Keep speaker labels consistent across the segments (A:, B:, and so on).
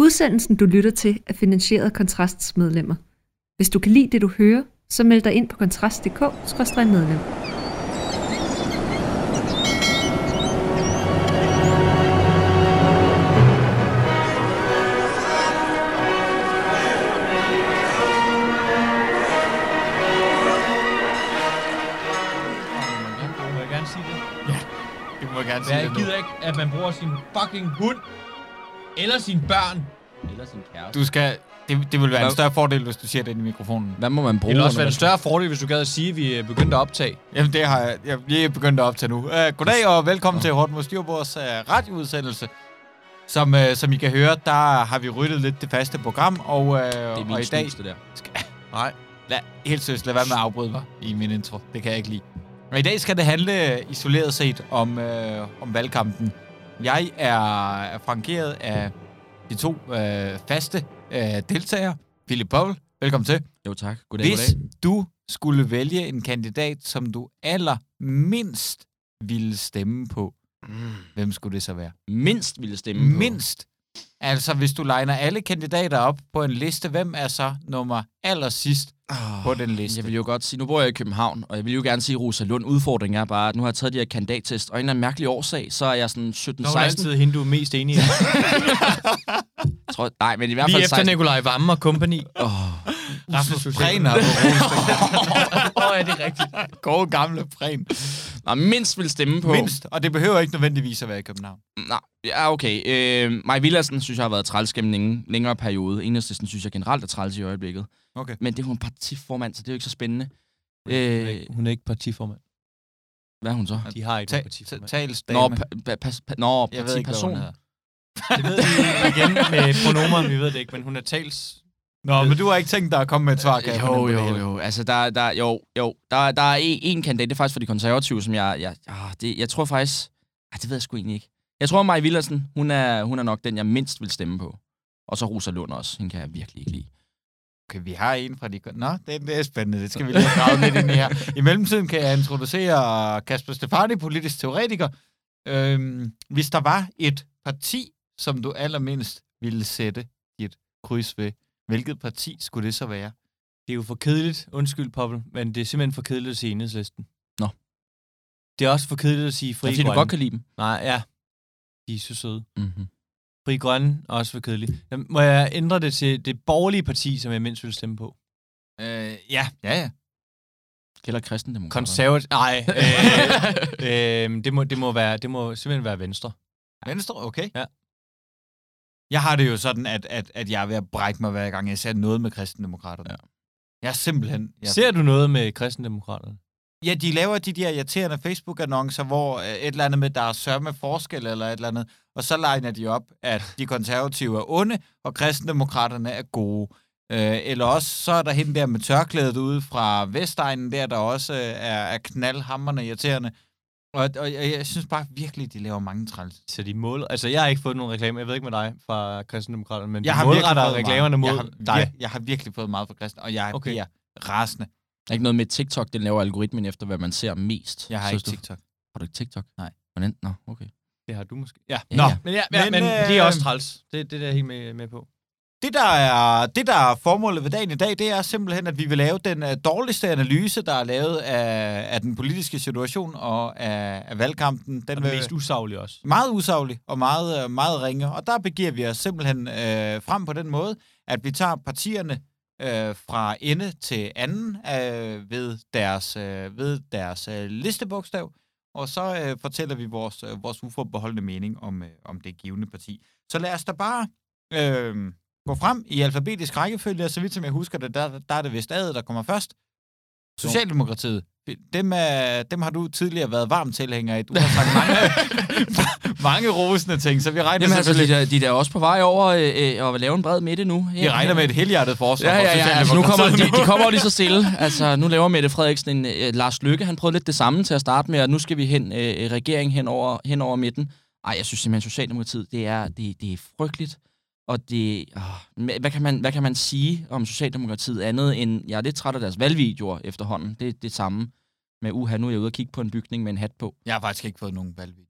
A: Udsendelsen, du lytter til, er finansieret af Kontrasts medlemmer. Hvis du kan lide det, du hører, så meld dig ind på kontrast.dk-medlem.
B: Du må jeg gerne sige det.
C: Du må gerne
B: Men
C: sige
B: jeg
C: det
B: gider
C: nu.
B: ikke, at man bruger sin fucking hund, eller sine børn, eller sin kæreste.
C: Du skal... Det, det vil være en
D: Hvad-
C: større fordel, hvis du siger det ind i mikrofonen.
D: Hvad må man
B: Det
D: bruge?
B: ville også
D: når
B: være
D: man-
B: en større fordel, hvis du gad at sige, at vi øh, begyndte at optage.
C: Jamen, det har jeg, jeg er lige begyndt at optage nu. Uh, goddag og velkommen til Hårdt mod Styrbords uh, radioudsendelse. Som, uh, som I kan høre, der har vi ryddet lidt det faste program, og, uh,
B: Det er min
C: og i dag...
B: snus, det der.
C: Nej, lad, helt seriøst, lad være med at afbryde mig i min intro. Det kan jeg ikke lide. Men i dag skal det handle øh, isoleret set om, øh, om valgkampen. Jeg er, er frankeret af de to øh, faste øh, deltagere. Philip Powell, velkommen til.
D: Jo tak. Goddag,
C: Hvis
D: goddag.
C: du skulle vælge en kandidat, som du allermindst ville stemme på,
B: Mm.
C: hvem skulle det så være?
D: Mindst ville stemme på.
C: Mindst. Altså, hvis du legner alle kandidater op på en liste, hvem er så nummer allersidst
D: Oh,
C: på den liste?
D: jeg vil jo godt sige, nu bor jeg i København, og jeg vil jo gerne sige Rosa Lund. Udfordringen er bare, at nu har jeg taget de her kandidattest, og en eller anden mærkelig årsag, så er jeg sådan 17-16.
B: Nå, er det altid hende, du er mest enig i.
D: Tror, nej, men i hvert
B: Lige
D: fald
B: efter
D: 16.
B: Nikolaj Vammen og company.
D: Åh,
C: Rasmus
B: Socialdemokrat.
C: Prehn har rost
B: Åh, oh, er det rigtigt?
C: den. Gode gamle Prehn.
D: Nå, mindst ville stemme på.
C: Mindst, og det behøver ikke nødvendigvis at være i København.
D: Nej, ja, okay. Øh, Maj Villadsen synes jeg har været træls gennem en længere periode. Enhedslisten synes jeg generelt er træls i øjeblikket.
C: Okay.
D: Men det er hun partiformand, så det er jo ikke så spændende. Øh,
B: Hun er ikke partiformand.
D: hvad er hun så?
B: De har ikke
C: Ta-
B: nogen
C: ta-
B: partiformand.
C: tals dame.
D: Nå, pa- pa- pas- pa- nå
C: jeg ved ikke, hvad
D: person.
C: hun hedder.
B: Det ved vi igen med pronomeren, vi ved det ikke, men hun er tals...
C: Nå, men du har ikke tænkt dig at komme med et svar, kan jeg
D: Jo,
C: fornemme på det
D: jo,
C: hele.
D: jo. Altså, der, der, jo, jo. Der, der er en, en kandidat, det er faktisk for de konservative, som jeg... Jeg, ah, det, jeg tror faktisk... Ej, det ved jeg sgu egentlig ikke. Jeg tror, Maja Villersen, hun er, hun er nok den, jeg mindst vil stemme på. Og så Rosa Lund også. Hende kan jeg virkelig ikke lide.
C: Okay, vi har en fra de... Nå, det, det er spændende. Det skal vi lige grave lidt ind i her. I mellemtiden kan jeg introducere Kasper Stefani, politisk teoretiker. Øhm, hvis der var et parti, som du allermindst ville sætte dit kryds ved, hvilket parti skulle det så være?
B: Det er jo for kedeligt, undskyld Poppel, men det er simpelthen for kedeligt at sige enhedslisten.
D: Nå.
B: Det er også for kedeligt at sige fri
D: Fordi du godt kan lide dem.
B: Nej, ja. De er så søde.
C: Mhm.
D: Mm-hmm.
B: Fri Grønne er også for kedelige. Jamen, Må jeg ændre det til det borgerlige parti, som jeg mindst vil stemme på?
C: Øh, ja, ja, ja.
D: Gælder kristendemokraterne.
B: Konservativt? Nej.
C: Øh.
B: Øh, øh, det, må, det, må være, det må simpelthen være Venstre.
C: Venstre, okay.
B: Ja.
C: Jeg har det jo sådan, at, at, at jeg er ved at brække mig hver gang, jeg ser noget med kristendemokraterne. Ja.
D: Ja.
C: Jeg er simpelthen... Jeg,
B: Ser du noget med kristendemokraterne?
C: Ja, de laver de der irriterende Facebook-annoncer, hvor øh, et eller andet med, der er sørme forskel eller et eller andet, og så legner de op, at de konservative er onde, og kristendemokraterne er gode. Øh, eller også, så er der hende der med tørklædet ude fra Vestegnen der, der også øh, er, er knaldhammerne irriterende. Og, og, og jeg synes bare virkelig, de laver mange træls.
B: Så de mål... Altså, jeg har ikke fået nogen reklame. Jeg ved ikke med dig fra kristendemokraterne, men
C: Jeg
B: jeg
C: har
B: de
C: virkelig
B: målretter
C: fået
B: reklamerne
C: meget.
B: mod
C: jeg har, vir-
B: dig.
C: Jeg har virkelig fået meget fra kristen, og jeg okay.
B: Okay.
C: bliver rasende.
D: Der er ikke noget med TikTok, den laver algoritmen efter, hvad man ser mest.
C: Jeg har
D: Synes
C: ikke
D: du-
C: TikTok.
D: Har du ikke TikTok?
C: Nej.
D: Hvordan? Nå, okay.
B: Det har du måske. Ja.
D: Ja,
C: Nå,
D: ja.
B: Men, ja, ja,
C: Men,
B: men, men øh... det er
C: øh,
B: også træls. Det, det er jeg helt med, med på.
C: Det der, er, det, der er formålet ved dagen i dag, det er simpelthen, at vi vil lave den uh, dårligste analyse, der er lavet af, af den politiske situation og af, af valgkampen. Den,
B: Og
C: vil-
B: det mest usaglige også.
C: meget usaglig og meget, øh, meget ringe. Og der begiver vi os simpelthen øh, frem på den måde, at vi tager partierne øh, fra ende til anden øh, ved deres, øh, ved deres øh, listebogstav, og så øh, fortæller vi vores, øh, vores uforbeholdende mening om, øh, om det givende parti. Så lad os da bare øh, gå frem i alfabetisk rækkefølge, og så vidt som jeg husker det, der, der er det vist ad, der kommer først. Socialdemokratiet, dem, er, dem har du tidligere været varm tilhænger i. Du har sagt mange, mange rosende ting, så vi regner,
D: Jamen altså, de,
C: selvfølgelig,
D: der, de der er også på vej over øh, øh, at lave en bred midte nu.
C: vi regner med et helhjertet forsvar
D: Ja, ja, ja.
C: for
D: Altså, nu kommer, de,
C: Socialdemokratiet
D: de kommer jo lige så stille. Altså, nu laver Mette Frederiksen en... Øh, Lars Lykke, han prøvede lidt det samme til at starte med, og nu skal vi hen øh, regeringen hen over, hen over midten. Ej, jeg synes simpelthen, Socialdemokratiet, det er, det, det er frygteligt. Og det... Åh, men hvad, kan man, hvad kan man sige om Socialdemokratiet andet end... Jeg er lidt træt af deres valgvideoer efterhånden. Det er det samme med, uha, nu er jeg ude og kigge på en bygning med en hat på.
C: Jeg har faktisk ikke fået nogen valgvideo.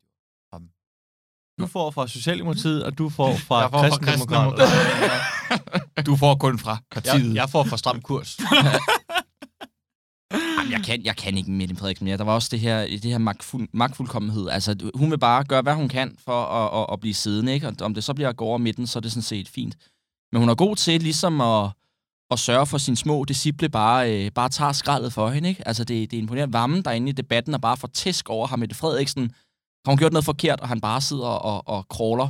B: Du får fra Socialdemokratiet, og du får fra
C: Jeg får fra
B: Kristendemokraterne.
C: Du får kun fra
E: Jeg,
C: partiet.
E: jeg får for stram kurs.
D: Jamen, jeg kan, jeg kan ikke med Mette Frederiksen mere. Der var også det her, det her magtfuld, magtfuldkommenhed. Altså, du- hun vil bare gøre, hvad hun kan for at, at, at blive siddende, ikke? Og om det så bliver at gå over midten, så er det sådan set fint. Men hun er god til ligesom at, at sørge for sine små disciple bare, øh, bare tager skraldet for hende, ikke? Altså, det, det er imponerende varme derinde i debatten, og bare får tæsk over ham, Mette Frederiksen. Har hun gjort noget forkert, og han bare sidder og, og crawler.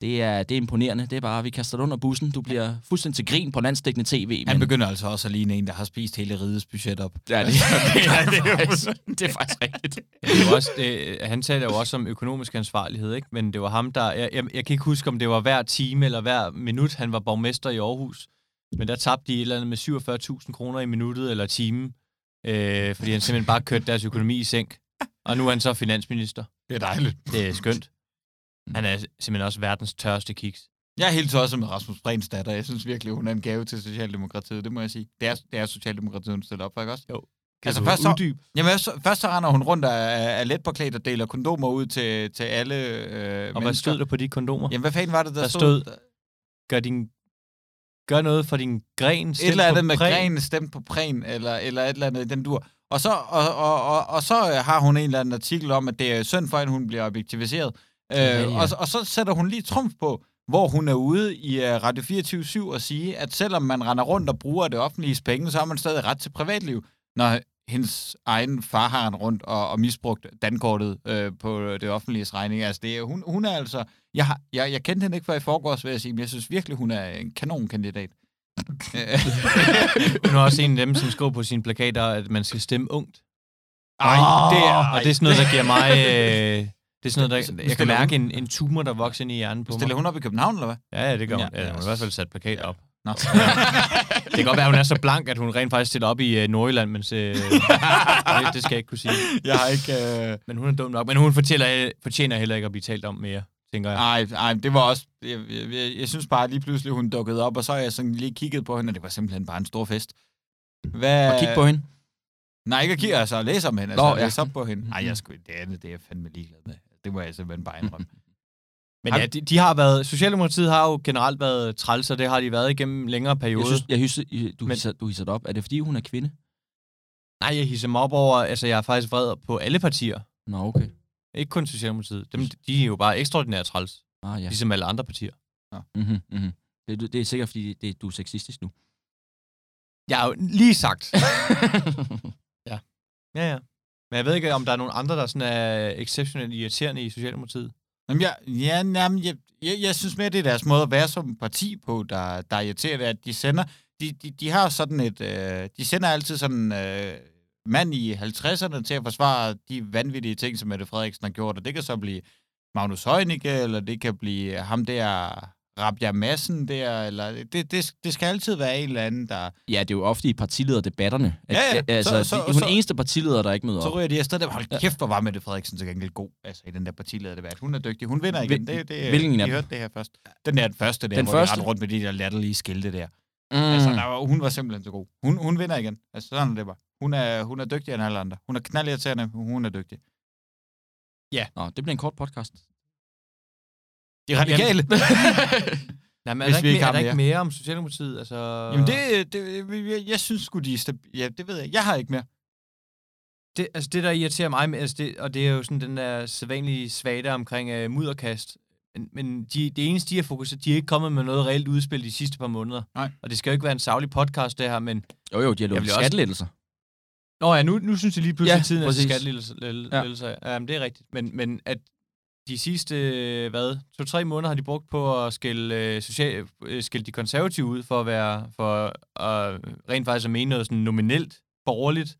D: Det er, det er imponerende. Det er bare, vi kaster dig under bussen. Du bliver fuldstændig til grin på landstækkende tv.
C: Han begynder altså også at ligne en, der har spist hele rigets budget op.
D: Ja, det, det, er, det, er, faktisk- det er faktisk rigtigt.
B: Det er jo også, det, øh, han taler jo også om økonomisk ansvarlighed, ikke? men det var ham, der... Jeg, jeg, jeg kan ikke huske, om det var hver time eller hver minut, han var borgmester i Aarhus. Men der tabte de et eller andet med 47.000 kroner i minuttet eller timen, øh, fordi han simpelthen bare kørte deres økonomi i sænk. Og nu er han så finansminister.
C: Det er dejligt.
B: Det er skønt. Han er simpelthen også verdens tørste kiks.
C: Jeg hilser også med Rasmus Brens datter. Jeg synes virkelig, hun er en gave til Socialdemokratiet. Det må jeg sige. Det er, det er Socialdemokratiet, hun stiller op for, ikke også?
B: Jo.
C: Altså,
B: du
C: først så,
B: uddybe?
C: jamen, så, først så render hun rundt og er, er let påklædt og deler kondomer ud til, til alle øh,
B: Og hvad
C: mennesker.
B: stod der på de kondomer?
C: Jamen, hvad fanden var det, der,
B: Der
C: stod?
B: stod- Gør, din, gør noget for din gren.
C: et eller andet med gren, stemt på præn, eller, eller et eller andet i den dur. Og så, og, og, og, og så øh, har hun en eller anden artikel om, at det er synd for hende, hun bliver objektiviseret. Øh,
D: Ja, ja.
C: Og, så- og så sætter hun lige trumf på, hvor hun er ude i øh, Radio 24 og sige, at selvom man render rundt og bruger det offentlige penge, så har man stadig ret til privatliv, når hendes egen far har rendt rundt og, og misbrugt dankortet øh, på det offentlige regning. Altså, det er, hun, hun er altså... Jeg, har, jeg, jeg kendte hende ikke før i forgårs, vil jeg sige, men jeg synes virkelig, hun er en kanonkandidat. Øh,
B: Hun er også en af dem, som skriver på sine plakater, at man skal stemme ungt.
C: Ej, det er,
B: og det er sådan noget, der giver mig... Øh, det er sådan noget, der, jeg kan
C: Stiller
B: mærke en, en tumor, der vokser ind i hjernen på
C: Stiller
B: mig.
C: hun op i København, eller hvad?
B: Ja, ja, det gør hun.
C: Ja.
B: Ja, hun har i hvert fald sat plakater op.
C: Nå.
B: Det kan godt være, at hun er så blank, at hun rent faktisk stiller op i øh, Nordjylland, men øh, det, det skal jeg ikke kunne sige.
C: jeg har ikke... Øh...
B: Men hun er dum nok. Men hun fortæller, fortjener heller ikke at blive talt om mere, tænker jeg.
C: Ej, ej, det var også... Jeg, jeg, jeg, jeg synes bare, at lige pludselig hun dukkede op, og så har jeg sådan lige kigget på hende, og det var simpelthen bare en stor fest. Hvad...
D: Og kig på hende.
C: Nej, ikke at kigge, altså at læse om hende. Altså,
D: Nå,
C: Nå,
D: ja.
C: læse op på hende. Nej, jeg skulle, det andet, det er jeg fandme ligeglad med. Det må jeg simpelthen bare indrømme.
B: Men ja, de, de har været... Socialdemokratiet har jo generelt været træls, og det har de været igennem længere perioder.
D: Jeg synes, jeg hysser, I- du,
B: Men-
D: hisser, du hisser det op. Er det, fordi hun er kvinde?
B: Nej, jeg hisser mig op over... Altså, jeg er faktisk vred på alle partier.
D: Nå, okay.
B: Ikke kun Socialdemokratiet. Dem, de er jo bare ekstraordinært træls,
D: Ah, ja.
B: ligesom alle andre partier.
D: Mm-hmm, mm-hmm. Det, er du- det er sikkert, fordi det, du er sexistisk nu.
B: Jeg har jo lige sagt. ja, ja. Men jeg ved ikke, om der er nogen andre, der sådan er exceptionelt irriterende i Socialdemokratiet.
C: Jamen, jeg, ja, jamen, jeg, jeg, jeg synes mere, det er deres måde at være som parti på, der, der irriterer det, at de sender... De, de, de har sådan et... Øh, de sender altid sådan øh, mand i 50'erne til at forsvare de vanvittige ting, som Mette Frederiksen har gjort, og det kan så blive Magnus Heunicke, eller det kan blive ham der Rabia Madsen der, eller det, det, det skal altid være en eller anden, der...
D: ja, det er jo ofte i partilederdebatterne. At,
C: Ja, ja.
D: Altså,
C: Så- så-
D: det- hun er
C: så-
D: den eneste partileder, der ikke møder
C: Så
D: op.
C: ryger de afsted, der hold kæft, hvor var Mette Frederiksen til gengæld god, altså i den der partilederdebat. Hun er dygtig, hun vinder igen. Det, det,
D: hvilken af
C: I
D: dem?
C: hørte det her først. Den der den første der,
D: Den
C: den hvor
D: første?
C: første? de rendte rundt med de der latterlige skilte der. Mm.
D: Mm.
C: Altså, der var, hun var simpelthen så god. Hun, hun vinder igen. Altså, sådan er det bare. Hun er, hun er dygtigere end alle andre. Hun er knaldirriterende, hun er dygtig.
D: Nå, det bliver en kort podcast.
C: De radikale.
B: Nej, men er
C: Hvis
B: der,
C: vi
B: ikke,
C: ikke
B: mere,
C: har
B: er der
C: mere.
B: ikke mere om Socialdemokratiet? Altså...
C: Jamen, det, det, jeg, jeg synes sgu, de er stabi- Ja, det ved jeg. Jeg har ikke mere.
B: det... Altså, det, der irriterer mig, med- altså det, og det er jo sådan den der sædvanlige svagte omkring øh, mudderkast, men, men de, det eneste, de har fokuseret, de er ikke kommet med noget reelt udspil de sidste par måneder.
C: Nej.
B: Og det skal jo ikke være en savlig podcast, det her, men...
D: Jo, jo, de har
B: Jeg
D: lovet
B: vil også-
D: skattelettelser.
B: Nå ja, nu, nu synes jeg lige pludselig,
D: Ja,
B: ja, tiden er til
D: præcis. Ja.
B: skattelettelser. Ja. Jamen, det er rigtigt. Men, men at de sidste, øh, hvad, to-tre måneder har de brugt på at skille, øh, social, øh, skille de konservative ud for at være, for at rent faktisk at mene noget sådan nominelt borgerligt.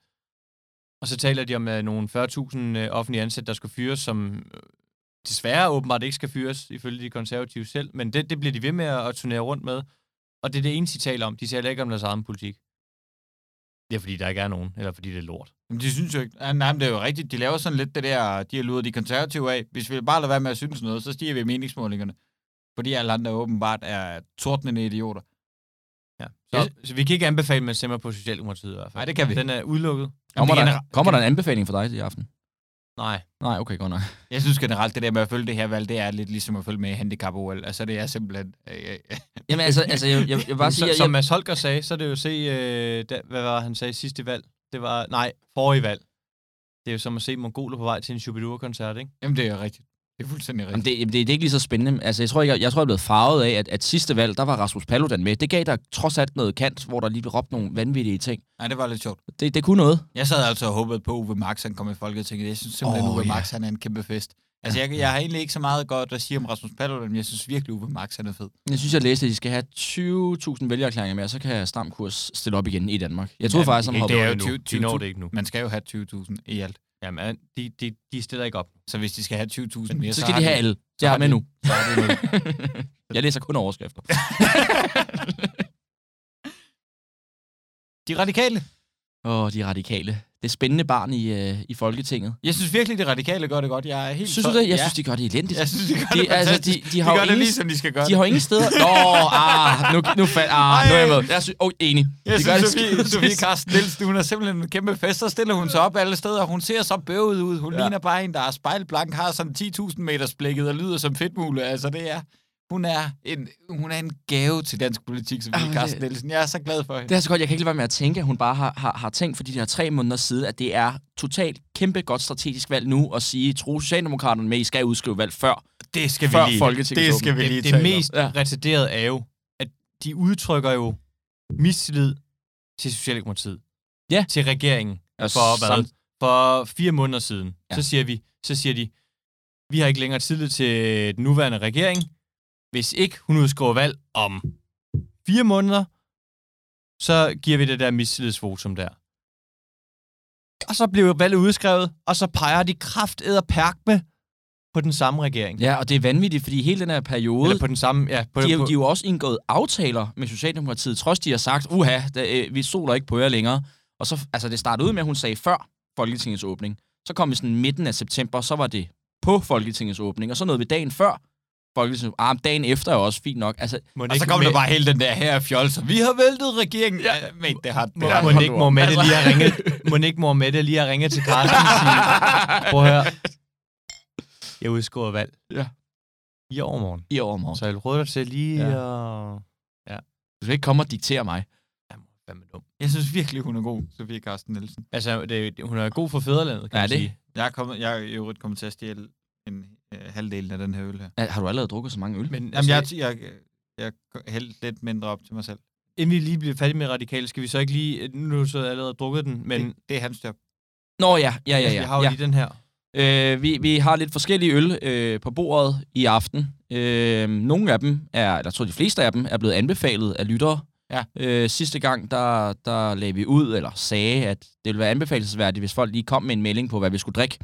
B: Og så taler de om øh, nogle 40.000 øh, offentlige ansatte, der skal fyres, som øh, desværre åbenbart ikke skal fyres, ifølge de konservative selv. Men det, det bliver de ved med at, at turnere rundt med. Og det er det eneste, de taler om. De taler ikke om deres egen politik. Det er fordi, der ikke er nogen, eller fordi det er lort.
C: Jamen, de synes jo ikke. Ja, nej, men det er jo rigtigt. De laver sådan lidt det der, de har luret de konservative af. Hvis vi bare lader være med at synes noget, så stiger vi i meningsmålingerne. Fordi alle andre åbenbart er tordnende idioter.
B: Ja. Så, så vi kan ikke anbefale, at man stemmer på Socialdemokratiet i hvert fald.
C: Nej, det kan vi
B: Den er udelukket.
D: Kommer,
C: det
D: der,
C: generelt-
D: kommer der en anbefaling for dig i aften?
B: Nej.
D: Nej, okay, godt nok.
C: Jeg synes generelt, det der med at følge det her valg, det er lidt ligesom at følge med i handicap-OL. Altså, det er simpelthen... Øh, øh,
D: Jamen altså, altså jeg, jeg, jeg vil bare sige,
B: Så,
D: at
B: som
D: jeg,
B: Mads Holger sagde, så er det jo se, øh, der, hvad var han sagde sidste valg? Det var, nej, forrige valg. Det er jo som at se mongoler på vej til en Shubidua-koncert, ikke?
C: jamen, det er rigtigt. Det er fuldstændig
D: Jamen,
C: rigtigt.
D: det, jamen, det, det er ikke lige så spændende. Altså, jeg tror, ikke, jeg, jeg tror, jeg er blevet farvet af, at, at sidste valg, der var Rasmus Paludan med. Det gav der trods alt noget kant, hvor der lige blev råbt nogle vanvittige ting.
C: Nej, det var lidt sjovt.
D: Det, det kunne noget.
C: Jeg sad altså og håbede på, at Uwe Max han kom i Folketinget. Jeg synes simpelthen,
D: Åh,
C: oh, Uwe
D: ja.
C: Max han er en kæmpe fest. Altså, jeg, jeg har egentlig ikke så meget godt at sige om Rasmus Paludan, men jeg synes virkelig, Uwe Max han er fed.
D: Jeg synes, jeg læste, at de skal have 20.000 vælgererklæringer med, og så kan Stram Kurs stille op igen i Danmark. Jeg troede
C: Jamen,
D: faktisk, han
C: det-
D: hoppede.
C: er jo
B: nu.
C: 20
B: De når det ikke nu.
C: Man skal jo have 20.000 i alt.
B: Jamen, de, de, de stiller ikke op.
C: Så hvis de skal have 20.000 mere,
D: Så skal de have alle.
C: har
D: Det har med
C: de-
D: nu.
C: så er det noget.
D: Jeg læser kun overskrifter.
C: De radikale.
D: Åh, oh, de radikale. Det spændende barn i, øh, i Folketinget.
C: Jeg synes virkelig, de radikale gør det godt. Jeg er helt
D: Synes
C: for-
D: du det? Jeg
C: ja.
D: synes, de gør det elendigt.
C: Jeg synes, de gør
D: De-
C: det
D: altså,
C: fantastisk.
D: de- de har jo
C: gør det
D: ingen-
C: lige, som de skal gøre
D: De har jo ingen steder... Nå, ah, nu, nu fald, ah, nu er jeg med. Jeg synes, oh, enig.
C: Jeg
D: de
C: synes,
D: det
C: Sofie,
D: skide-
C: Sofie Karsten Nielsen, hun er simpelthen en kæmpe fest, så stiller hun sig op alle steder, og hun ser så bøvet ud. Hun ja.
D: Ja.
C: ligner bare en, der er spejlblank, har sådan 10.000 meters blikket og lyder som fedtmule. Altså, det er... Hun er, en, hun er en gave til dansk politik, Sofie
D: Ah,
C: ah,
D: det-
C: Karsten Nielsen. Jeg er så glad for hende.
D: Det er så godt, jeg kan ikke lade være med at tænke, at hun bare har, har, har tænkt for de der tre måneder siden, at det er totalt kæmpe godt strategisk valg nu at sige, tro Socialdemokraterne med, I skal udskrive valg før.
C: det skal
D: Før Folketinget
C: Det skal vi lige
B: det,
C: tale
B: det
C: om.
B: mest
D: Ja.
B: ja. retarderede er jo, at de udtrykker jo mistillid til Socialdemokratiet.
D: Ja.
B: Til regeringen
D: Og
B: for, hvad?
D: samt-
B: for fire måneder siden.
D: Ja.
B: Ja. Så, siger vi, så siger de, vi har ikke længere tillid til den nuværende regering. Hvis ikke hun udskriver valg om fire måneder, så giver vi det der mistillidsvotum der. Og så bliver valget udskrevet, og så peger de kraft perk med på den samme regering.
D: Ja, og det er vanvittigt, fordi hele den her periode,
B: Eller på den samme, ja, på,
D: de, har, jo-
B: på,
D: de har jo også indgået aftaler med Socialdemokratiet, trods de har sagt, uha, da, øh, vi soler ikke på jer længere. Og så, altså det startede ud med, at hun sagde før Folketingets åbning. Så kom vi sådan midten af september, så var det på Folketingets åbning, og så nåede vi dagen før Folketingets ah, dagen efter er jo også fint nok. Altså,
B: Må
C: Og så kom der bare hele den der her fjolser. Vi har væltet regeringen. Ja, men det har det.
B: Må,
C: har- Altså.
B: må ikke mor Mette lige har ringet, må ikke mor Mette lige har ringet til Carsten og sige, prøv at høre, jeg udskriver valg.
D: Ja.
B: I overmorgen.
D: i overmorgen.
B: Så jeg råder dig til lige
D: Ja.
B: ja. og...
D: Du skal ikke komme og diktere mig.
B: Jamen, hvad med dum.
C: Jeg synes virkelig, hun er god, Sofie Karsten Nielsen.
B: Altså, det, hun er god for fædrelandet, kan
D: Ja,
B: man
D: det-
B: sige.
C: Jeg er, kommet, jeg er i øvrigt kommet til at stjæle en øh, halvdelen af den her øl her.
D: Al- Har du allerede drukket så mange øl?
B: Men
C: Jamen,
B: altså,
C: jeg, jeg, jeg, jeg hældte lidt mindre op til mig selv.
B: inden vi lige bliver færdige med radikale, skal vi så ikke lige... Nu har du så allerede drukket den, men...
C: Men det, det er hans job.
D: Nå ja, ja, ja, ja.
B: Jeg har jo
D: ja.
B: lige den her.
D: Øh, vi, vi har lidt forskellige øl øh, på bordet i aften. Øh, nogle af dem er, eller jeg tror de fleste af dem, er blevet anbefalet af lyttere.
C: Ja.
D: Øh, sidste gang, der, der lagde vi ud, eller sagde, at det ville være anbefalesværdigt, hvis folk lige kom med en melding på, hvad vi skulle drikke.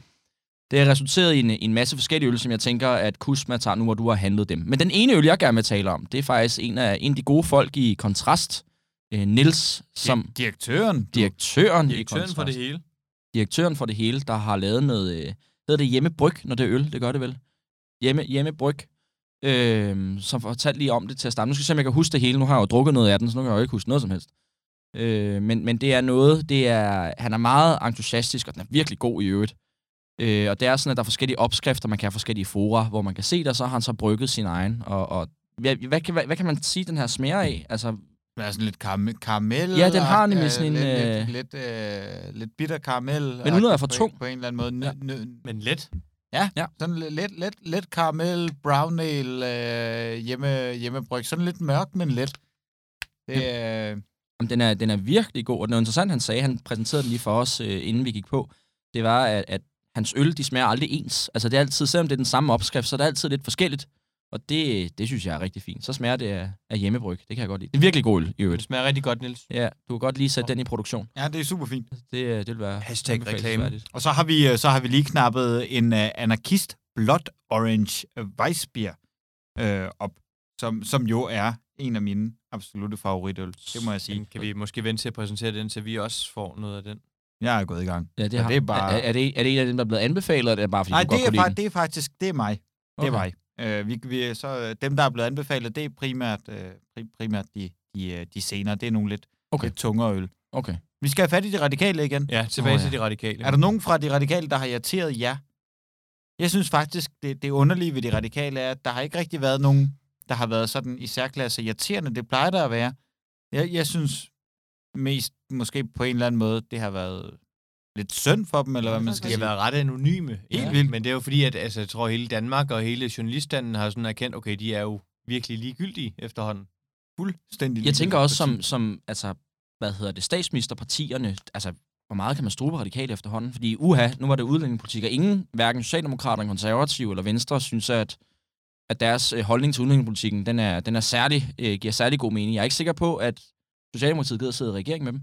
D: Det har resulteret i en, en masse forskellige øl, som jeg tænker, at Kusma tager nu, hvor du har handlet dem. Men den ene øl, jeg gerne vil tale om, det er faktisk en af, en af de gode folk i Kontrast, øh, Nils, som
C: Di- direktøren. du.
D: direktøren, i
B: Direktøren
D: Kontrast
B: for det hele.
D: direktøren for det hele, der har lavet noget, øh, hedder det hjemmebryg, når det er øl, det gør det vel? Hjemme, hjemmebryg, øh, som fortalte lige om det til at starte. Nu skal jeg se, om jeg kan huske det hele. Nu har jeg jo drukket noget af den, så nu kan jeg jo ikke huske noget som helst. Øh, men, men det er noget, det er, han er meget entusiastisk, og den er virkelig god i øvrigt. Øh, og det er sådan, at der er forskellige opskrifter, man kan have forskellige fora, hvor man kan se det, og så har han så brygget sin egen. Og, og hvad, hvad, kan, hvad, hvad kan man sige, den her smager af? Altså,
C: Den er sådan lidt karam- karamel.
D: Ja, den har
C: og,
D: nemlig
C: øh,
D: sådan en,
C: Lidt, lidt, lidt, øh, lidt bitter karamel.
D: Men uden at være for
C: på en-
D: tung.
C: På en eller anden måde. Nø,
D: Ja.
C: nø,
B: Men let.
C: sådan lidt, lidt, lidt, lidt karamel, brown ale, øh, hjemme, hjemmebryg. Sådan lidt mørk, men let. Det, øh,
D: Jamen, den er, den er virkelig god, og den er interessant, han sagde, han præsenterede den lige for os, øh, inden vi gik på, det var, at, at hans øl, de smager aldrig ens. Altså, det er altid, selvom det er den samme opskrift, så er det altid lidt forskelligt. Og det, det synes jeg er rigtig fint. Så smager det af, af hjemmebryg. Det kan jeg godt lide. Det er virkelig god øl, i
B: Det
D: øvrigt.
B: smager rigtig godt, Niels.
D: Ja, du kan godt lige sætte den i produktion.
C: ja, det er super fint.
D: Det, øh, det vil være...
B: Hashtag
D: anbefalesværdigt.
C: Og så har vi, øh, så har vi lige knappet en øh, anarkist blot orange øh, weissbier øh, op, som, som jo er en af mine absolutte favoritøl. Det må jeg sige.
B: Den kan vi måske vente til at præsentere den, til vi også får noget af den.
C: Jeg er gået i gang.
D: Ja, det,
C: Og
D: har,
C: det er bare-
D: er, er, det, er det en af dem, der er blevet anbefalet, eller er det bare, fordi
C: Nej,
D: du godt
C: det
D: kunne
C: er,
D: lide
C: fa-
D: den?
C: det er faktisk det er mig. Okay. Det er mig.
D: Okay.
C: Øh, vi, vi, så, øh, dem, der er blevet anbefalet, det er primært, øh, pri- primært de, de, øh, de senere. Det er nogle lidt,
D: Okay.
C: okay. lidt tungere øl.
D: Okay.
C: Vi skal have fat i de radikale igen.
B: Ja, tilbage
D: Åh,
B: oh,
D: ja.
B: til de radikale.
C: Er der nogen fra de radikale, der har irriteret jer? Jeg synes faktisk, det, det underlige ved de radikale er, at der har ikke rigtig været nogen, der har været sådan i særklasse irriterende. Det plejer der at være. Jeg, jeg synes mest, måske på en eller anden måde, det har været lidt synd for dem, eller hvad man skal
B: De har
C: sige.
B: været ret anonyme.
C: Helt
B: Ja.
C: vildt.
B: Men det er jo fordi, at altså, jeg tror, hele Danmark og hele journaliststanden har sådan erkendt, okay, de er jo virkelig ligegyldige efterhånden.
C: Fuldstændig
D: Jeg tænker også som, som altså, hvad hedder det, statsministerpartierne, altså, hvor meget kan man strube radikale efterhånden? Fordi uha, nu var det udlændingepolitik, og ingen, hverken Socialdemokrater, Konservative eller Venstre, synes, at, at deres øh, holdning til udlændingepolitikken, den, er, den er særlig, øh, giver særlig god mening. Jeg er ikke sikker på, at Socialdemokratiet gider sidde i regering med dem.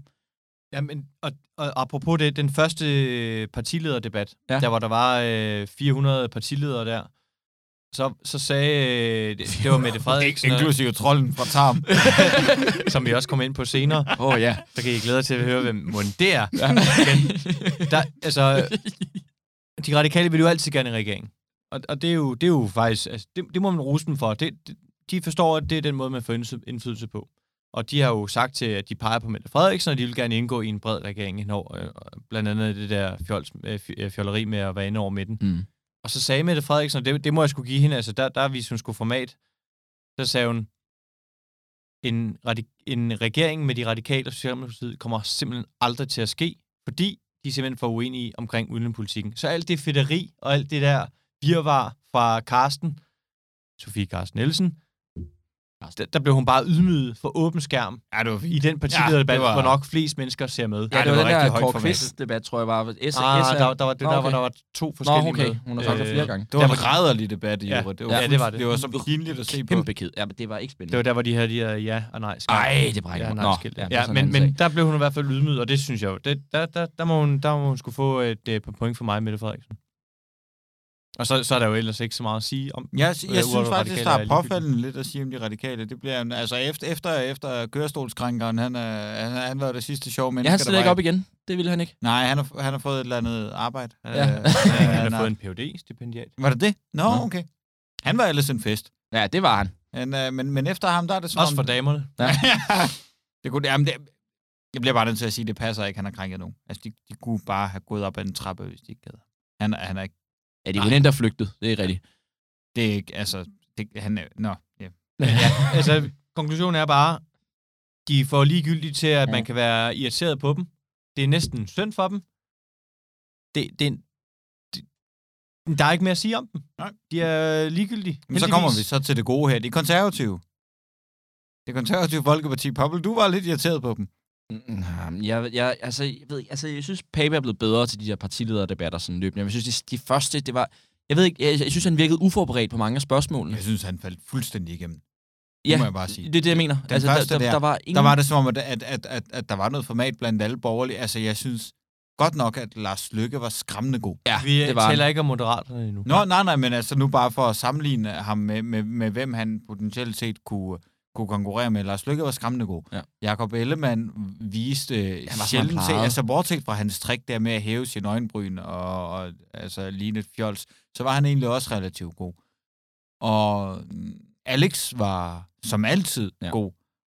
B: Jamen, og, og apropos det, den første øh, partilederdebat,
D: Ja.
B: ja. der hvor der var øh, 400 partiledere der, så, så sagde, øh, det, det var Mette Frederiksen, og,
C: Inklusive trolden fra Tarm.
B: som vi også kommer ind på senere,
D: Åh oh, ja.
B: så kan I glæde jer til at høre, hvem mund det er.
D: ja.
B: Der, altså, de radikale vil jo altid gerne i regering. Og, og det, er jo, det er jo faktisk, altså, det, det må man rose dem for. Det, det, de forstår, at det er den måde, man får indfly- indflydelse på. Og de har jo sagt til, at de peger på Mette Frederiksen, og de vil gerne indgå i en bred regering henover. øh, Blandt andet det der fjols, øh, fj- øh, fjolleri med at være inde over midten.
D: Mm.
B: Og så sagde Mette Frederiksen, og det, det må jeg skulle give hende, altså der, der viste hun skulle format, så sagde hun, en, radik- en regering med de radikale og Socialdemokratiet kommer simpelthen aldrig til at ske, fordi de er simpelthen for uenige omkring udenrigspolitikken. Så alt det fedteri og alt det der virvar fra Karsten, Sofie Karsten Nielsen, der, der blev hun bare ydmyget for åben skærm
C: Ja, det var
B: i
C: fint.
B: den partilederdebat,
C: det
B: ja,
C: var-
B: var... hvor nok flest mennesker ser med.
D: Ja, det var den der Kåre
B: format.
D: Kvist-debat, tror jeg var. S-
B: Ah,
D: S-
B: der, der var det
D: Nå,
B: der,
D: okay.
B: hvor der var to
D: Nå,
B: forskellige
D: okay.
B: med.
D: Hun har sagt det
B: Øh,
D: flere gange.
C: Det var en ræderlig debat i
B: Ja.
C: øvrigt. Det
B: Ja, det var
C: fuld-
B: det.
C: Det var så pinligt at se på.
D: Kæmpe ked. Ja, men det var ikke
B: Det
D: spændende.
B: var der, hvor de havde de her ja og nej skilt.
D: Ej, det brækker
B: ja,
D: mig.
B: nej
D: Nå,
B: skilt.
D: ja,
B: Ja,
D: det er
B: ja
D: sådan
B: men,
D: en anden
B: men der blev hun i hvert fald ydmyg, og det synes jeg jo. Det, der, der, der, må hun, der må hun skulle få et, øh, et par point for mig, Mette Frederiksen. Og så, så er der jo ellers ikke så meget at sige om.
C: Jeg, jeg, jeg
B: udover
C: synes faktisk,
B: radikale
C: der
B: er
C: er
B: ligegyldigt.
C: påfaldende lidt at sige om de radikale. Det bliver, en- altså efter, efter, efter kørestolskrænkeren, han, er, han, han var det sidste sjove menneske,
D: Ja, han
C: der
D: stiller
C: var
D: ikke
C: i-
D: op igen. Det ville han ikke.
C: Nej, han har, han har fået et eller andet arbejde. Øh,
D: Ja.
C: øh,
B: Han
C: han
B: har
C: har-
B: fået en phd stipendiat
C: Var det det? Nå,
D: Nå.
C: okay. Han var ellers en fest.
D: Ja, det var han.
C: Men, øh, men, men efter ham, der er det som
B: Også
C: om-
B: for damerne.
C: det kunne, jamen, det, jeg bliver bare nødt til at sige, at det passer ikke, han har krænket nogen. Altså, de, de kunne bare have gået op ad en trappe, hvis de ikke gad. Han, er- han er ikke...
D: Ja, de kunne nemt have flygtet. Det er rigtigt.
C: Det er ikke, altså... Det, han er, nå, ja.
B: altså, konklusionen er bare, de får ligegyldigt til, at
D: Ja.
B: man kan være irriteret på dem. Det er næsten synd for dem. Det, det, er en- det, der er ikke mere at sige om dem.
C: Nej.
B: De er ligegyldige.
C: Men så kommer vi
B: heldigvis.
C: så til det gode her. De konservative. Det konservative Folkeparti. Poppel, du var lidt irriteret på dem.
D: Mm, Jeg, jeg, altså, jeg, ved, ikke, altså, jeg synes, Pape er blevet bedre til de der partilederdebatter sådan løbende. Jeg synes, de, de første, det var... Jeg ved ikke, jeg, jeg synes, han virkede uforberedt på mange af spørgsmålene.
C: Jeg synes, han faldt fuldstændig igennem.
D: ja,
C: må jeg bare sige.
D: det er det, jeg mener. Altså,
C: Den første
D: der, der,
C: der,
D: der, var ingen...
C: Der var det som om, at, at, at, at, at der var noget format blandt alle borgerlige. Altså, jeg synes godt nok, at Lars Lykke var skræmmende god.
D: ja,
B: Vi
D: det var han.
B: taler ikke om moderaterne endnu.
C: Nå, nej, nej, men altså nu bare for at sammenligne ham med, med, med hvem han potentielt set kunne, kunne konkurrere med. Lars Lykke var skræmmende god.
D: Ja.
C: Jakob Ellemann viste øh,
D: som han
C: sjældent til,
D: plejede.
C: altså bortset fra hans trick der med at hæve sin øjenbryn og, og altså ligne et fjols, så var han egentlig også relativt god. Og mm, Alex var som altid
D: Ja.
C: ja. god.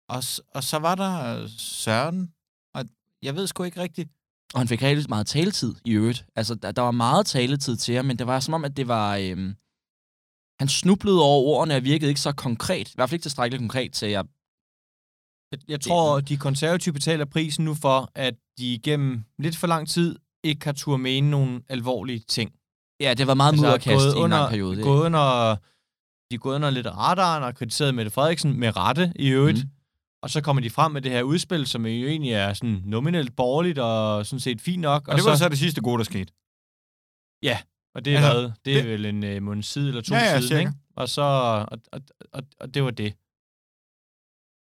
C: Og, s- og så var der øh, Søren, og jeg ved sgu ikke rigtigt,
D: Og han fik rigtig meget taletid i øvrigt. Altså, der, der var meget taletid til ham, men det var som om, at det var... Øhm, han snublede over ordene og virkede ikke så konkret. I hvert fald ikke tilstrækkeligt konkret til, at jeg...
B: Jeg, jeg tror, de konservative betaler prisen nu for, at de igennem lidt for lang tid ikke har tur mene nogle alvorlige ting.
D: Ja, det var meget altså, mudderkast
B: gået
D: i en
B: under,
D: lang periode.
B: Gået under, de er gået under lidt af radaren og kritiseret Mette Frederiksen med rette i øvrigt.
D: Mhm.
B: Mm. Og så kommer de frem med det her udspil, som jo egentlig er sådan nominelt borgerligt og sådan set fint nok.
C: og det var så det sidste gode, der skete.
B: Og det
C: Altså,
B: er, altså, hvad? Det er
C: det-
B: det, vel en øh, måned side eller to
C: Ja, ja,
B: siden,
C: cirka.
B: ikke? Og så... Og, og, og, og det var det.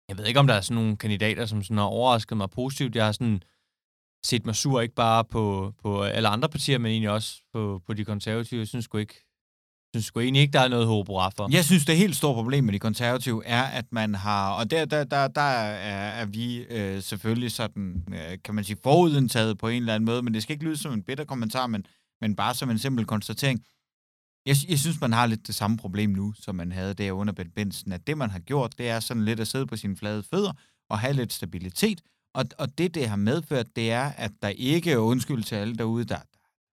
B: Jeg ved ikke, om der er sådan nogle kandidater, som sådan har overrasket mig positivt. Jeg har sådan set mig sur ikke bare på, på alle andre partier, men egentlig også på, på de konservative. Jeg synes sgu ikke, synes sgu egentlig ikke, der er noget håb for.
C: Jeg synes, det helt store problem med de konservative er, at man har... Og der, der, der, der er, er vi øh, selvfølgelig sådan, øh, kan man sige, forudindtaget på en eller anden måde, men det skal ikke lyde som en bitter kommentar, men, men bare som en simpel konstatering. Jeg, sy- jeg synes, man har lidt det samme problem nu, som man havde der under Bent Benson, at det, man har gjort, det er sådan lidt at sidde på sine flade fødder og have lidt stabilitet, Og, og det, det har medført, det er, at der ikke, og undskyld til alle derude, der,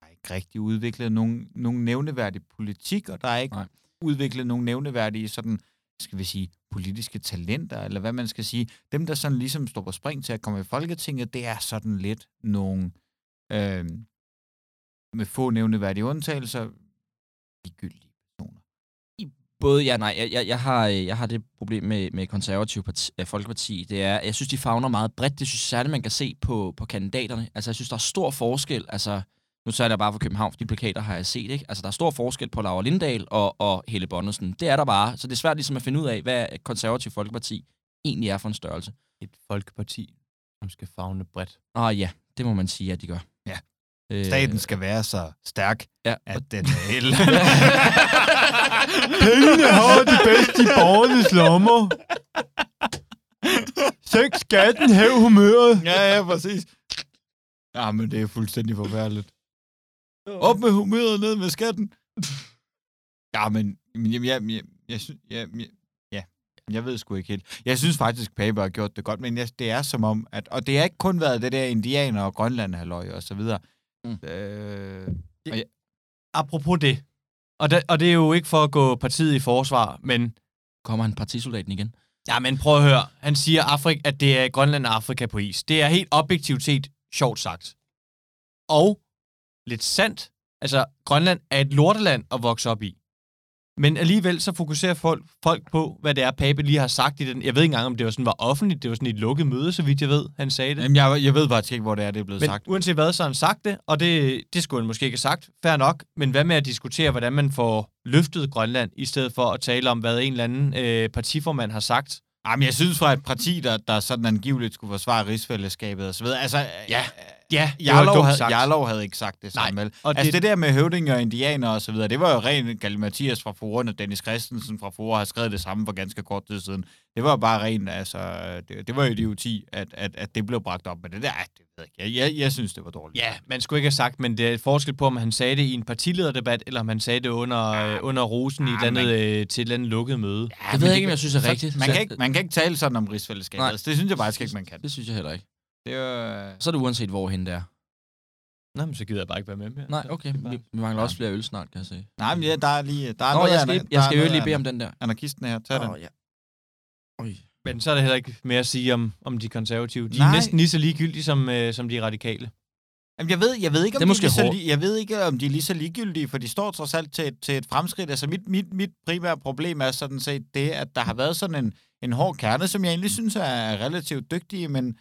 C: der er ikke rigtig udviklet nogen, nogen nævneværdig politik, og der er ikke
D: Nej.
C: Nej. udviklet nogen nævneværdige sådan, skal vi sige, politiske talenter, eller hvad man skal sige. Dem, der sådan ligesom står på spring til at komme i Folketinget, det er sådan lidt nogle, øh, med få nævneværdige undtagelser, ligegyldige personer.
D: Både ja og nej. Jeg, jeg, jeg, har, øh, jeg har det problem med, med konservative parti, øh, folkeparti. Det er, jeg synes, de fagner meget bredt. Det synes jeg særligt, man kan se på, på kandidaterne. Altså, jeg synes, der er stor forskel. Altså, nu tager jeg bare for København, for de plakater har jeg set, ikke? Altså, der er stor forskel på Laura Lindahl og, og Helle Bonnesen. Det er der bare. Så det er svært ligesom at finde ud af, hvad konservativ folkeparti egentlig er for en størrelse.
B: Et folkeparti, som skal fagne bredt.
D: Og ja, det må man sige, at de gør.
C: Ja.
D: Øh,
C: Staten skal være så stærk,
D: Ja,
C: at den er helt...
B: Pengene har de bedste i borgernes lommer. Sænk skatten, hæv humøret.
C: ja, ja, præcis. Ja, men det er fuldstændig forfærdeligt. Op med humøret, ned med skatten. Ja, men men jamen, jeg, jeg, jeg, synes, jeg, jeg, ja, jeg ved sgu ikke helt. Jeg synes faktisk, Paper har gjort det godt, men jeg, det er som om, at, og det har ikke kun været det der indianer og grønland halløj og så videre.
D: Mm.
C: Mm. Øh,
B: Apropos det. Og, da, og det er jo ikke for at gå partiet i forsvar, men...
D: kommer han partisoldaten igen?
B: Ja, men prøv at høre. Han siger, Afrik, at det er Grønland og Afrika på is. Det er helt objektivt set sjovt sagt. Og lidt sandt. Altså, Grønland er et lorteland at vokse op i. Men alligevel så fokuserer folk, folk på, hvad det er, Pape lige har sagt i den. Jeg ved ikke engang, om det var sådan var offentligt. Det var sådan et lukket møde, så vidt jeg ved, han sagde det.
C: jamen, jeg, jeg ved faktisk ikke, hvor det er, det er blevet
B: Men
C: sagt.
B: uanset hvad, så har han sagt det, og det, det skulle han måske ikke have sagt. Fair nok, men hvad med at diskutere, hvordan man får løftet Grønland, i stedet for at tale om, hvad en eller anden øh, partiformand har sagt?
C: Jamen, jeg synes fra et parti, der, der sådan angiveligt skulle forsvare rigsfællesskabet og så videre. Altså,
B: Ja. Ja, det var
C: Jarlov
B: dumt
C: havde,
B: sagt.
C: Jarlov havde ikke sagt det
B: Nej,
C: samme, vel?
B: og
C: Altså
B: det-
C: det... det der med høvdinger og indianer og så videre, det var jo ren Galimatias fra Foren og Dennis Christensen fra Foren har skrevet det samme for ganske kort tid siden. Det var jo bare ren, altså, det, det var jo idioti, at, at, at det blev bragt op, men det der, ah, det ved jeg ikke. Jeg, jeg, jeg synes, det var dårligt.
B: Ja, man skulle ikke have sagt, men det er et forskel på, om han sagde det i en partilederdebat, eller om han sagde det under, øh, under rosen i et
C: Ah,
B: eller andet, øh, til et eller andet lukket møde.
C: Ja,
D: det
C: men
D: ved jeg ikke, om jeg synes er rigtigt.
C: Man
D: Så-
C: kan, ikke, man kan ikke tale sådan om rigsfællesskabet.
D: Nej.
C: Altså, det synes jeg faktisk ikke, man kan.
D: Det synes jeg heller ikke.
C: Det er jo...
D: Så er det uanset, hvor hen det er.
B: Nå, men så gider jeg bare ikke være med mere.
D: Nej, okay. Vi, vi mangler også flere øl snart, kan jeg se.
C: Nej, men ja, der er lige... Der er
D: Nå,
C: noget
D: jeg
C: af-
D: skal,
C: der
D: jeg
C: er
D: skal jo
C: noget
D: lige
C: af
D: bede om den der.
C: Anarkisten her, tag den.
D: Åh, ja. Oj.
B: Men så er der heller ikke mere at sige om, om de konservative. De er
C: Nej.
B: næsten lige så ligegyldige som, øh, som de radikale.
C: Jamen, jeg ved, jeg ved ikke, om
D: Det er
C: de
D: måske
C: lige så,
D: hårdt.
C: li- jeg ved ikke, om de er lige så ligegyldige, for de står trods alt til, et- til et fremskridt. Altså, mit, mit, mit primære problem er sådan set det, at der har været sådan en, en hård kerne, som jeg egentlig synes er relativt dygtige, men,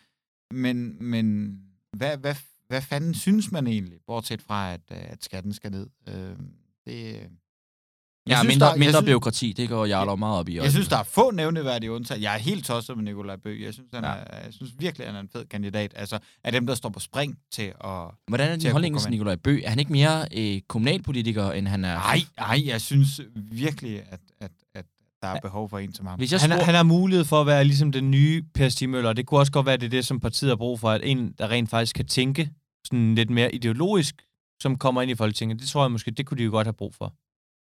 C: men, men hvad, hvad, hvad fanden synes man egentlig, bortset fra, at, øh, at skatten skal ned? Øh, det, jeg
D: Ja,
C: synes,
D: mindre,
C: der- jeg
D: mindre
C: synes-
D: byråkrati, det går Jarlov meget op i.
C: jeg synes, der er få nævneværdige undtagelser. Jeg er helt tosset med Nikolaj Bøg. Jeg synes, han
D: Ja.
C: ja. er, jeg synes virkelig, han er en fed kandidat. Altså, af dem, der står på spring til at
D: Hvordan er
C: til
D: din
C: at
D: holdning
C: kunne
D: til
C: komme
D: Nikolaj Bø? Er han ikke mere øh, kommunalpolitiker, end han er?
C: Nej, nej, jeg synes virkelig, at, at, at der er behov for en som ham.
D: Hvis jeg
B: Han,
D: spurgte,
B: er- han har mulighed for at være ligesom den nye Per Stig Møller, og det kunne også godt være, at det er det, som partiet har brug for, at en, der rent faktisk kan tænke sådan lidt mere ideologisk, som kommer ind i Folketinget. Det tror jeg måske, det kunne de jo godt have brug for.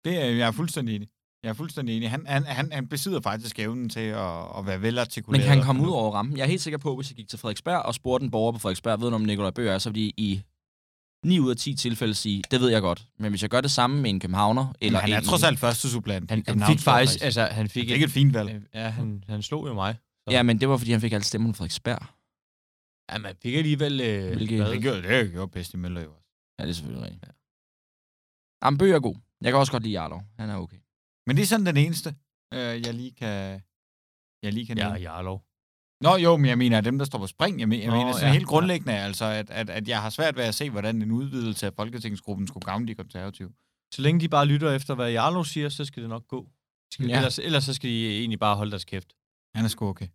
C: Det er, jeg er fuldstændig enig. Jeg er fuldstændig enig. Han, han, han, han besidder faktisk evnen til at, at være
D: men
C: velartikuleret.
D: kan han komme ud over rammen? Jeg er helt sikker på, hvis jeg gik til Frederiksberg og spurgte en borger på Frederiksberg, ved du, om Nikolaj Bø er, så ville de i 9 ud af 10 tilfælde sige, det ved jeg godt. Men hvis jeg gør det samme med en københavner, eller
C: Eller han
D: en,
C: er trods alt første supplant. i
B: Han, han
C: Københavns
B: fik faktisk,
C: Storkreds.
B: altså han fik,
C: Det er ikke et fint valg.
B: øh, ja, han, han slog jo mig.
D: Ja, men det var, fordi han fik alle stemmer på Frederiksberg.
B: Ja, man fik alligevel... Øh,
D: Hvilket-
B: hvad?
C: Det gjorde, det gjorde bedst i Møller jo også.
D: Ja, det er selvfølgelig rigtigt. Ja. Jamen, Bøge er god. Jeg kan også godt lide Jarlov. Han er okay.
C: Men det er sådan den eneste, øh, jeg lige kan... Jeg lige kan
B: Ja,
C: nævne.
B: Jarlov.
C: Nå jo, men jeg mener, at dem, der står på spring, jeg, men, jeg
B: Nå,
C: mener sådan
B: ja,
C: ja, helt
B: ja.
C: grundlæggende, ja. altså, at, at, at jeg har svært ved at se, hvordan en udvidelse af Folketingsgruppen skulle gavne de konservative.
B: Så længe de bare lytter efter, hvad Jarlov siger, så skal det nok gå. Skal,
D: Ja.
B: ja. ellers, ellers så skal de egentlig bare holde deres kæft.
C: Han er sgu okay.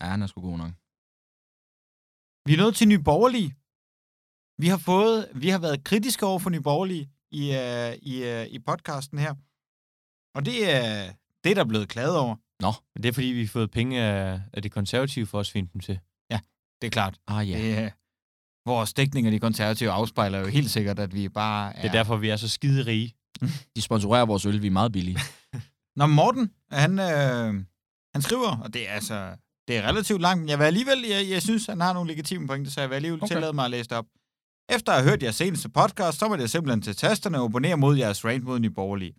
D: Ja, han er sgu god nok.
C: Vi er nået til Nye Borgerlige. Vi har fået, vi har været kritiske over for Nye Borgerlige i, øh, i, øh, i podcasten her. Og det, øh, det er der blevet klaget over.
B: Men det er, fordi vi har fået penge af, af det konservative for at svinde dem til.
C: Det er klart.
D: Ah, ja.
C: Det, øh, vores dækning af de konservative afspejler jo helt sikkert, at vi bare er...
B: Det er derfor, vi er så skide rige.
D: De sponsorerer vores øl. Vi er meget billige.
C: Nå, Morten, han, øh, han skriver, og det er altså... Det er relativt langt, men jeg vil alligevel, jeg, jeg synes, han har nogle legitime pointer, så jeg vil alligevel
D: Okay.
C: okay. tillade mig at læse det op. Efter at have hørt jeres seneste podcast, så må det simpelthen til tasterne og abonnere mod jeres rant mod Nye Borgerlige.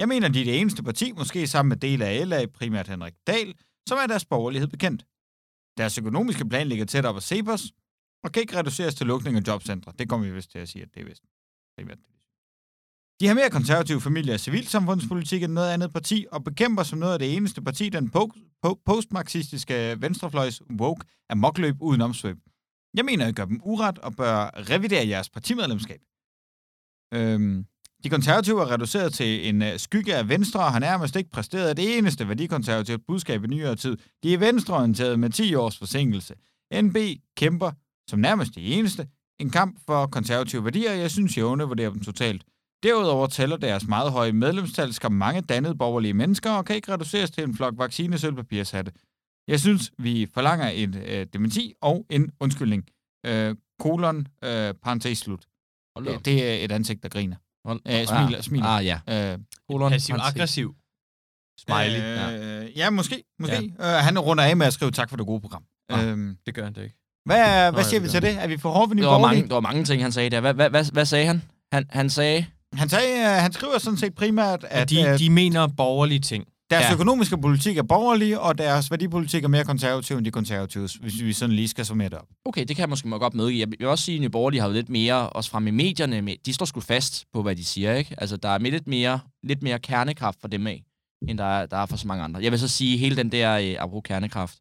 C: Jeg mener, de er det eneste parti, måske sammen med dele af LA, primært Henrik Dahl, som er deres borgerlighed bekendt. Deres økonomiske plan ligger tæt op af Cepos, og kan ikke reduceres til lukning af jobcentre. Det kommer vi vist til at sige, at det er vist. primært det. De har mere konservative familie og civilsamfundspolitik end noget andet parti, og bekæmper som noget af det eneste parti den po- po- postmarxistiske venstrefløjs woke af mokløb uden omsvøb. Jeg mener, at I gør dem uret og bør revidere jeres partimedlemskab. Øhm, de konservative er reduceret til en øh, skygge af venstre, og har nærmest ikke præsteret det eneste værdikonservativt budskab i nyere tid. De er venstreorienterede med 10 års forsinkelse. NB kæmper, som nærmest de eneste, en kamp for konservative værdier, og jeg synes, jeg undervurderer dem totalt. Derudover tæller deres meget høje medlemstal skam mange dannede borgerlige mennesker og kan ikke reduceres til en flok vaccinesølvpapirshatte. Jeg synes, vi forlanger en øh, dementi og en undskyldning. Øh, kolon, øh, parentes slut.
D: Hold da op.
C: Det, det er et ansigt, der griner.
D: Hold-
C: Øh, smiler, smiler.
D: Ah, ja.
C: Øh,
D: Kolon, parentes.
B: Passiv-aggressiv.
D: Smiley. ja.
C: Øh, ja, måske. måske. Ja. Øh, han runder af med at skrive tak for det gode program.
D: Nå.
C: Øhm,
B: Det gør han da ikke.
C: hvad,
B: Nå, ja,
C: hvad siger
B: det
C: vi
B: gør
C: til det? Er vi for hårde ved Nye
D: Der var, mange,
C: Borgerlige?
D: der var mange ting, han sagde der. Hvad, hvad, hvad, hvad sagde han? Han, han sagde...
C: Han, sagde, øh, han skriver sådan set primært, at, øh,
B: At
C: at
B: de, de mener borgerlige ting.
C: Deres
D: Ja.
C: ja. økonomiske politik er borgerlig, og deres værdipolitik er mere konservativ end de konservatives, hvis vi sådan lige skal summere det op.
D: Okay, det kan jeg måske godt medgive. Jeg vil også sige, at Nye Borgerlige har jo lidt mere, også frem i medierne, med- de står sgu fast på, hvad de siger, ikke? Altså, der er med lidt mere, lidt mere kernekraft for dem af, end der er, der er for så mange andre. Jeg vil så sige, hele den der, øh, apropos kernekraft,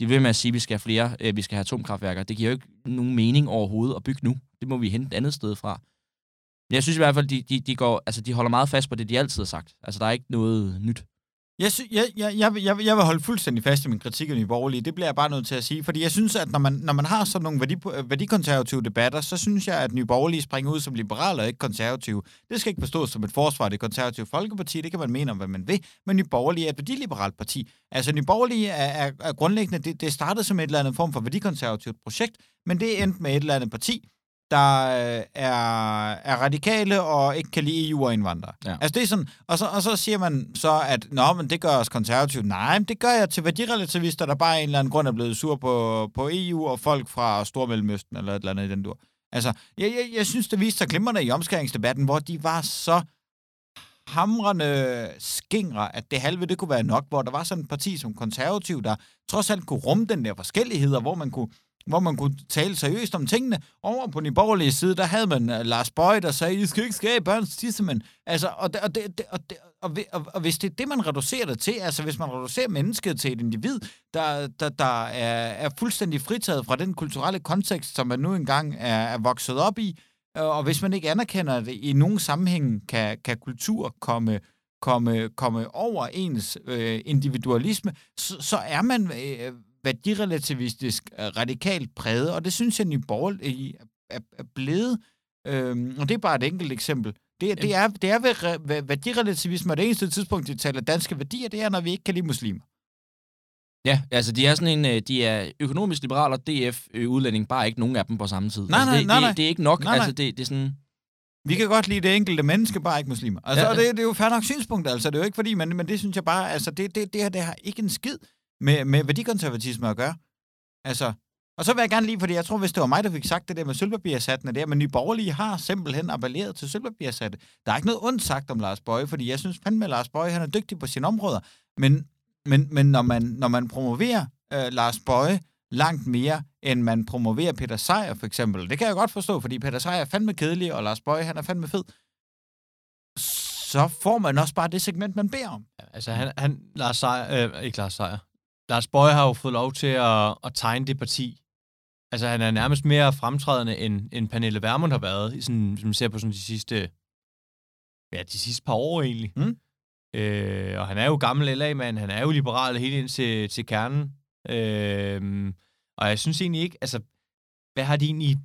D: de vil med at sige, at vi skal have flere, øh, vi skal have atomkraftværker. Det giver jo ikke nogen mening overhovedet at bygge nu. Det må vi hente et andet sted fra. Men jeg synes i hvert fald, de, de, de, går, altså, de holder meget fast på det, de altid har sagt. Altså, der er ikke noget nyt.
C: Jeg, sy- jeg, jeg, jeg, vil- jeg, vil- jeg vil holde fuldstændig fast i min kritik af Nye Borgerlige. Det bliver jeg bare nødt til at sige. Fordi jeg synes, at når man, når man har sådan nogle værdi, øh, værdikonservative debatter, så synes jeg, at Nye Borgerlige springer ud som liberale og ikke konservative. Det skal ikke forstås som et forsvar af det konservative folkeparti. Det kan man mene om, hvad man vil. Men Nye Borgerlige er et værdiliberalt parti. Altså, Nye Borgerlige er, er, er grundlæggende... Det, det startede som et eller andet form for værdikonservativt projekt, men det endte med et eller andet parti, der øh, er, er radikale og ikke kan lide EU og indvandrere.
D: Ja.
C: Ja. Altså det er sådan, og så, og så siger man så, at Nå, men det gør os konservative. Nej, men det gør jeg til værdirelativister, der bare af en eller anden grund er blevet sur på, på EU og folk fra Stormellemøsten eller et eller andet i den dur. Altså, jeg, jeg, jeg synes, det viste sig glimrende i omskæringsdebatten, hvor de var så hamrende skingre, at det halve, det kunne være nok, hvor der var sådan et parti som konservativ, der trods alt kunne rumme den der forskellighed, og hvor man kunne hvor man kunne tale seriøst om tingene. Over på den borgerlige side, der havde man øh, Lars Bøje, der sagde, I skal ikke skabe børns tissemænd. Altså, og, det, og, det, det- og, det, og, vi- og, og hvis det er det, man reducerer det til, altså hvis man reducerer mennesket til et individ, der, der, der er, er fuldstændig fritaget fra den kulturelle kontekst, som man nu engang er, er vokset op i, øh, og hvis man ikke anerkender at det i nogen sammenhæng, kan, kan kultur komme komme, komme over ens øh, individualisme, så, så er man øh, værdirelativistisk øh, radikalt præget, og det synes jeg, Nye Borgerlige er, er blevet. Øhm, og det er bare et enkelt eksempel. Det, det er, det er ved, re- ved værdirelativisme, og det eneste tidspunkt, de taler danske værdier, det er, når vi ikke kan lide muslimer.
D: Ja, altså de er sådan en, øh, de er økonomisk liberal og DF øh, udlænding, bare ikke nogen af dem på samme tid.
C: Nej,
D: altså,
C: nej,
D: det,
C: nej,
D: det,
C: nej.
D: det, er ikke nok,
C: Nej,
D: altså
C: nej.
D: det, det er sådan,
C: Vi kan godt lide det enkelte menneske, bare ikke muslimer. Altså, ja,
D: Ja,
C: ja. Og
D: ja.
C: det, det er jo fair nok synspunkt, altså. Det er jo ikke fordi, men, men det synes jeg bare, altså, det, det, det her det har ikke en skid med, med værdikonservatisme at gøre. Altså, og så vil jeg gerne lige, fordi jeg tror, hvis det var mig, der fik sagt det der med sølvpapirsattene der, men Nye Borgerlige har simpelthen appelleret til sølvpapirsatte. Der er ikke noget ondt sagt om Lars Bøje, fordi jeg synes fandme, at Lars Bøje han er dygtig på sine områder. Men, men, men når, man, når man promoverer øh, Lars Bøje langt mere, end man promoverer Peter Sejer for eksempel, det kan jeg godt forstå, fordi Peter Sejer er fandme kedelig, og Lars Bøje han er fandme fed, så får man også bare det segment, man beder om.
B: Altså, han, han Lars Seier, øh, ikke Lars Seier, Lars Bøge har jo fået lov til at, at tegne det parti. Altså, han er nærmest mere fremtrædende, end, end Pernille Vermund har været, i sådan, hvis man ser på sådan de sidste, ja, de sidste par år egentlig.
C: Mm.
B: Øh, og han er jo gammel LA-mand, han er jo liberal helt ind til, til kernen. Øh, og jeg synes egentlig ikke, altså, hvad har de egentlig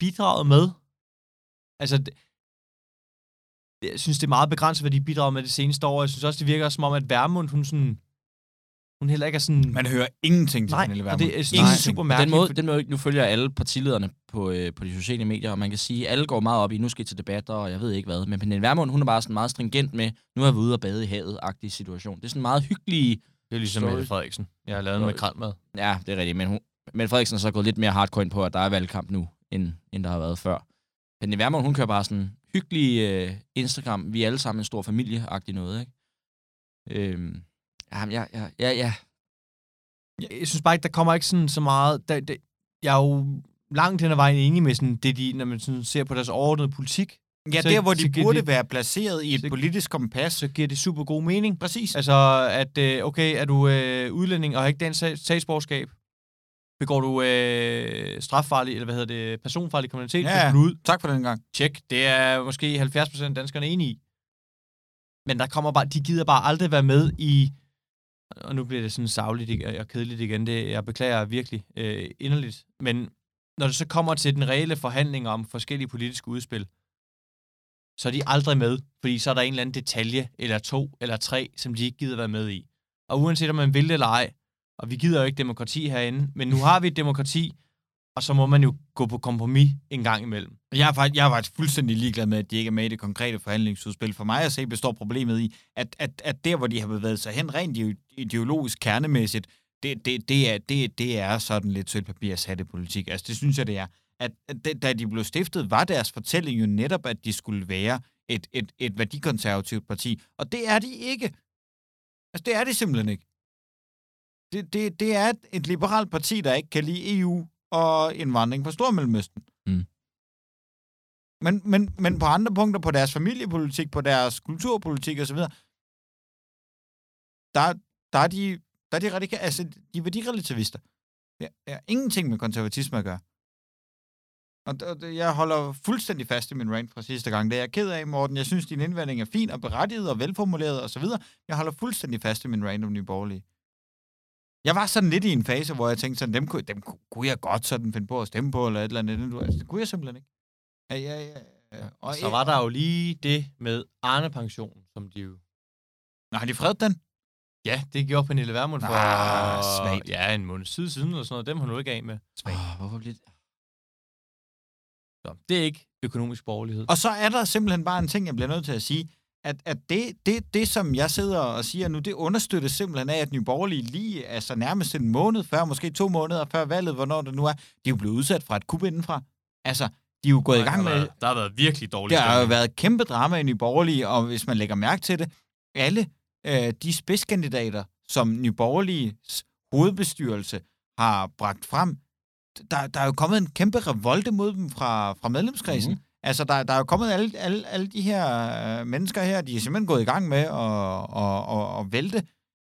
B: bidraget med? Altså, jeg synes, det er meget begrænset, hvad de bidrager med det seneste år. Jeg synes også, det virker som om, at Værmund, hun sådan... Hun heller ikke er sådan...
C: Man hører ingenting til
B: nej,
C: Pernille
B: og
C: Vermund.
B: det er
D: Nej.
B: sådan super
D: på den
B: mærkeligt.
D: måde,
B: fordi-
D: den måde, nu følger jeg alle partilederne på, øh, på de sociale medier, og man kan sige, at alle går meget op i, nu skal I til debatter, og jeg ved ikke hvad. Men Pernille Vermund, hun er bare sådan meget stringent med, nu er vi ude og bade i havet-agtig situation. Det er sådan en meget hyggelige
B: Det er ligesom
D: Sorry.
B: Mette Frederiksen. Jeg har lavet
D: Sorry.
B: med kranmad.
D: Ja, det er rigtigt, men, hun, men Frederiksen er så gået lidt mere hardcore ind på, at der er valgkamp nu, end, end der har været før. Men Vermund, hun kører bare sådan hyggelig øh, Instagram. Vi er alle sammen en stor familie-agtig noget, ikke? Øhm, jamen, ja, ja, ja, ja.
B: Jeg, jeg synes bare ikke, der kommer ikke sådan så meget... Der, der, jeg er jo langt hen ad vejen enig med sådan det, de, når man sådan ser på deres overordnede politik,
C: Ja,
B: Så-
C: der hvor
B: så
C: de
B: giver
C: burde
B: de-
C: være placeret i et
B: så-
C: politisk kompas.
B: så giver det super god mening.
C: Præcis.
B: Altså, at øh, okay, er du øh, udlænding og har ikke dansk stats- statsborgerskab, begår du øh, straffarlig, eller hvad hedder det, personfarlig kriminalitet,
C: Ja,
B: så skal
C: ja.
B: du ud.
C: Tak for den gang.
B: Tjek, det er måske 70% af danskerne enige i. Men der kommer bare, de gider bare aldrig være med i, og nu bliver det sådan savligt ig- og kedeligt igen, det jeg beklager virkelig øh, inderligt, men når det så kommer til den reelle forhandling om forskellige politiske udspil, så er de aldrig med, fordi så er der en eller anden detalje, eller to, eller tre, som de ikke gider være med i. Og uanset om man vil det eller ej, og vi gider jo ikke demokrati herinde, men nu har vi et demokrati, og så må man jo gå på kompromis en gang imellem.
C: Jeg er, faktisk, jeg er faktisk fuldstændig ligeglad med, at de ikke er med i det konkrete forhandlingsudspil. For mig at se består problemet i, at, at, at der, hvor de har bevæget sig hen rent ideo- ideologisk kernemæssigt, det, det, det, er, det, det er sådan lidt sødt papir at sætte politik. Altså, det synes jeg, det er. At, at det, da de blev stiftet, var deres fortælling jo netop, at de skulle være et, et, et værdikonservativt parti. Og det er de ikke. Altså, det er de simpelthen ikke. Det, det, det er et, et liberalt parti, der ikke kan lide EU og indvandring fra Stormellemøsten. Men, men, men på andre punkter, på deres familiepolitik, på deres kulturpolitik osv., der, der er de, der er de radikale, altså de er værdirelativister. Det har ingenting med konservatisme at gøre. Og der, der- jeg holder fuldstændig fast i min rant fra sidste gang. Det er jeg ked af, Morten. Jeg synes, din indvending er fin og berettiget og velformuleret osv. Jeg holder fuldstændig fast i min rant om Nye Borgerlige. Jeg var sådan lidt i en fase, hvor jeg tænkte sådan, dem, kunne- dem kunne jeg godt sådan finde på at stemme på, eller et eller andet. Altså, Det kunne jeg simpelthen ikke. Ja, ja, ja. ja.
B: Og så var der jo lige det med Arne-pensionen, som de jo...
C: Nå, har de fredet den?
B: Ja, det gjorde Pernille Vermund for...
C: Ah, svagt.
B: Ja, en måned tid siden eller sådan noget. Dem har hun jo ikke af med.
D: Oh, hvorfor bliver det?
B: Så det er ikke økonomisk borgerlighed.
C: Og så er der simpelthen bare en ting, jeg bliver nødt til at sige, at, at det, det, det, som jeg sidder og siger nu, det understøttes simpelthen af, at Nye Borgerlige lige altså nærmest en måned før, måske to måneder før valget, hvornår det nu er, de er jo blevet udsat fra et kub indenfra. Altså, de er jo gået i gang
B: Der har
C: med...
B: været- Der har været virkelig dårligt.
C: Der har jo været kæmpe drama i Nye Borgerlige, og hvis man lægger mærke til det, alle øh, de spidskandidater, som Nye Borgerliges hovedbestyrelse har bragt frem, der, der er jo kommet en kæmpe revolte mod dem fra, fra medlemskredsen. Mm. Altså, der, der er jo kommet alle, alle, alle de her øh, mennesker her, de er simpelthen gået i gang med at, at, at, at vælte,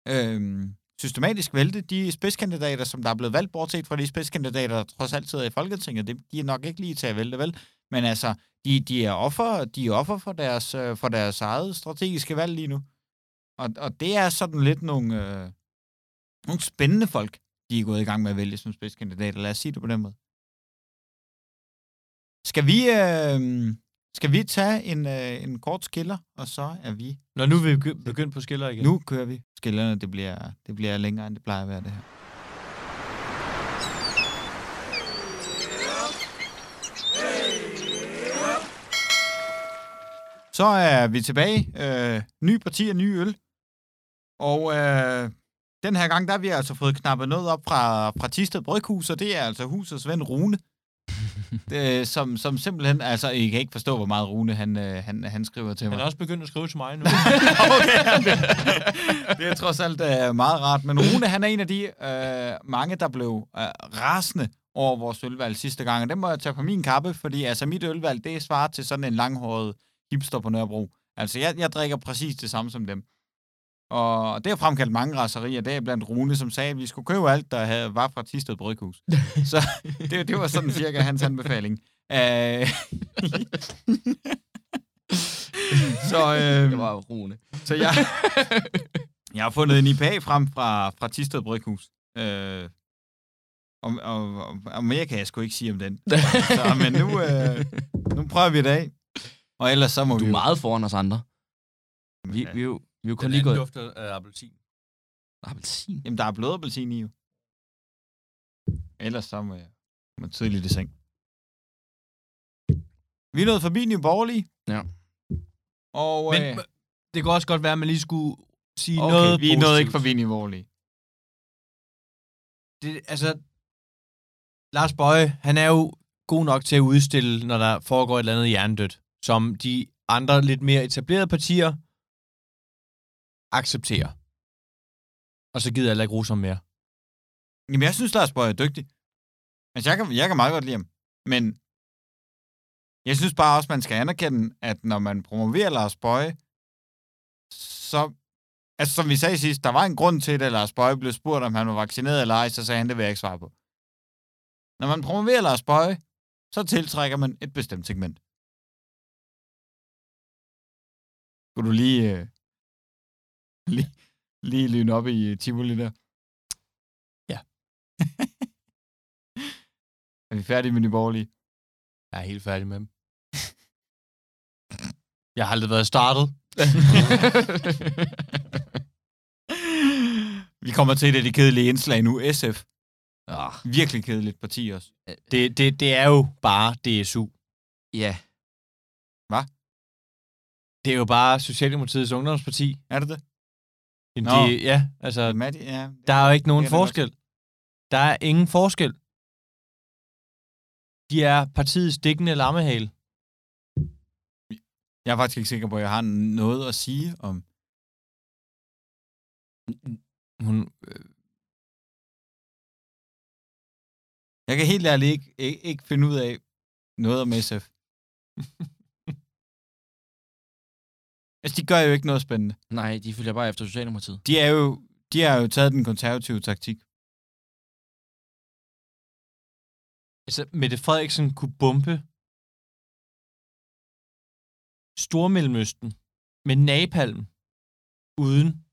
C: øh, systematisk vælte de spidskandidater, som der er blevet valgt, bortset fra de spidskandidater, der trods alt sidder i Folketinget. Det- De er nok ikke lige til at vælte, vel? Men altså, de, de er offer, de er offer for, deres, øh, for deres eget strategiske valg lige nu. Og, og det er sådan lidt nogle, øh, nogle spændende folk, de er gået i gang med at vælge som spidskandidater. Lad os sige det på den måde. Skal vi, øh, skal vi tage en, øh, en kort skiller, og så er vi...
B: Når nu er vi begy- begyndt på skiller igen.
C: Nu kører vi skillerne. Det bliver, det bliver længere, end det plejer at være det her. Så er vi tilbage. Øh, ny parti og ny øl. Og øh, den her gang, der har vi altså fået knappet noget op fra, fra Tisted Bryghus, og det er altså husets ven Rune. det, som, som simpelthen, altså, I kan ikke forstå, hvor meget Rune han, øh, han, han skriver til mig.
B: Han er også begyndt at skrive til mig nu.
C: Det er trods alt øh, meget rart. Men Rune, han er en af de øh, mange, der blev øh, rasende over vores ølvalg sidste gang. Og det må jeg tage på min kappe, fordi altså, mit ølvalg, det svarer til sådan en langhåret hipster på Nørrebro. Altså, jeg, jeg drikker præcis det samme som dem. Og det har fremkaldt mange raserier, der blandt Rune, som sagde, at vi skulle købe alt, der havde, var fra Tisted Bryghus. Så det, det var sådan cirka hans anbefaling. Øh, så, øh,
D: Det var jo Rune.
C: så jeg, jeg har fundet en IPA frem fra, fra Tisted Bryghus. Øh, og, og, og, og mere kan jeg sgu ikke sige om den. Så, men nu, øh, nu prøver vi det af. Og ellers så må
D: Du
C: vi...
D: er
C: jo-
D: meget foran os andre. Vi, vi, er jo, vi er jo kun lige gået... Ah,
B: dufter af appelsin.
D: Appelsin.
C: Jamen, der er blød appelsin i jo. Ellers så må jeg må jeg tidligt i seng. Vi er nået forbi Nye Borgerlige.
D: Ja.
C: Og,
B: Men
C: øh,
B: det kunne også godt være, at man lige skulle sige
C: Okay,
B: noget
C: vi er nået
B: positivt.
C: ikke forbi niveau lige.
B: det, altså, Lars Bøje, han er jo god nok til at udstille, når der foregår et eller andet hjernedødt, som de andre lidt mere etablerede partier accepterer. Og så gider jeg heller ikke rose ham mere.
C: Jamen, jeg synes, Lars Bøge er dygtig. Altså, jeg kan, jeg kan meget godt lide ham. Men jeg synes bare også, man skal anerkende, at når man promoverer Lars Bøge, så... Altså, som vi sagde sidst, der var en grund til, at Lars Bøge blev spurgt, om han var vaccineret eller ej, så sagde han, det vil jeg ikke svare på. Når man promoverer Lars Bøge, så tiltrækker man et bestemt segment. Skulle du lige, øh, lige, lige lyne op i øh, Tivoli der? Er vi færdige med Nye Borgerlige?
B: Jeg er helt færdig med ham. Jeg har aldrig været startet.
C: Vi kommer til et af de kedelige indslag nu. SF.
D: Ah,
C: Virkelig kedeligt parti også.
B: Det, det, det er jo bare DSU.
D: ja.
B: Det er jo bare Socialdemokratiets ungdomsparti.
C: Er det det?
B: Jamen,
C: Nå.
B: De, ja, altså,
C: Matti, ja.
B: der er jo ikke nogen
C: det er det
B: forskel. Der er ingen forskel. De er partiets dækkende lammehale.
C: Jeg er faktisk ikke sikker på, at jeg har noget at sige om...
B: Hun,
C: Jeg kan helt ærligt ikke, ikke, ikke finde ud af noget om SF. altså, de gør jo ikke noget spændende.
D: Nej, de følger bare efter Socialdemokratiet.
C: De er jo, de har jo taget den konservative taktik.
B: altså, Mette Frederiksen kunne bombe Stormellemøsten med napalm, uden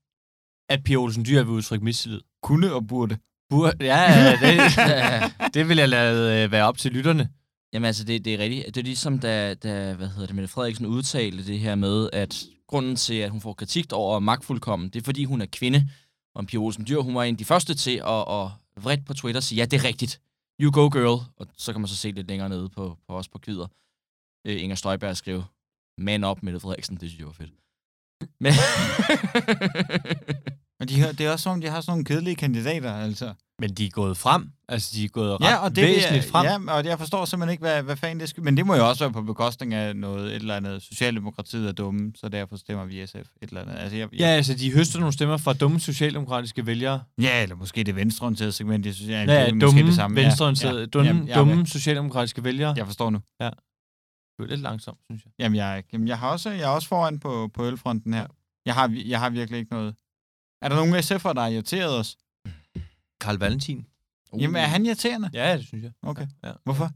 B: at Pia Olsen Dyr vil udtrykke mistillid.
C: Kunne og burde.
B: Bur- ja, ja, det,
D: Ja.
B: det vil jeg lade øh, være op til lytterne.
D: Jamen altså, det, det er rigtigt. Det er ligesom, da, da hvad hedder det, Mette Frederiksen udtalte det her med, at grunden til, at hun får kritik over magtfuldkommen, det er, fordi hun er kvinde. Og Pia Olsen Dyr, hun var en af de første til at, at vredt på Twitter og sige, ja, det er rigtigt. You go, girl. Og så kan man så se lidt længere nede på, på os på kvider. Øh, Inger Støjberg skrev, man op, Mette Frederiksen. Det synes jeg var fedt. Men...
C: Men de har, det er også som, om, de har sådan nogle kedelige kandidater, altså.
B: Men de er gået frem. Altså, de er gået ret
C: Ja, og det
B: væsentligt
C: er,
B: frem.
C: Ja, og jeg forstår simpelthen ikke, hvad, hvad fanden det skal... Men det må jo også være på bekostning af noget, et eller andet. Socialdemokratiet er dumme, så derfor stemmer vi SF. Et eller andet. Altså, jeg,
B: Ja, altså, de høster nogle stemmer fra dumme socialdemokratiske vælgere.
C: ja, eller måske det venstreorienterede segment, jeg synes, jeg,
B: Ja,
C: det er måske
B: dumme,
C: det samme.
B: venstreorienterede, ja, dumme,
C: Jamen,
B: jamen,
C: jeg er
B: dumme
C: med.
B: socialdemokratiske vælgere.
C: Jeg forstår nu.
B: Det er lidt langsomt, synes jeg.
C: Jamen, jeg, er ikke- jamen, jeg, har også, jeg er også foran på, på ølfronten her. Jeg har, vi- jeg har virkelig ikke noget... Er der nogen SF'er, der har irriteret os?
B: Karl Valentin.
C: Uh. Jamen, er han irriterende?
B: Ja, det synes jeg.
C: Okay.
B: Ja.
C: Hvorfor?
B: Yes.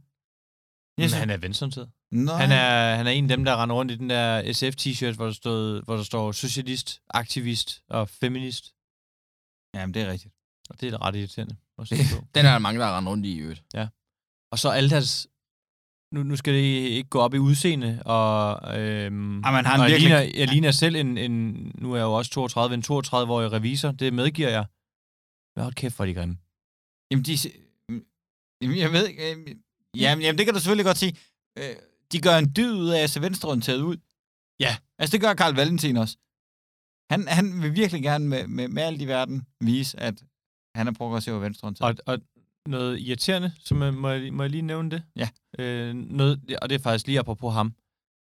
B: Men han er venstreorienteret.
C: Nå,
B: Han er, han er en af dem, der render rundt i den der SF-t-shirt, hvor der, stod, hvor der står socialist, aktivist og feminist.
C: Jamen, det er rigtigt.
B: Og det er da ret irriterende. Også
D: Det- Den er der mange, der har rendt rundt i, i øvrigt.
B: og så alle deres... Nu, nu skal det ikke gå op i udseende, og, øhm,
C: Ej, Ah, men har han
B: og jeg,
C: virkelig-
B: ligner, jeg ligner selv en, en... Nu er jeg jo også 32, en 32-årig revisor. Det medgiver jeg. Men hold kæft, hvor er de grimme.
C: Jamen, de... Jamen, jeg ved ikke... øhm, Jamen, jamen, det kan du selvfølgelig godt sige. Øh, De gør en dyd ud af at se venstreorienteret ud.
B: Ja.
C: Altså, det gør Karl Valentin også. Han, han vil virkelig gerne med, med, med alt i verden vise, at han er progressiv og venstreorienteret.
B: Og, og noget irriterende, som jeg, må, jeg, lige- må jeg lige nævne det?
C: Ja.
B: Øh, noget, og det er faktisk lige apropos ham.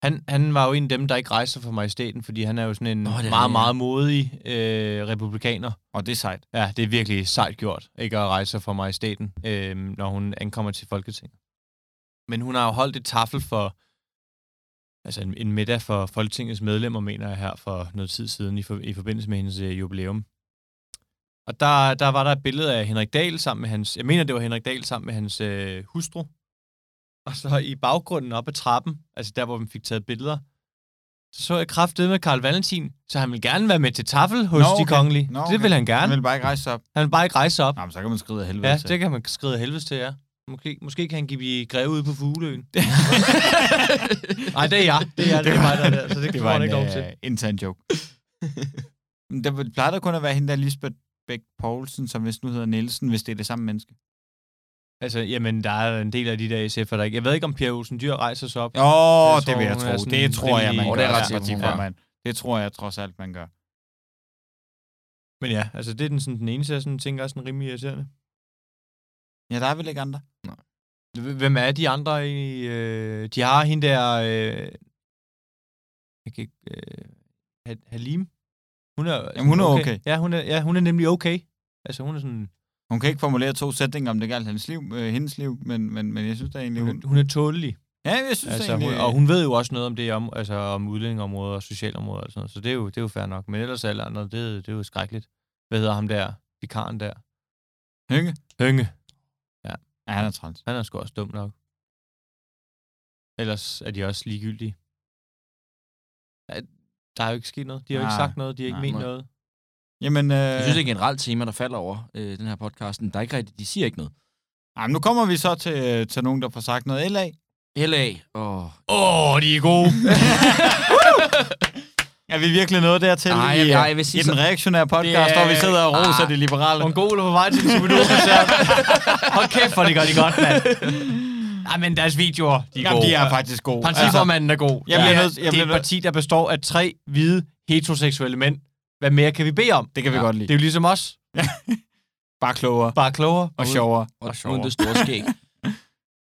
B: Han, han var jo en af dem, der ikke rejser for majestæten, fordi han er jo sådan en
D: Nå,
B: Nå,
D: det er
B: meget,
D: det, ja.
B: meget modig øh, republikaner.
C: Og det er sejt.
B: Ja, det er virkelig sejt gjort, ikke at rejse sig for majestæten, øh, når hun ankommer til Folketinget. Men hun har jo holdt et tafel for, altså en, en middag for Folketingets medlemmer, mener jeg her, for noget tid siden, i, for, i forbindelse med hendes øh, jubilæum. Og der, der var der et billede af Henrik Dahl sammen med hans, jeg mener det var Henrik Dahl sammen med hans øh, hustru. Og så i baggrunden op ad trappen, altså der, hvor man fik taget billeder, så så jeg kraftede med Karl Valentin, så han ville gerne være med til tafel hos
C: Nå,
B: de
C: okay.
B: kongelige.
C: Nå,
B: Det
C: okay.
B: vil han gerne.
C: Han vil bare ikke rejse sig op.
B: Han vil bare ikke rejse sig op.
C: Nå, men så kan man skride af helvede.
B: Ja,
C: til.
B: det kan man skride af helvedes til, ja. Måske, måske kan han give blive greve ude på Fugleøen. Nej, det er jeg. Det er, jeg. det er mig, der er der, så det, det får
C: var
B: han
C: en
B: ikke lov til.
C: øh, intern joke. Men der plejer der kun at være hende der Lisbeth Bæk Poulsen, som hvis nu hedder Nielsen, hvis det er det samme menneske.
B: Altså, jamen, der er en del af de der SF'er, der ikke... Jeg ved ikke, om Pia Olsen Dyr rejser sig op.
C: Åh, oh, det,
B: tror,
C: vil jeg
B: hun
C: tro.
B: er sådan
C: Det tror jeg, man
B: rimelig-
C: gør.
D: Åh, det er ret
C: som
D: sikkert, hun
C: partiformand. Det tror jeg trods alt, man gør.
B: Men ja, altså det er den, sådan, den eneste, jeg sådan, tænker er sådan rimelig irriterende.
C: Ja, der er vel ikke andre.
B: Hvem er de andre i... Øh, de har hende der... Øh, jeg kan ikke, øh, Ha- Halim? Hun er,
C: Jamen, hun er okay.
B: Ja, hun er, ja, hun er nemlig okay. Altså, hun er sådan...
C: Hun kan ikke formulere to sætninger, om det galt hans liv, øh, hendes liv, men, men, men jeg synes da egentlig,
B: Hun,
C: hun...
B: er- hun er tålelig.
C: Ja, jeg synes
B: Altså,
C: egentlig...
B: hun, og hun ved jo også noget om det, om, altså, om udlændingeområdet og socialområdet og sådan noget, så det er jo, det er jo fair nok. Men ellers alt andet, det, det er jo skrækkeligt. Hvad hedder ham der? Vikaren der?
C: Hynge?
B: Hønge.
C: Ja, han er træls.
B: Han er sgu også dum nok. Ellers er de også ligegyldige. Ja, Der er jo ikke sket noget. De har jo ikke
C: Nej,
B: sagt noget. De har ikke
C: nej,
B: ment
D: nej.
B: noget.
C: Jamen, øh,
D: Jeg synes, det er et generelt tema, der falder over øh, den her podcast. Der er ikke rigtigt, de siger ikke noget.
C: jamen, nu kommer vi så til, øh, til nogen, der får sagt noget LA.
D: LA og...
B: Åh, oh, de er gode.
C: Er vi virkelig nået dertil
D: Nej,
C: i, øh,
D: nej, jeg vil sige
C: i den
D: så-
C: reaktionære podcast,
B: Det er-
C: hvor vi sidder og roser
D: Ah.
C: det liberale?
B: Mongoler på vej til en Superdose-koncert. Hold kæft, hvor de gør de godt, mand. Nej, men deres videoer, de er
C: Jamen,
B: gode.
C: de er faktisk gode. Altså,
B: Partiformanden er god.
C: Jeg
B: det,
C: bliver
B: er,
C: nødt- jeg
B: det er
C: bliver
B: et
C: nødt-
B: parti, der består af tre hvide heteroseksuelle mænd. Hvad mere kan vi bede om?
C: det kan vi godt lide.
B: Det er jo ligesom os.
C: bare klogere
B: Bare klogere.
C: og sjovere.
D: og
B: sjovere.
D: uden det store skæg.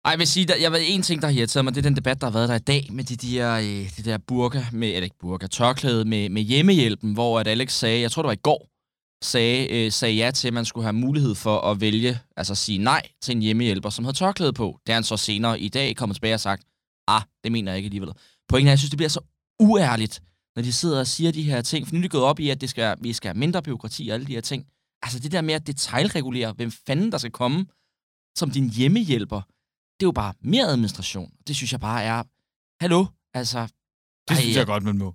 D: Ej, jeg vil sige, der, jeg ved en ting, der har irriteret mig, det er den debat, der har været der i dag med de der, øh, de der burka, med, eller ikke burka, tørklæde med, med hjemmehjælpen, hvor at Alex sagde, jeg tror det var i går, sagde, øh, sagde ja til, at man skulle have mulighed for at vælge, altså at sige nej til en hjemmehjælper, som havde tørklæde på. Det er han så senere i dag kommet tilbage og sagt, ah, det mener jeg ikke alligevel. Pointen er, jeg synes, det bliver så uærligt, når de sidder og siger de her ting. For nu er de gået op i, at det skal, vi skal have mindre byråkrati og alle de her ting. Altså det der med at detaljregulere, hvem fanden der skal komme som din hjemmehjælper, det er jo bare mere administration. Det synes jeg bare er, hallo, altså...
C: Det
D: ej,
C: synes jeg godt, man må.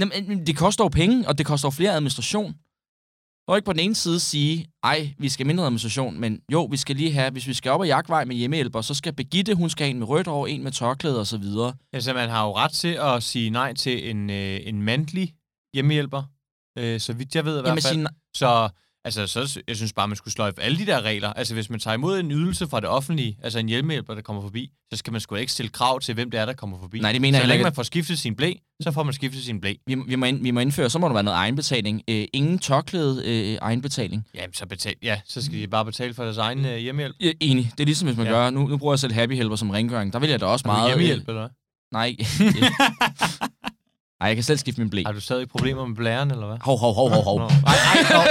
D: Jamen, men det koster jo penge, og det koster jo flere administration. Og ikke på den ene side sige, ej, vi skal mindre administration, men jo, vi skal lige have, hvis vi skal op ad jagtvej med hjemmehjælper, så skal Begitte, hun skal have en med rødt over, en med tørklæde og så videre.
B: Altså, man har jo ret til at sige nej til en, øh, en mandlig hjemmehjælper. Øh, så vidt jeg ved i hvert
D: Jamen,
B: fald.
D: sige,
B: Så, altså, så, sy- jeg synes bare, man skulle sløjfe alle de der regler. Altså, hvis man tager imod en ydelse fra det offentlige, altså en hjemmehjælper, der kommer forbi, så skal man sgu ikke stille krav til, hvem det er, der kommer forbi.
D: Nej, det mener
B: så
D: jeg heller
B: længe
D: ikke.
B: man får skiftet sin blæ, så får man skiftet sin blæ.
D: vi, vi, må ind, vi må indføre, så må der være noget egenbetaling. Øh, ingen tørklæde øh, egenbetaling.
B: Ja, så, betal, ja, så skal de bare betale for deres
D: Mm.
B: egen øh, hjemmehjælp.
D: Ja, enig. Det er ligesom, hvis man
B: Ja.
D: ja. gør... Nu, nu bruger jeg selv Happy Helper som rengøring. Der vil jeg da også
B: Har du
D: meget...
B: hjemmehjælp, eller hvad?
D: Øh, nej. Nej, jeg kan selv skifte min blæ.
B: Har du stadig problemer med blæren, eller hvad?
D: Hov, hov, hov, hov, hov.
B: Nå.
D: Ej, ej, hov.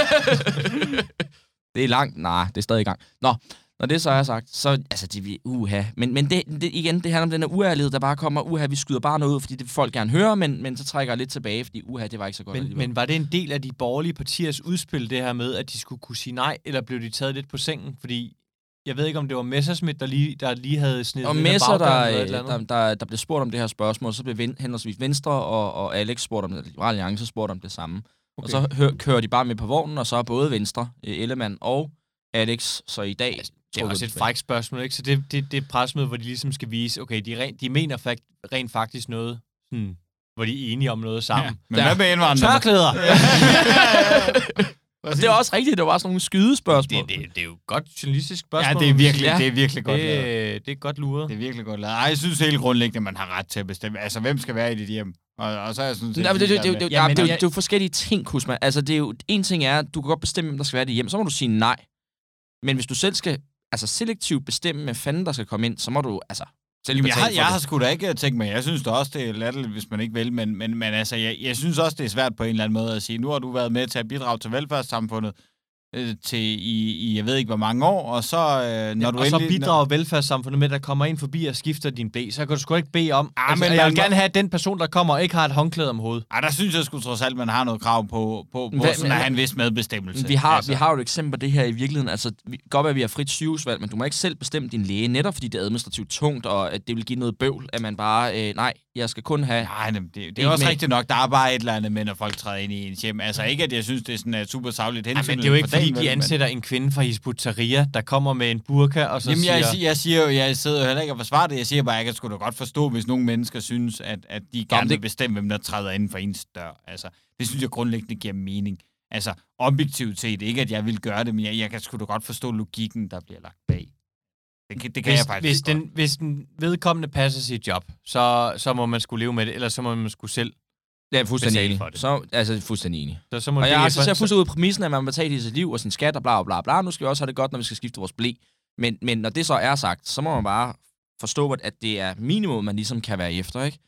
D: det er langt. Nej, det er stadig i gang. Nå, når det så er sagt, så... Altså, de vil... Uha. Men, men det, det, igen, det handler om den her uærlighed, der bare kommer. Uha, vi skyder bare noget ud, fordi det vil folk gerne høre, men, men så trækker jeg lidt tilbage, fordi uha, det var ikke så godt
B: Men,
D: alligevel.
B: men var det en del af de borgerlige partiers udspil, det her med, at de skulle kunne sige nej, eller blev de taget lidt på sengen? Fordi jeg ved ikke, om det var Messerschmidt, der lige, der lige havde snedet
D: Og
B: ind ad
D: Messer,
B: bagdøren
D: der,
B: eller et eller
D: øh, der,
B: andet.
D: der, der blev spurgt om det her spørgsmål, så blev ven, henholdsvis Venstre og, og Alex spurgt om det, Liberal Alliance spurgt om det samme. Okay. Og
B: Okay.
D: så hø, kører de bare med på vognen, og så er både Venstre, øh, Ellemann og Alex så i dag...
B: Altså, Det er
D: trukket
B: også et
D: tilbage.
B: frækt spørgsmål, ikke? Så det, det, det er et pressemøde, hvor de ligesom skal vise, okay, de, ren, de mener fakt, rent faktisk noget, hmm, hvor de er enige om noget sammen.
C: Men
D: Der-
C: hvad med indvandrerne?
B: Tørklæder!
D: Og Altså, Det er også rigtigt, det var også nogle skydespørgsmål.
B: det, det, det er jo et godt journalistisk
C: Ja,
B: spørgsmål.
C: det er virkelig,
D: Ja.
C: det er virkelig godt lavet.
B: det, det er godt luret.
C: Det er virkelig godt lavet. Ej, jeg synes helt grundlæggende, at man har ret til at bestemme. Altså, hvem skal være i dit hjem? Og, og så er jeg sådan set...
D: Nej, men det, det, det,
C: ligeglad
D: det, det,
C: med-
D: ja,
B: Jamen,
D: men det, er jo-
B: jeg-
D: det er jo forskellige ting, Kusma. Altså, det er jo, en ting er, at du kan godt bestemme, hvem der skal være i dit hjem. Så må du sige nej. Men hvis du selv skal altså, selektivt bestemme, hvem fanden der skal komme ind, så må du altså, selv
C: Jamen, jeg,
D: betale
C: har,
D: for
C: jeg
D: det.
C: har sgu da ikke tænkt mig, jeg synes da også, det er latterligt, hvis man ikke vil, men, men, men altså, jeg, jeg synes også, det er svært på en eller anden måde at sige, nu har du været med til at bidrage til velfærdssamfundet øh, til i, i, jeg ved ikke hvor mange år, og så øh, når
B: Når
C: du
B: du og så
C: endelig...
B: bidrager velfærdssamfundet med, at der kommer ind forbi og skifter din blæ, så kan du sgu ikke bede om...
C: Ah,
B: Ah, altså,
C: men
B: men jeg
C: man
B: vil
C: må-
B: gerne have, at den person, der kommer, ikke har et håndklæde om hovedet.
C: Ej, der synes jeg sgu trods alt, man har noget krav på, på, på
D: Hvad-
C: sådan at have en vis medbestemmelse.
D: Vi har, altså. vi har jo et eksempel på det her i virkeligheden. Altså, vi, godt være, at vi har frit sygehusvalg, men du må ikke selv bestemme din læge, netop fordi det er administrativt tungt, og at det vil give noget bøvl, at man bare, øh, nej, jeg skal kun have...
C: Nej, jamen, det, det er
D: Ikke
C: også
D: med-
C: rigtigt nok. Der er bare et eller andet med, når folk træder ind i ens hjem. Altså ikke, at jeg synes, det er sådan et super savligt
B: Ja,
C: hensyn.
B: men det er jo ikke,
C: for dagen,
B: fordi
C: vel,
B: de
C: men-
B: ansætter en kvinde fra Hizb ut-Tahrir, der kommer med en burka og så
C: Jamen,
B: siger...
C: jeg, siger, jeg, siger jo, jeg sidder jo heller ikke og forsvarer det. Jeg siger bare, at jeg kan sgu da godt forstå, hvis nogle mennesker synes, at, at de gerne
D: det-
C: vil bestemme, hvem der træder inden for ens dør. Altså, det synes jeg grundlæggende giver mening. Altså, objektivt set. Ikke, at jeg vil gøre det, men jeg, jeg kan sgu da godt forstå logikken, der bliver lagt bag. Det kan, det kan
B: hvis,
C: jeg faktisk
B: hvis,
C: godt.
B: den, hvis den vedkommende passer sit job, så, så må man skulle leve med det, eller så må man skulle selv
D: Ja, fuldstændig
B: betale
D: enig.
B: for det.
D: Så, altså, fuldstændig enig.
B: Så, så må
D: Og
B: det
D: jeg
B: blive
D: er altså,
B: for-
D: ser fuldstændig ud af præmissen, at man vil tage i sit liv og sin skat og bla bla bla. Nu skal vi også have det godt, når vi skal skifte vores blæ. Men, men når det så er sagt, så må man bare forstå, at- at det er minimum, man ligesom kan være efter, ikke?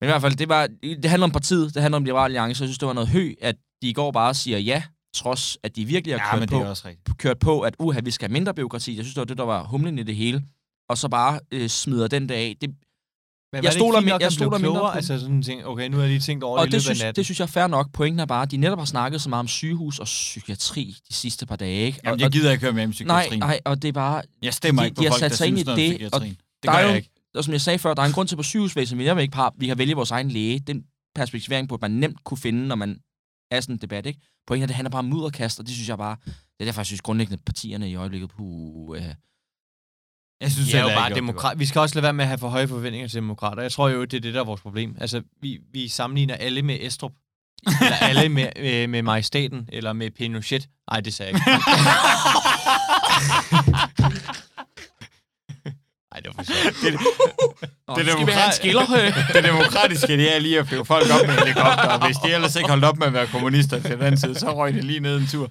D: Men i hvert fald, det, var, det handler om partiet, det handler om Liberale Alliance, jeg synes, det var noget hø, at de i går bare siger ja, trods at de virkelig har
C: Ja, men
D: kørt,
C: det er
D: på,
C: også rigtigt.
D: kørt på, at uha, vi skal have mindre byråkrati. Jeg synes, det var det, der var humlen i det hele. Og så bare øh, smider den der af. Det,
B: Men
D: Jeg
B: var det ikke
D: stoler
B: fint
D: min-
B: nok,
D: jeg
B: at blive
D: stoler mindre
B: klogere?
D: på-
B: Altså sådan ting, okay, nu har jeg lige tænkt over det i
D: og det
B: løbet
D: synes,
B: af natten.
D: det synes jeg er fair nok. Pointen er bare, at de netop har snakket så meget om sygehus og psykiatri de sidste par dage. Ikke?
C: Jamen,
D: og,
C: jeg
D: og-
C: gider ikke høre mere om psykiatrien.
D: Nej, nej, og det er bare...
C: Jeg stemmer
D: De-
C: ikke på
D: de har
C: folk,
D: sat
C: der
D: sig ind
C: synes
D: i
C: noget om
D: det,
C: psykiatrien. Det
D: der
C: gør
D: er jo-
C: jeg ikke.
D: Og som jeg sagde før, der er en grund til på sygehusvæsenet, vi netop ikke har, vi har vælget vores egen læge. Den perspektivering på, at man nemt kunne finde, når man er sådan en debat, ikke? På en af det handler bare om mudderkast, og det synes jeg bare... Det er derfor, jeg synes grundlæggende, at partierne i øjeblikket på... Øh,
C: Jeg synes
B: Det er
C: heller
B: jo
C: ikke,
B: bare
C: at det var-
B: demokrat. Vi skal også lade være med at have for høje forventninger til demokrater. Jeg tror jo, det er det, der er vores problem. Altså, vi, vi sammenligner alle med Estrup. eller alle med, med, med majestaten, eller med Pinochet. Nej, det sagde jeg ikke. Nej, det var for sjovt.
C: Det,
D: Nå,
C: Det er
D: skal vi have en
C: demokrat-
D: skiller?
C: det demokratiske, det er lige at flyve folk op med helikopter, og hvis de ellers ikke holdt op med at være kommunister til den tid, så røg det lige ned en tur.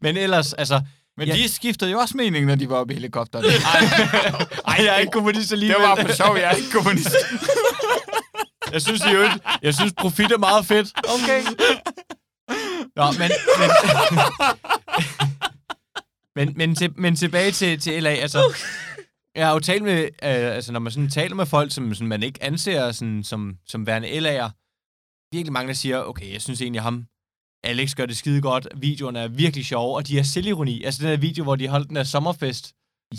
B: Men ellers, altså...
C: Men
B: Ja.
C: de skiftede jo også mening, når de var oppe i helikopteren.
B: Ej, jeg er ikke kommunist
C: Det
B: alligevel.
C: var for sjov, jeg er ikke kommunist.
B: Jeg synes jo ikke, jeg synes profit er meget fedt. Okay. Nå, men... Men, men, men, til, men tilbage til, til LA, altså... Jeg har jo talt med, øh, altså når man sådan taler med folk, som, som man ikke anser sådan, som, som værende LA'er, virkelig mange, der siger, okay, jeg synes egentlig ham, Alex gør det skide godt, videoerne er virkelig sjove, og de har selvironi. Altså den der video, hvor de holdt den der sommerfest,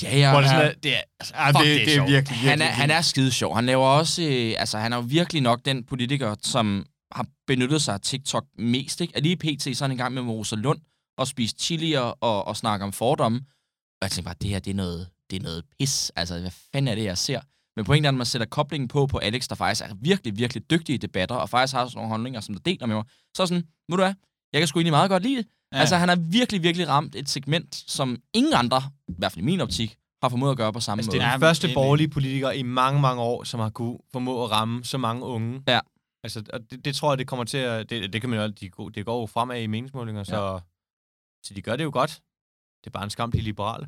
D: Ja, ja.
B: hvor det er sådan,
D: ja.
B: der, det er, altså,
C: Ja,
B: fuck,
C: det, det, er
B: sjovt.
C: virkelig,
D: Han er, han er skide sjov. Han laver også... Øh, altså, han er jo virkelig nok den politiker, som har benyttet sig af TikTok mest, ikke? Er lige pt. sådan en gang med Rosa Lund og spise chili og, og, og snakke om fordomme. Og jeg tænkte bare, det her, det er noget, det er noget pis. Altså, hvad fanden er det, jeg ser? Men pointen er, at man sætter koblingen på på Alex, der faktisk er virkelig, virkelig dygtig i debatter, og faktisk har sådan nogle holdninger, som der deler med mig. Så er jeg sådan, ved du hvad, jeg kan sgu egentlig meget godt lide det. Ja.
C: Ja.
D: Altså, han har virkelig, virkelig ramt et segment, som ingen andre, i hvert fald i min optik, har formået at gøre på samme
B: Altså,
D: måde.
B: det er
C: Ja,
B: den
C: men
B: første
C: enig.
B: borgerlige politiker i mange, mange år, som har kunne formå at ramme så mange unge.
D: Ja.
B: Altså, og det, det tror jeg, det kommer til at... Det, det kan man jo... De, go- det går jo fremad i meningsmålinger, så, så de gør det jo godt. Det er bare en skam, de er liberale.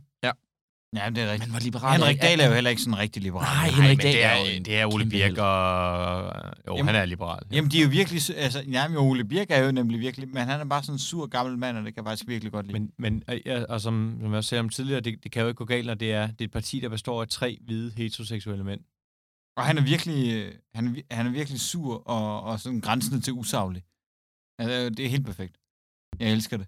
C: Ja, det er rigtigt.
D: Men hvor liberal
C: Henrik Dahl er jo heller ikke sådan rigtig liberal.
D: Nej,
B: Nej,
D: Henrik
B: men
D: Dahl
B: det
D: jo
B: er,
D: en
B: det er Ole
D: kæmpe
B: Birk
D: held.
B: og... Jo,
C: Jamen-
B: han er liberal.
C: Jamen, de er jo virkelig... s- Altså, jamen, Ole Birk er jo nemlig virkelig... Men han er bare sådan en sur gammel mand, og det kan jeg faktisk virkelig godt lide.
B: Men, men øh, ja, og som, som jeg også sagde om tidligere, det, det kan jo ikke gå galt, når det er, det er et parti, der består af tre hvide heteroseksuelle mænd.
C: Og han er virkelig, øh, han er, vi- han er virkelig sur og, og sådan grænsende til usaglig. Altså, det er helt perfekt. Jeg elsker det.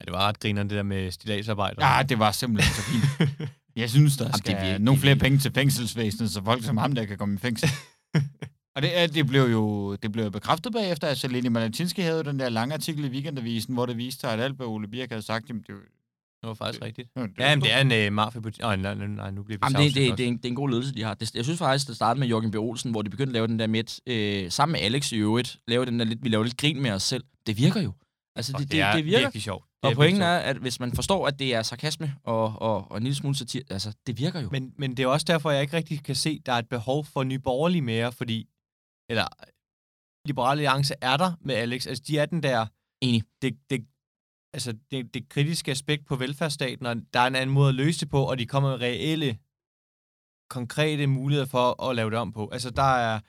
B: Ja, det var ret grinerende, det der med stilagsarbejder.
C: Ja, ah, det var simpelthen så fint. Jeg synes, der
D: Jamen,
C: skal
D: det er
C: Jamen,
D: virkelig-
C: nogle flere penge til fængselsvæsenet, så folk som ham, der kan komme i fængsel. og det, er- det blev jo det blev jo bekræftet bagefter, at Selene Malatinski havde jo den der lange artikel i Weekendavisen, hvor det viste sig, at alt, hvad Ole Birk havde sagt, jamen, det, var-
B: det var faktisk rigtigt.
C: det, var- det,
B: Ja, men det er en øh, mafia... Nej, nej, nej, nej, nu bliver vi
D: Jamen, det,
B: sagsøgt
D: det, det, er en, det er en god ledelse, de har. Det, jeg synes faktisk, det startede med Jørgen B. Olsen, hvor de begyndte at lave den der midt, øh, sammen med Alex i øvrigt, lave den der lidt, vi laver lidt grin med os selv. Det virker jo. Altså, det,
B: Og
D: det, det, det virker.
B: virkelig sjovt. Det
D: Og pointen
B: virkelig
D: er, at hvis man forstår, at det er sarkasme og, og, og en lille smule satir, altså, det virker jo.
B: sjovt. Men, men det er også derfor, jeg ikke rigtig kan se, at der er et behov for nye borgerlige mere, fordi... Eller... Liberale Alliance er der med Alex. Altså, de er den der...
D: Enig.
B: Det, det, altså, det, det kritiske aspekt på velfærdsstaten, og der er en anden måde at løse det på, og de kommer med reelle, konkrete muligheder for at lave det om på. Altså, der er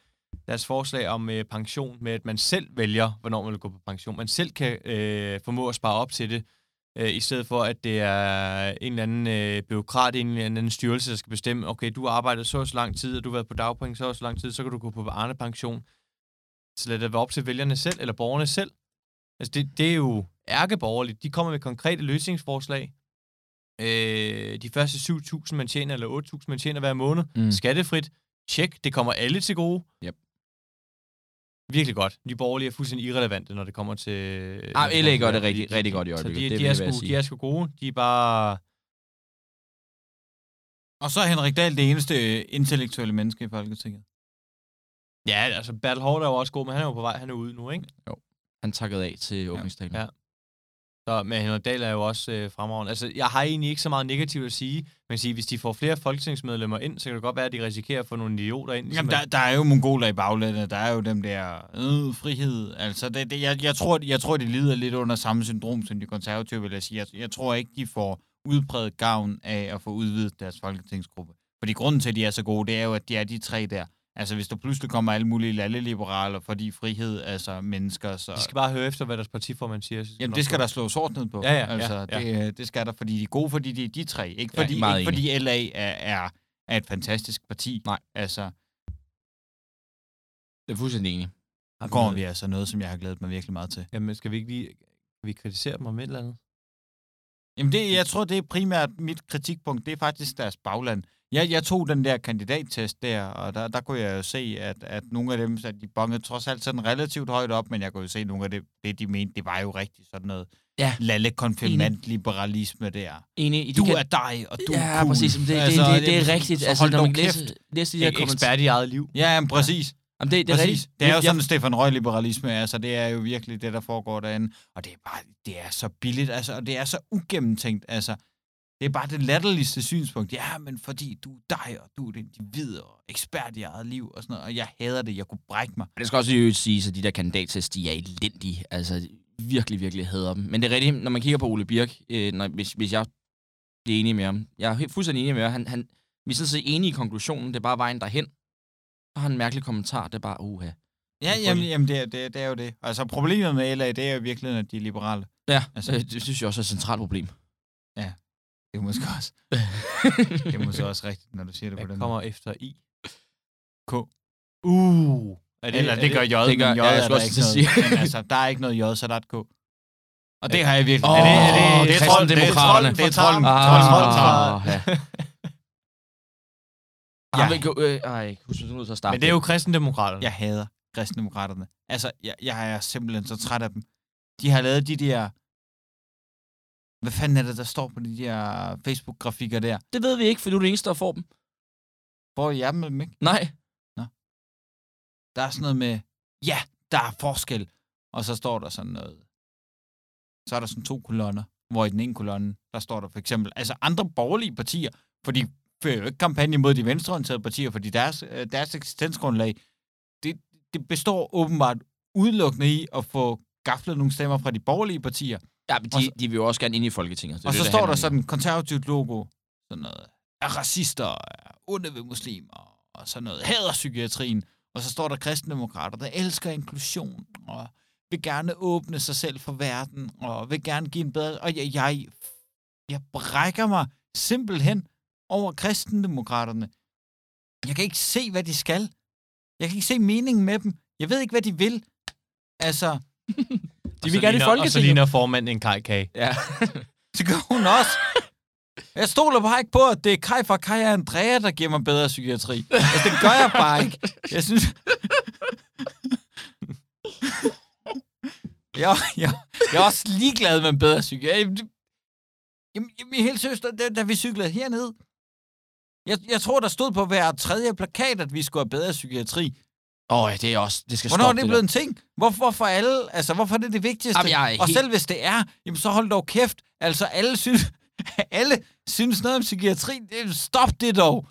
B: deres forslag om øh, pension, med at man selv vælger, hvornår man vil gå på pension. Man selv kan øh, formå at spare op til det, øh, i stedet for, at det er en eller anden øh, byråkrat, en eller anden styrelse, der skal bestemme, okay, du har arbejdet så og så lang tid, og du har været på dagpenge så og så lang tid, så kan du gå på Arne pension. Så lad det være op til vælgerne selv, eller borgerne selv. Altså, det, det er jo ærkeborgerligt. De kommer med konkrete løsningsforslag. Øh, de første 7.000, man tjener, eller 8.000, man tjener hver måned,
D: Mm.
B: mm. skattefrit. Tjek, det kommer alle til gode.
D: Yep.
B: Virkelig godt. De borgerlige er fuldstændig irrelevante, når det kommer til...
D: Ah, LA
B: når kommer
D: gør
B: til-
D: det rigtig-
B: de-
D: rigtig godt i
B: Så
D: øjeblikket.
B: de,
D: Det
B: de,
D: vil
B: er
D: jeg
B: sgu,
D: sige.
B: de er sgu gode. De er bare...
C: Og så er Henrik Dahl det eneste øh, intellektuelle menneske i Folketinget.
B: Ja, altså, Battle Hall er jo også god, men han er jo på vej. Han er ude nu, ikke?
D: Han takkede af til åbningstalen.
B: ja. Så Så, men Henrik Dahl er jo også øh, fremragende. Altså, jeg har egentlig ikke så meget negativt at sige. Man kan sige, hvis de får flere folketingsmedlemmer ind, så kan det godt være, at de risikerer at få nogle idioter ind. som
C: Jamen,
B: er-
C: der, der er jo mongoler i baglandet, der er jo dem der øh, frihed. Altså, det, det, jeg, jeg, tror, jeg tror, de lider lidt under samme syndrom, som de konservative vil jeg sige. Jeg, jeg tror ikke, de får udbredt gavn af at få udvidet deres folketingsgruppe. Fordi grunden til, at de er så gode, det er jo, at de er de tre der. Altså, hvis der pludselig kommer alle mulige lalleliberaler, fordi frihed, altså mennesker, så...
B: De skal bare høre efter, hvad deres partiformand siger. så
C: Jamen,
B: nok
C: det skal
B: gå.
C: der slås hårdt ned på.
B: Ja, ja,
C: altså,
B: ja,
C: Det, øh, det skal der, fordi de er gode, fordi de er de tre. Ikke
D: Ja,
C: fordi,
D: meget
C: ikke fordi LA er, er, er et fantastisk parti. Nej. Altså,
D: Det er fuldstændig enig.
C: Nu kommer vi altså noget, som jeg har glædet mig virkelig meget til.
B: Jamen, skal vi ikke lige... Kan vi kritisere dem om et eller andet?
C: Jamen, det, jeg tror, det er primært mit kritikpunkt. Det er faktisk deres bagland. Jeg, jeg tog den der kandidattest der, og der, der kunne jeg jo se, at, at nogle af dem, at de bongede trods alt sådan relativt højt op, men jeg kunne jo se, at nogle af det, det de mente, det var jo rigtig sådan noget
D: Ja.
C: lalle-konfirmant-liberalisme der.
D: Enig i de
C: Du
D: kan-
C: er dig, og du er
D: Ja,
C: cool.
D: præcis. Det, det,
C: Altså,
D: det, det, det,
C: jamen,
D: er rigtigt.
C: så
D: Altså,
C: hold
D: når
C: dog
D: man
C: kæft.
D: læser, læser de her
B: Ikke
D: kommentarer...
B: ekspert i eget liv.
C: Ja, jamen, præcis.
D: Jamen, det, det er
C: Præcis.
D: rigtigt.
C: Det er jo
D: Jeg-
C: sådan Stefan Røg-liberalisme, altså det er jo virkelig det, der foregår derinde. Og det er bare, det er så billigt, altså, og det er så ugennemtænkt, altså. Det er bare det latterligste synspunkt. Ja, men fordi du er dig, og du er et individ, og ekspert i eget liv, og sådan noget, og jeg hader det, jeg kunne brække mig.
D: Og Det skal også i øvrigt siges, at de der kandidattest, de er elendige. Altså, virkelig, virkelig hader dem. Men det er rigtigt, når man kigger på Ole Birk, øh, når, hvis, hvis jeg bliver enig med ham. Jeg er helt fuldstændig enig med ham. Han, han, vi er sådan set enige i konklusionen, det er bare vejen derhen. Så har han en mærkelig kommentar, det er bare, uha.
C: Ja, jamen, jamen det, er, det, er- det er jo det. Altså problemet med LA, det er jo virkelig, at de er liberale.
D: Ja,
C: Altså-
D: altså, det, det synes jeg også er et centralt problem.
C: Det er måske også, det er måske også rigtigt, når du siger det på
B: Hvad
C: den
B: kommer efter I?
C: K.
B: Uh! Er
C: måde. Eller det gør J,
D: det gør-
C: men J
D: ja, jeg
C: er
D: skulle
C: der
D: også
C: ikke
D: til at sige.
C: noget. Men altså, der er ikke noget J, så der er et K. Og det har jeg virkelig.
D: Åh,
C: er det, er det, det, er trold- det, er
D: kristendemokraterne.
C: trolden, det er trolden.
D: Ah,
C: Trolden fra-
D: ja.
C: Ja.
D: Ja. men, øh, ej, husk, du er nødt til at starte.
B: Men det er jo kristendemokraterne.
C: Jeg hader kristendemokraterne. Altså, jeg, jeg er simpelthen så træt af dem. De har lavet de der... Hvad fanden er det, der står på de der Facebook-grafikker der?
D: Det ved vi ikke, for du er den eneste, der får dem.
C: Hvor jeg med dem, ikke?
D: Nej.
C: Der er sådan noget med, ja, der er forskel. Og så står der sådan noget. Så er der sådan to kolonner, hvor i den ene kolonne, der står der for eksempel, altså andre borgerlige partier, for de fører jo ikke kampagne mod de venstreorienterede partier, fordi deres, øh, deres eksistensgrundlag, det, det består åbenbart udelukkende i at få gaflet nogle stemmer fra de borgerlige partier.
D: Ja, men
C: Og
D: de,
C: så-
D: de vil jo også gerne ind i Folketinget. Det er
C: Og
D: det,
C: så
D: det
C: står
D: handler
C: der
D: om.
C: sådan konservativt logo, sådan noget, er racister, er onde ved muslimer, og sådan noget, hader psykiatrien. Og så står der kristendemokrater, der elsker inklusion, og vil gerne åbne sig selv for verden, og vil gerne give en bedre... Og jeg, jeg, jeg brækker mig simpelthen over kristendemokraterne. Jeg kan ikke se, hvad de skal. Jeg kan ikke se meningen med dem. Jeg ved ikke, hvad de vil. Altså,
B: Og
D: De
B: så
D: vil gerne i
B: ligner- Og så
D: Folketinget.
B: ligner formanden en kajkage.
D: Ja.
C: Det gør hun også. Jeg stoler bare ikke på, at det er Kai fra Kai og Andrea, der giver mig bedre psykiatri. Altså, det gør jeg bare ikke. Jeg synes... Jeg, jeg, jeg er også ligeglad med bedre psykiatri. Jamen, det- Jamen, jamen helt seriøst, da, da vi cyklede herned, jeg, jeg tror, der stod på hver tredje plakat, at vi skulle have bedre psykiatri.
D: Åh, oh, det er også... Det skal
C: Hvornår er
D: stoppe,
C: det
D: der.
C: blevet en ting? Hvorfor, hvorfor alle? Altså, hvorfor er det det vigtigste?
D: Jamen, jeg er
C: Og
D: helt-
C: selv hvis det er, jamen, så hold dog kæft. Altså, alle synes, alle synes noget om psykiatri. Det- Stop det dog.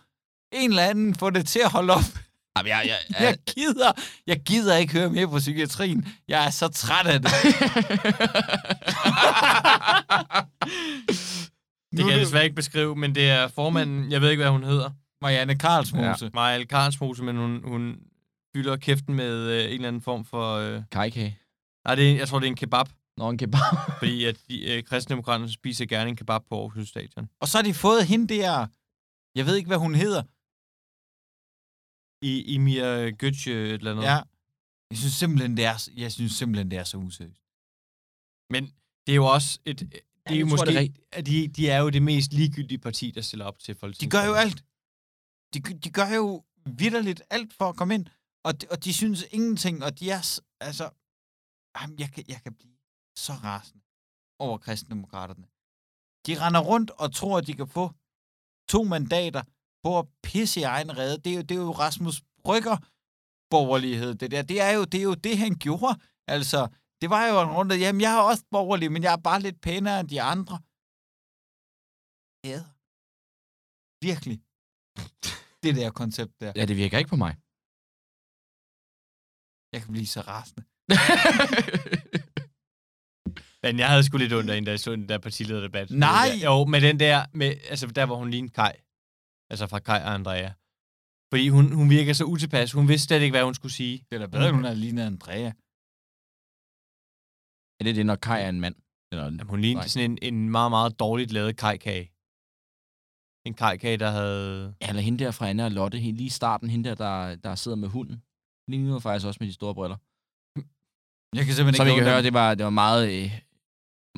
C: En eller anden får det til at holde op.
D: Jamen, jeg, jeg, jeg,
C: Jeg gider, jeg gider ikke høre mere på psykiatrien. Jeg er så træt af det.
B: Det kan jeg desværre ikke beskrive, men det er formanden, jeg ved ikke, hvad hun hedder.
C: Marianne Karlsmose. Ja.
B: Marielle Karlsmose, men hun, hun fylder kæften med øh, en eller anden form for... Øh,
D: Kajkage.
B: nej, det er, jeg tror, det er en kebab,
D: Nå, en kebab.
B: fordi at de, øh, kristendemokraterne spiser gerne en kebab på Aarhus Stadion.
C: Og så har de fået hende der, jeg ved ikke, hvad hun hedder.
B: I, I Mia Götze et eller andet.
C: Ja. Jeg synes simpelthen, det er, jeg synes simpelthen, det er så useriøst.
B: Men det er jo også et... øh, Det er
D: jeg
B: jo
D: tror,
B: måske,
D: det er
B: at de, de er jo det mest ligegyldige parti, der stiller op til
C: De
B: folketinget.
C: gør jo alt. De, g- de gør jo vidderligt alt for at komme ind, og de, og de synes ingenting, og de er... s- Altså, jamen, jeg, kan, jeg kan blive så rasende over kristendemokraterne. De render rundt og tror, at de kan få to mandater på at pisse i egen redde. Det er jo, det er jo Rasmus Brygger borgerlighed, det der. Det er jo det, er jo det han gjorde. Altså, Det var jo en runde, jamen jeg er også borgerlig, men jeg er bare lidt pænere end de andre. Æder. Virkelig. Det der koncept der.
D: Ja, det virker ikke på mig.
C: Jeg kan blive så rasende.
B: Men jeg havde sgu lidt ondt af en, da jeg så den der partilederdebat.
C: Nej!
B: Der. Jo, med den der, med, altså der var hun lige en Kaj. Altså fra Kaj og Andrea. Fordi hun, hun virker så utilpas. Hun vidste slet ikke, hvad hun skulle sige.
C: Det er da bedre, end hun har lignet Andrea.
D: Er det det, når Kai er en mand? Eller en...
B: Jamen, hun lignede
D: Nej.
B: sådan en, en meget, meget dårligt lavet kajkage. En kajkage, der havde...
D: Ja, eller hende der fra Anna og Lotte, hende lige i starten, hende der, der, der sidder med hunden. Lige nu faktisk også med de store briller.
C: Jeg kan simpelthen
D: Som I
C: ikke
D: kan
C: undgå
D: høre,
C: det.
D: det var, det var meget, øh,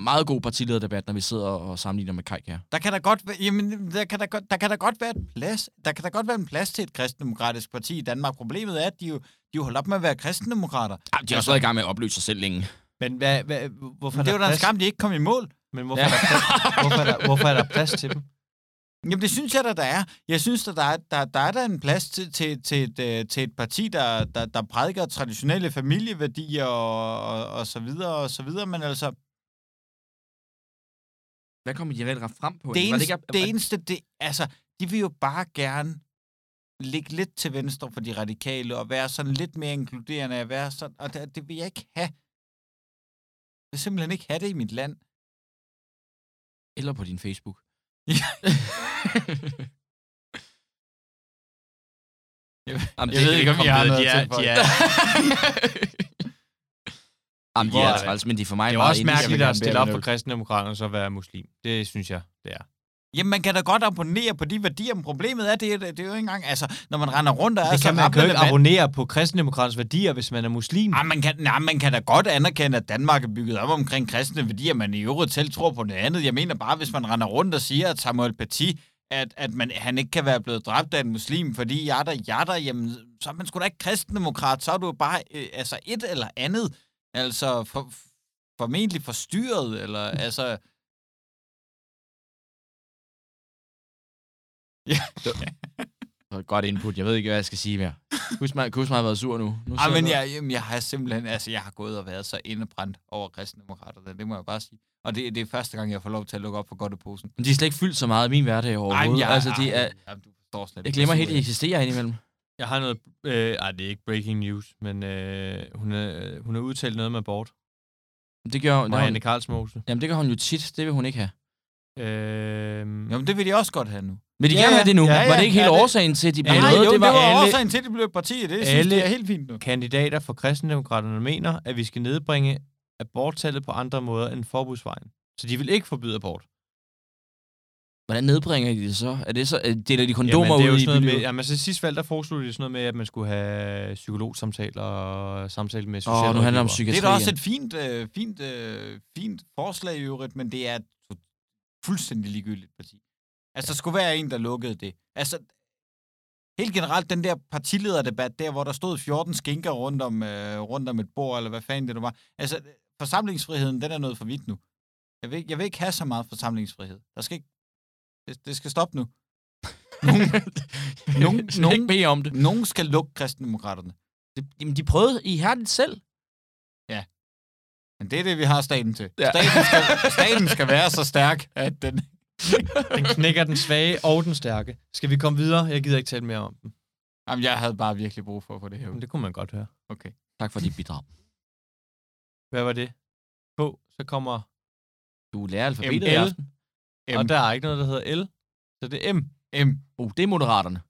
D: meget god partilederdebat, når vi sidder og sammenligner med Kaj her.
C: Der kan der godt være, jamen, der kan der, godt, der kan der godt være en plads. Der kan der godt være en plads til et kristendemokratisk parti i Danmark. Problemet er, at de jo, de jo holder op med at være kristendemokrater.
D: Ah, de har også været i gang med at opløse sig selv længe.
B: Men hvad, hvad, hvorfor
C: Men det var
B: er der
C: da en
B: plads?
C: skam, de ikke kom i mål.
B: Men hvorfor,
D: Ja.
B: ja. er der plads? Hvorfor, er der, hvorfor er der plads til dem?
C: Jamen, det synes jeg da, der er. Jeg synes, at der, er- der, der er der en plads til, til, til, et, øh, til et parti, der, der, der prædiker traditionelle familieværdier og, og, og så videre og så videre. Men altså,
D: Hvad kommer de reelt frem på?
C: det eneste, det eneste, det, altså, de vil jo bare gerne ligge lidt til venstre for de radikale, og være sådan lidt mere inkluderende, og, være sådan, og det, det vil jeg ikke have. Jeg vil simpelthen ikke have det i mit land.
D: Eller på din Facebook.
C: Ja.
D: Jamen,
B: Jeg ved ikke, om jeg har noget
C: til
B: de er,
C: folk.
B: de er,
D: Jamen, de
B: Hvor
D: er
B: er det?
D: træls, men de er for mig
B: Det er
D: meget
B: også
D: enige.
B: mærkeligt
D: Jeg vil
B: at
D: gerne
B: stille
D: bære
B: op
D: den
B: for
D: ud.
B: kristendemokraterne og så være muslim. Det synes jeg, det er.
C: Jamen, man kan da godt abonnere på de værdier, men problemet er, det, er- det er jo ikke engang, altså, når man render rundt og er "Ah,
B: Det
C: så
B: kan man jo
C: rablende
B: ikke
C: vant-
B: abonnere på kristendemokraternes værdier, hvis man er muslim.
C: Ej, Ah, man kan, nej, man kan da godt anerkende, at Danmark er bygget op omkring kristne værdier, man i øvrigt selv tror på noget andet. Jeg mener bare, hvis man render rundt og siger, at Samuel Paty, at, at man, han ikke kan være blevet dræbt af en muslim, fordi jatter, jatter, jamen, så er man sgu da ikke kristendemokrat, så er du jo bare øh, altså et eller andet, altså for, formentlig forstyrret, eller altså...
D: Det var et Godt input. Jeg ved ikke, hvad jeg skal sige mere. Husk mig, husk mig har været sur nu. nu
C: Ej,
D: siger
C: ah, men
D: noget.
C: jeg, jamen, jeg har simpelthen, altså jeg har gået og været så indebrændt over kristendemokraterne, det må jeg bare sige. Og det, det er første gang, jeg får lov til at lukke op for godt posen.
D: Men de er slet ikke fyldt så meget i min hverdag overhovedet. Ej, jeg, altså, de er,
C: ah, jamen, du forstår slet
D: jeg
C: ikke,
D: glemmer
C: hvor
D: helt, at
C: sur
D: de
C: jeg er.
D: eksisterer indimellem.
B: Jeg har noget... Øh, ej, det er ikke breaking news, men øh, hun, er, hun har udtalt noget med abort.
D: Det gør, det har hun,
B: Marianne Karlsmose.
D: jamen, det gør hun jo tit. Det vil hun ikke have.
B: Øh,
C: Jamen, det vil de også godt have nu.
D: Men de
C: Ja,
D: ja, gerne
C: ja.
D: have det nu.
C: Ja,
D: Ja,
C: ja,
D: ja, var det ikke
C: ja,
D: hele
C: det-
D: årsagen til, at de blev
C: Nej,
D: noget?
C: jo,
D: det var, alle...
C: årsagen til, at det blev et parti. Det synes
B: Alle-
C: jeg er helt fint nu.
B: kandidater fra kristendemokraterne mener, at vi skal nedbringe aborttallet på andre måder end forbudsvejen. Så de vil ikke forbyde abort.
D: Hvordan nedbringer de det så? Er det så øh, deler de kondomer
B: det er jo
D: ud i
B: sådan noget med,
D: bylivet?
B: jamen, så sidst valg, der foreslog de sådan noget med, at man skulle have psykologsamtaler og samtaler med
D: Åh, nu handler det om
B: socialrådgivere.
D: psykiatri.
C: Det er da også
D: igen.
C: et fint, øh, fint, øh, fint forslag i øvrigt, men det er et fu- fuldstændig ligegyldigt parti. Altså, der skulle være en, der lukkede det. Altså, helt generelt, den der partilederdebat der, hvor der stod 14 skinker rundt om, øh, rundt om et bord, eller hvad fanden det nu var. Altså, forsamlingsfriheden, den er noget for vidt nu. Jeg vil, ikke- jeg vil ikke have så meget forsamlingsfrihed. Der skal ikke... Det, det skal stoppe nu. Nogen, nogen,
D: Jeg skal
C: nogen,
D: ikke bede om det.
C: nogen skal lukke kristendemokraterne.
D: det. Jamen, de prøvede ihærdigt selv.
C: Men det er det, vi har staten til.
D: Ja.
C: Ja. Staten, skal, staten skal være så stærk, at den...
B: Den knækker den svage og den stærke. Skal vi komme videre? Jeg gider ikke tale mere om den.
C: Jamen, jeg havde bare virkelig brug for at få det her ud.
B: Men det kunne man godt høre.
C: Okay.
D: Tak for dit bidrag.
B: Hvad var det? K, så kommer...
D: Du lærer alfabetet i
B: ML.
D: aften.
C: M.
B: Og der er ikke noget, der hedder L, så det er M.
C: M.
D: Uh, det er moderaterne.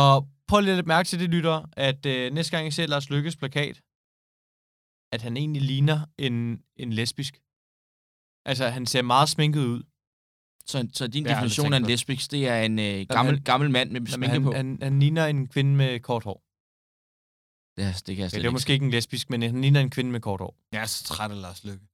B: Og prøv lige at lægge mærke til det, lytter, at øh, næste gang I ser Lars Lykkes plakat, at han egentlig ligner en, en lesbisk. Altså, han ser meget sminket ud.
D: Så, så din
C: Det har jeg
D: definition
C: aldrig
D: af en
C: tænkt på.
D: lesbisk, det er en øh, gammel,
B: han-
D: gammel mand med
B: Jamen,
D: sminke
B: han,
D: på.
B: han, han ligner en kvinde med kort hår.
D: ja, det kan jeg
B: Ja,
D: slet
B: det er
D: ikke.
B: måske ikke en lesbisk, men han ligner en kvinde med kort hår.
C: Jeg er så træt af Lars Lykke.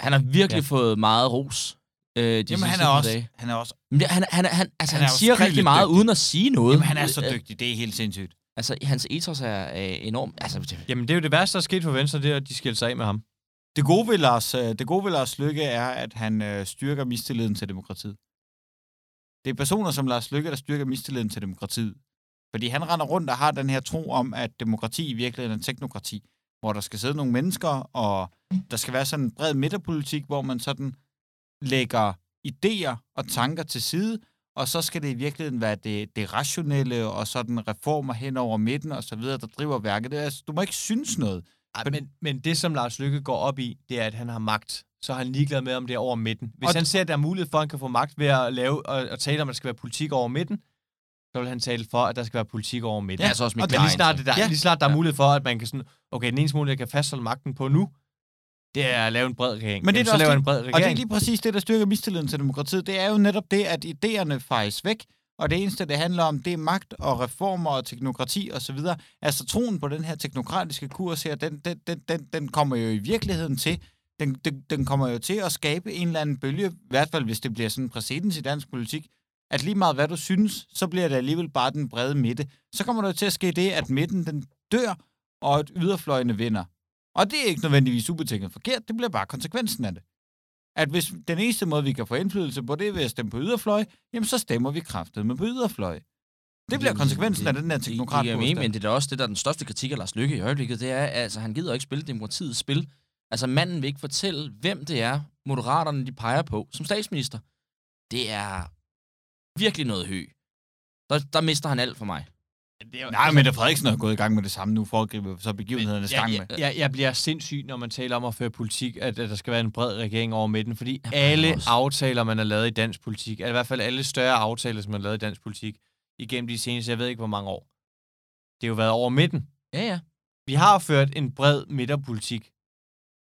D: Han har virkelig fået meget ros øh, de
C: Jamen,
D: sidste
C: han er,
D: par
C: også,
D: dage.
C: han er også...
D: Men det- han, han, han, altså,
C: Han
D: han,
C: er
D: han siger
C: afskyeligt
D: rigtig meget
C: dygtig.
D: uden at sige noget.
C: Jamen, han er så
D: Øh,
C: dygtig. Det er helt sindssygt.
D: Altså, hans ethos er øh, enorm. Altså, det,
B: Jamen, det er jo det værste, der er sket for Venstre, det er, at de skældte sig af med ham.
C: Det gode ved Lars, øh, det gode ved Lars Lykke er, at han øh, styrker mistilliden til demokratiet. Det er personer som Lars Lykke, der styrker mistilliden til demokratiet. Fordi han render rundt og har den her tro om, at demokrati i virkeligheden er teknokrati. hvor der skal sidde nogle mennesker, og der skal være sådan en bred midterpolitik, hvor man sådan lægger idéer og tanker til side, og så skal det i virkeligheden være det, det rationelle og sådan reformer hen over midten og så videre, der driver værket. Det er, altså, du må ikke synes noget.
B: Ej, men, men det, som Lars Lykke går op i, det er, at han har magt. Så er han ligeglad med, om det er over midten. Hvis
C: Og-
B: han ser, at der er mulighed for, at han kan få magt ved at lave og, og tale om, at der skal være politik over midten, så vil han tale for, at der skal være politik over midten.
D: Det er altså også mit
C: og
B: Men
D: klare
B: lige snart, det der,
C: Ja.
B: ja. lige snart der er mulighed for, at man kan sådan, okay, den eneste mulighed, jeg kan fastholde magten på nu, det er at lave en bred regering.
C: Men det er
B: Jamen,
C: da
B: så
C: også
B: laver
C: det-
B: en bred regering.
C: Og det er lige præcis det, der styrker mistilliden til demokratiet. Det er jo netop det, at idéerne fejes væk, og det eneste, det handler om, det er magt og reformer og teknokrati osv. Altså troen på den her teknokratiske kurs her, den, den, den, den, den kommer jo i virkeligheden til, den, den, den kommer jo til at skabe en eller anden bølge, i hvert fald hvis det bliver sådan en præcedens i dansk politik, at lige meget hvad du synes, så bliver det alligevel bare den brede midte. Så kommer der til at ske det, at midten den dør, og at yderfløjene vinder. Og det er ikke nødvendigvis ubetinget forkert, det bliver bare konsekvensen af det at hvis den eneste måde, vi kan få indflydelse på, det er ved at stemme på yderfløj, jamen så stemmer vi kraftedeme på yderfløj. Det bliver konsekvensen af den her teknokrat
D: det, det, det, men det er da også det, der er den største kritik af Lars Lykke i øjeblikket, det er, altså han gider ikke spille demokratiets spil. Altså manden vil ikke fortælle, hvem det er, moderaterne de peger på som statsminister. Det er virkelig noget hø. Der, der mister han alt for mig.
B: det er, jo-
C: Nej, Mette Frederiksen er gået i gang med det samme nu, foregriber så begivenhederne
B: jeg,
C: stang med.
B: jeg, jeg, jeg bliver sindssyg, når man taler om at føre politik, at, at der skal være en bred regering over midten, fordi
D: Jamen,
B: alle
D: også.
B: aftaler, man har lavet i dansk politik, eller i hvert fald alle større aftaler, som man har lavet i dansk politik, igennem de seneste, jeg ved ikke hvor mange år, det har jo været over midten.
D: Ja, ja.
B: Vi har ført en bred midterpolitik,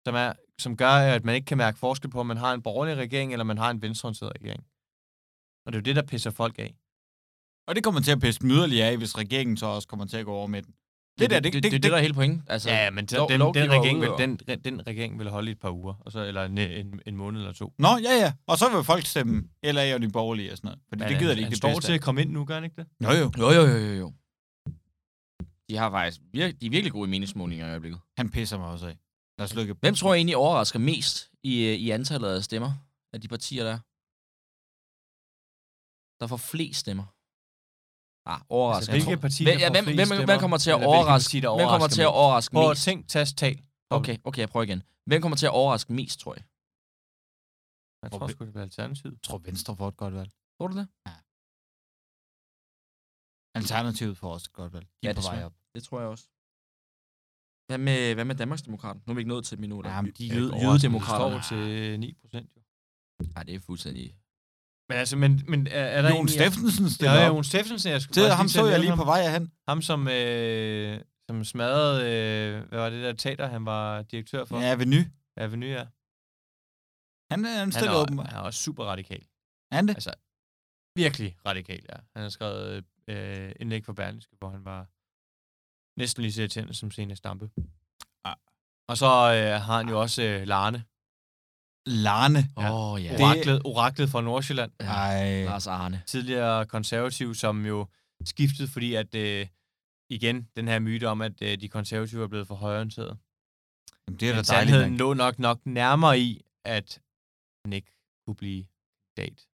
B: som, er, som gør, at man ikke kan mærke forskel på, om man har en borgerlig regering, eller man har en venstreorienteret regering. Og det er jo det, der pisser folk af.
C: Og det kommer til at pisse myderligere af, hvis regeringen så også kommer til at gå over med den. Det, der, det,
D: det, det, det, det der er hele pointen. Altså,
B: Ja, men den,
D: lov-
B: den, den,
D: lovgiver
B: regering,
D: ud
B: vil,
D: og-
B: den, den regering vil holde i et par uger, og så, eller en, en, en måned eller to.
C: Nå, ja, ja. Og så vil folk stemme LA og de borgerlige og sådan noget. Fordi
B: Men
C: det gider
B: han-
C: de ikke
B: han
C: det
B: står
C: bedste.
B: til at komme ind nu, gør han ikke det?
C: Jo, jo.
D: Jo, jo, jo, jo, jo. De har faktisk vir- de er virkelig gode i meningsmålinger i øjeblikket.
C: Han pisser mig også af. Lad os lykke.
D: Hvem tror jeg egentlig overrasker mest i, øh, i antallet af stemmer af de partier, der er? Der får flest stemmer. Ah, overrasker.
B: hvilke
D: Jeg tror-
B: partier
D: hvem, ja,
B: får
D: hvem,
B: flest
D: hvem,
B: stemmer?
D: hvem kommer til at
B: Eller hvilke
D: overraske?
B: partier, der
D: hvem kommer
B: overrasker
D: til at overraske
B: Prøv at
D: mest?
B: tænk, tast, tal.
D: Okay, okay, jeg prøver igen. Hvem kommer til at overraske mest, tror jeg?
B: Jeg tror sgu, det bliver alternativet.
C: Jeg tror, Venstre får et godt valg.
D: Tror du det?
C: Alternativet får også et godt valg. De
D: Ja,
C: er på
D: det tror
C: vej
D: jeg.
C: op.
D: Det tror jeg også. Hvad med, hvad med Danmarksdemokraterne? Nu er vi ikke nået til minutter.
C: Jamen, de er
D: Jøde-
C: ikke
D: jødedemokraterne.
B: Det står til 9 procent, jo.
D: Nej, det er fuldstændig...
B: Men altså, men, men er, er der
C: Jon Steffensen
B: Ja,
C: stiller
B: ja,
C: op.
B: Jon Steffensen, jeg skulle
C: Det,
B: faktisk
C: ham
B: til at
C: så jeg
B: nævne
C: lige
B: ham.
C: på vej af hen.
B: Ham, som, øh, som smadrede, øh, hvad var det der teater, han var direktør for? Ja.
C: Ja, ved ny.
B: Avenue, ja.
C: Han, han
B: Han
C: stiller
B: er,
C: åben.
B: han er også super radikal.
C: Er han det?
B: Virkelig radikal, ja. Han har skrevet øh, indlæg for Berlingske, hvor han var næsten lige så irriterende som Zenia Stampe.
C: Ah.
B: Og så øh, har han jo også øh, Larne.
C: Larne.
D: Åh, ja. Oh, ja.
C: Det-
B: Oraklet, oraklet fra Nordsjælland,
D: Ja.
C: Ej.
D: Lars Arne.
B: tidligere konservativ, som jo skiftede, fordi at øh, igen, den her myte om, at øh, de konservative er blevet for højorienterede.
C: Jamen, det er da
B: Men
C: dejligt.
B: sandheden
C: Mand.
B: lå nok nok nærmere i, at han ikke kunne blive kandidat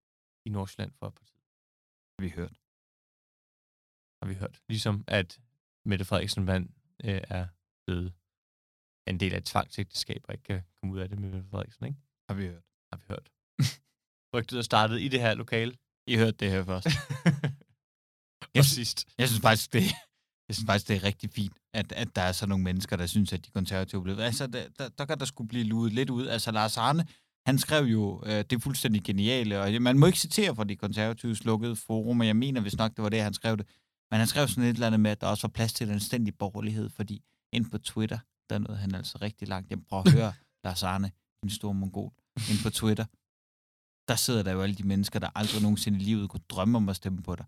B: i Nordsjælland for partiet,
C: Vi hørte.
B: har vi hørt. Ligesom at Mette Frederiksen vandt, øh, er blevet en del af et tvangsægteskab, og ikke kan komme ud af det med Mette Frederiksen, ikke?
C: Har vi hørt.
B: har vi hørt. Rygtet er startet i det her lokale.
C: I hørte det her først.
B: Og sidst.
C: jeg synes faktisk, det, jeg synes faktisk, det er rigtig fint, at, at der er sådan nogle mennesker, der synes, at de konservative blev... Altså, der, der, der kan der skulle blive luet lidt ud. Altså, Lars Arne, han skrev jo øh, det fuldstændig geniale, og man må ikke citere fra de konservatives lukkede forum, og jeg mener hvis nok, det var det, han skrev det. Men han skrev sådan et eller andet med, at der også var plads til en anstændig borgerlighed, fordi ind på Twitter, der nåede han altså rigtig langt. Jamen, prøv at høre, Lars Arne, en stor mongol, ind på Twitter. Der sidder der jo alle de mennesker, der aldrig nogensinde i livet kunne drømme om at stemme på dig,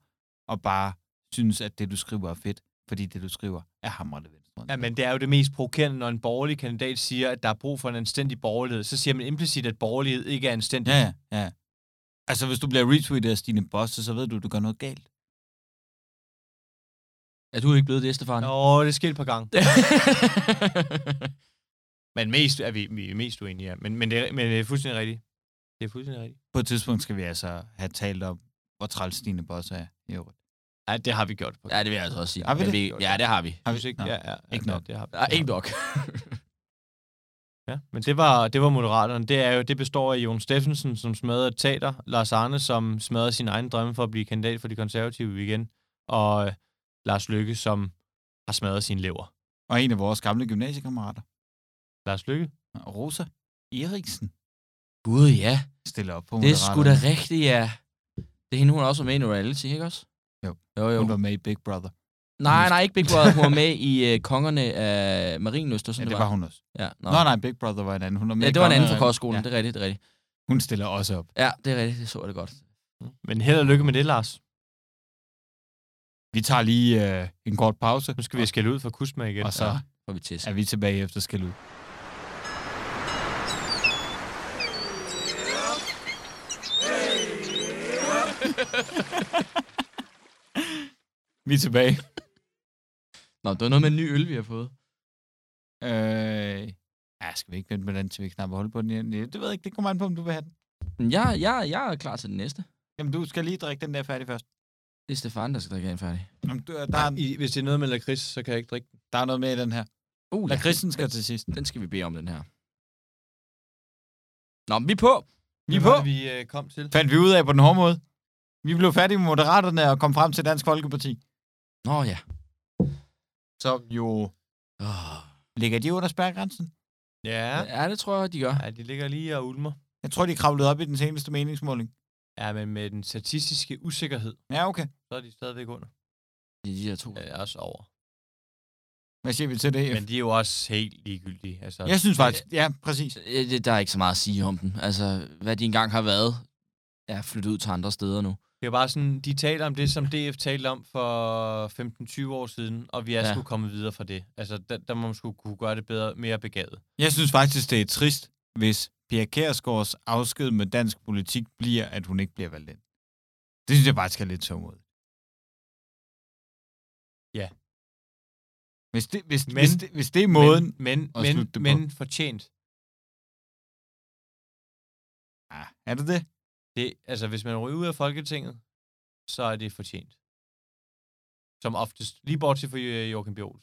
C: og bare synes, at det, du skriver, er fedt, fordi det, du skriver, er hamrende venstre.
B: Ja, men det er jo det mest provokerende, når en borgerlig kandidat siger, at der er brug for en anstændig borgerlighed. Så siger man implicit, at borgerlighed ikke er anstændig.
C: Ja, ja, ja. Altså, hvis du bliver retweetet af Stine Bosse, så ved du, at du gør noget galt.
D: Er du ikke blevet det, Stefan?
B: Nå, det skete et par gange. Men mest er vi, vi er mest uenige, ja. Men, men, det er, men det er fuldstændig rigtigt. Det er fuldstændig rigtigt.
C: På et tidspunkt skal vi altså have talt om, hvor træls Stine Bosse er i øvrigt.
B: Ja, det har vi gjort. På.
D: Ja, det vil jeg altså også sige.
C: Har vi
D: Men
C: det?
D: ja, det har vi.
C: Har
B: Har
C: vi-
B: vi ikke?
C: Nå.
B: Ja, ja, ja,
C: Ikke
B: ja,
C: nok.
B: Det har vi.
D: Ja, ikke nok.
B: Ja, men det var, det var Moderaterne. Det, er jo, det består af Jon Steffensen, som smadrer et teater, Lars Arne, som smadrer sin egen drømme for at blive kandidat for de konservative igen, og øh, Lars Lykke, som har smadret sin lever.
C: Og en af vores gamle gymnasiekammerater,
B: Lars Lykke?
C: Rosa Eriksen,
D: Gud, ja.
C: stiller op på
D: Det er sgu da
C: Moderaterne.
D: rigtigt, ja. Det er hende, hun er også med i en reality, ikke også?
C: Jo.
D: Jo, jo.
C: Hun var med i Big Brother.
D: Nej, nej, ikke Big Brother. Hun var med i uh, Kongerne af Marienøst, og
C: Ja,
D: sådan
C: det var hun også.
D: Ja,
C: Nå,
D: nå.
C: nej, Big Brother var en anden. Hun var med
D: ja,
C: i
D: det var en anden fra
C: Kongerøven.
D: kostskolen. Ja.
C: Ja,
D: Det er rigtigt, det er rigtigt.
C: hun stiller også op.
D: Ja, det er rigtigt. Det så jeg det godt.
B: Men held og lykke med det, Lars.
C: Vi tager lige øh, en kort pause,
B: Nu skal vi skælde ud for Kusma igen.
C: og så
B: Ja.
D: Får vi test.
C: er vi tilbage efter skal ud. vi er tilbage.
D: Nå, det var noget med en ny øl, vi har fået.
C: Øh, ja, skal vi ikke vente med den, til vi knapper hul på den igen? Det ved jeg ikke, det kommer an på, om du vil have den.
D: Men jeg, jeg, jeg er klar til den næste.
C: Jamen, du skal lige drikke den der færdig først.
D: Det er Stefan, der skal drikke en færdig.
C: Jamen, du, der, er,
B: I, hvis det er noget med lakrids, så kan jeg ikke drikke den.
C: der er noget med i den her.
D: Uh,
C: Lad Christen skal til sidst.
D: Den skal vi bede om, den her. Nå, men vi er på. Vi er
B: Hvad
D: på.
B: var det, vi øh, kom til?
C: Fandt vi ud af på den hårde måde. Vi blev færdige med Moderaterne og kom frem til Dansk Folkeparti.
D: Nå ja.
C: Som jo...
D: Oh.
C: Ligger de under spærregrænsen?
B: Ja.
D: Ja. ja, det tror jeg, de gør.
B: ja, de ligger lige og ulmer.
C: Jeg tror, de kravlede op i den seneste meningsmåling.
B: Ja, men med den statistiske usikkerhed,
C: Ja, okay.
B: så er de stadigvæk under.
D: De, de der to.
B: Ja, jeg er også over.
C: Hvad siger vi til det?
B: Men de er jo også helt ligegyldige. Altså,
C: Jeg synes faktisk... Ja, præcis.
D: Øh, det- Der er ikke så meget at sige om dem. Altså, hvad de engang har været, er flyttet ud til andre steder nu.
B: Det er bare sådan, de taler om det, som DF talte om for 15-20 år siden, og vi er
D: Ja.
B: ja. sgu kommet videre fra det. Altså, der, der må man sgu kunne gøre det bedre, mere begavet.
C: Jeg synes faktisk, det er trist, hvis Pia Kærsgaards afsked med dansk politik bliver, at hun ikke bliver valgt ind. Det synes jeg faktisk er lidt tungt ud.
B: Ja.
C: Hvis det, hvis, men,
B: Men-
C: hvis, det, hvis det er måden... Men,
B: Men,
C: at
B: men,
C: slutte det på.
B: men, men fortjent.
C: ah, er det det?
B: Det, altså, hvis man ryger ud af Folketinget, så er det fortjent. Som oftest. Lige bortset fra øh, Joachim B. Olsen.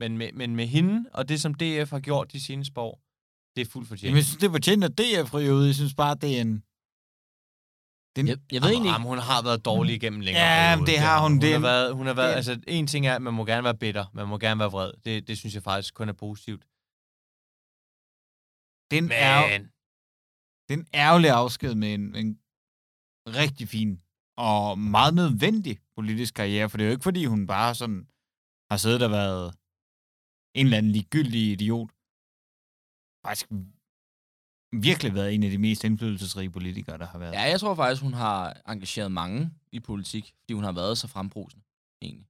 B: Men med, men med hende, og det, som DF har gjort de seneste par år, det er fuldt fortjent.
C: Jamen, jeg synes, det fortjener DF ryger ud. Jeg synes bare, det er en... Det er en
D: Jeg, jeg ved egentlig
B: Jamen,
D: ikke.
B: hun har været dårlig igennem længere.
C: Ja,
B: perioder.
C: men det har hun.
B: Hun,
C: Det er
B: har
C: en-
B: været, hun har
C: det
B: været,
C: er-
B: altså, en ting er, at man må gerne være bitter. Man må gerne være vred. Det, det synes jeg faktisk kun er positivt.
C: det er en, ærger,
B: Men
C: det er en ærgerlig afsked med en, en rigtig fin og meget nødvendig politisk karriere, for det er jo ikke, fordi hun bare sådan har siddet og været en eller anden ligegyldig idiot. Faktisk virkelig været en af de mest indflydelsesrige politikere, der har været.
D: Ja, jeg tror faktisk, hun har engageret mange i politik, fordi hun har været så frembrusende, egentlig.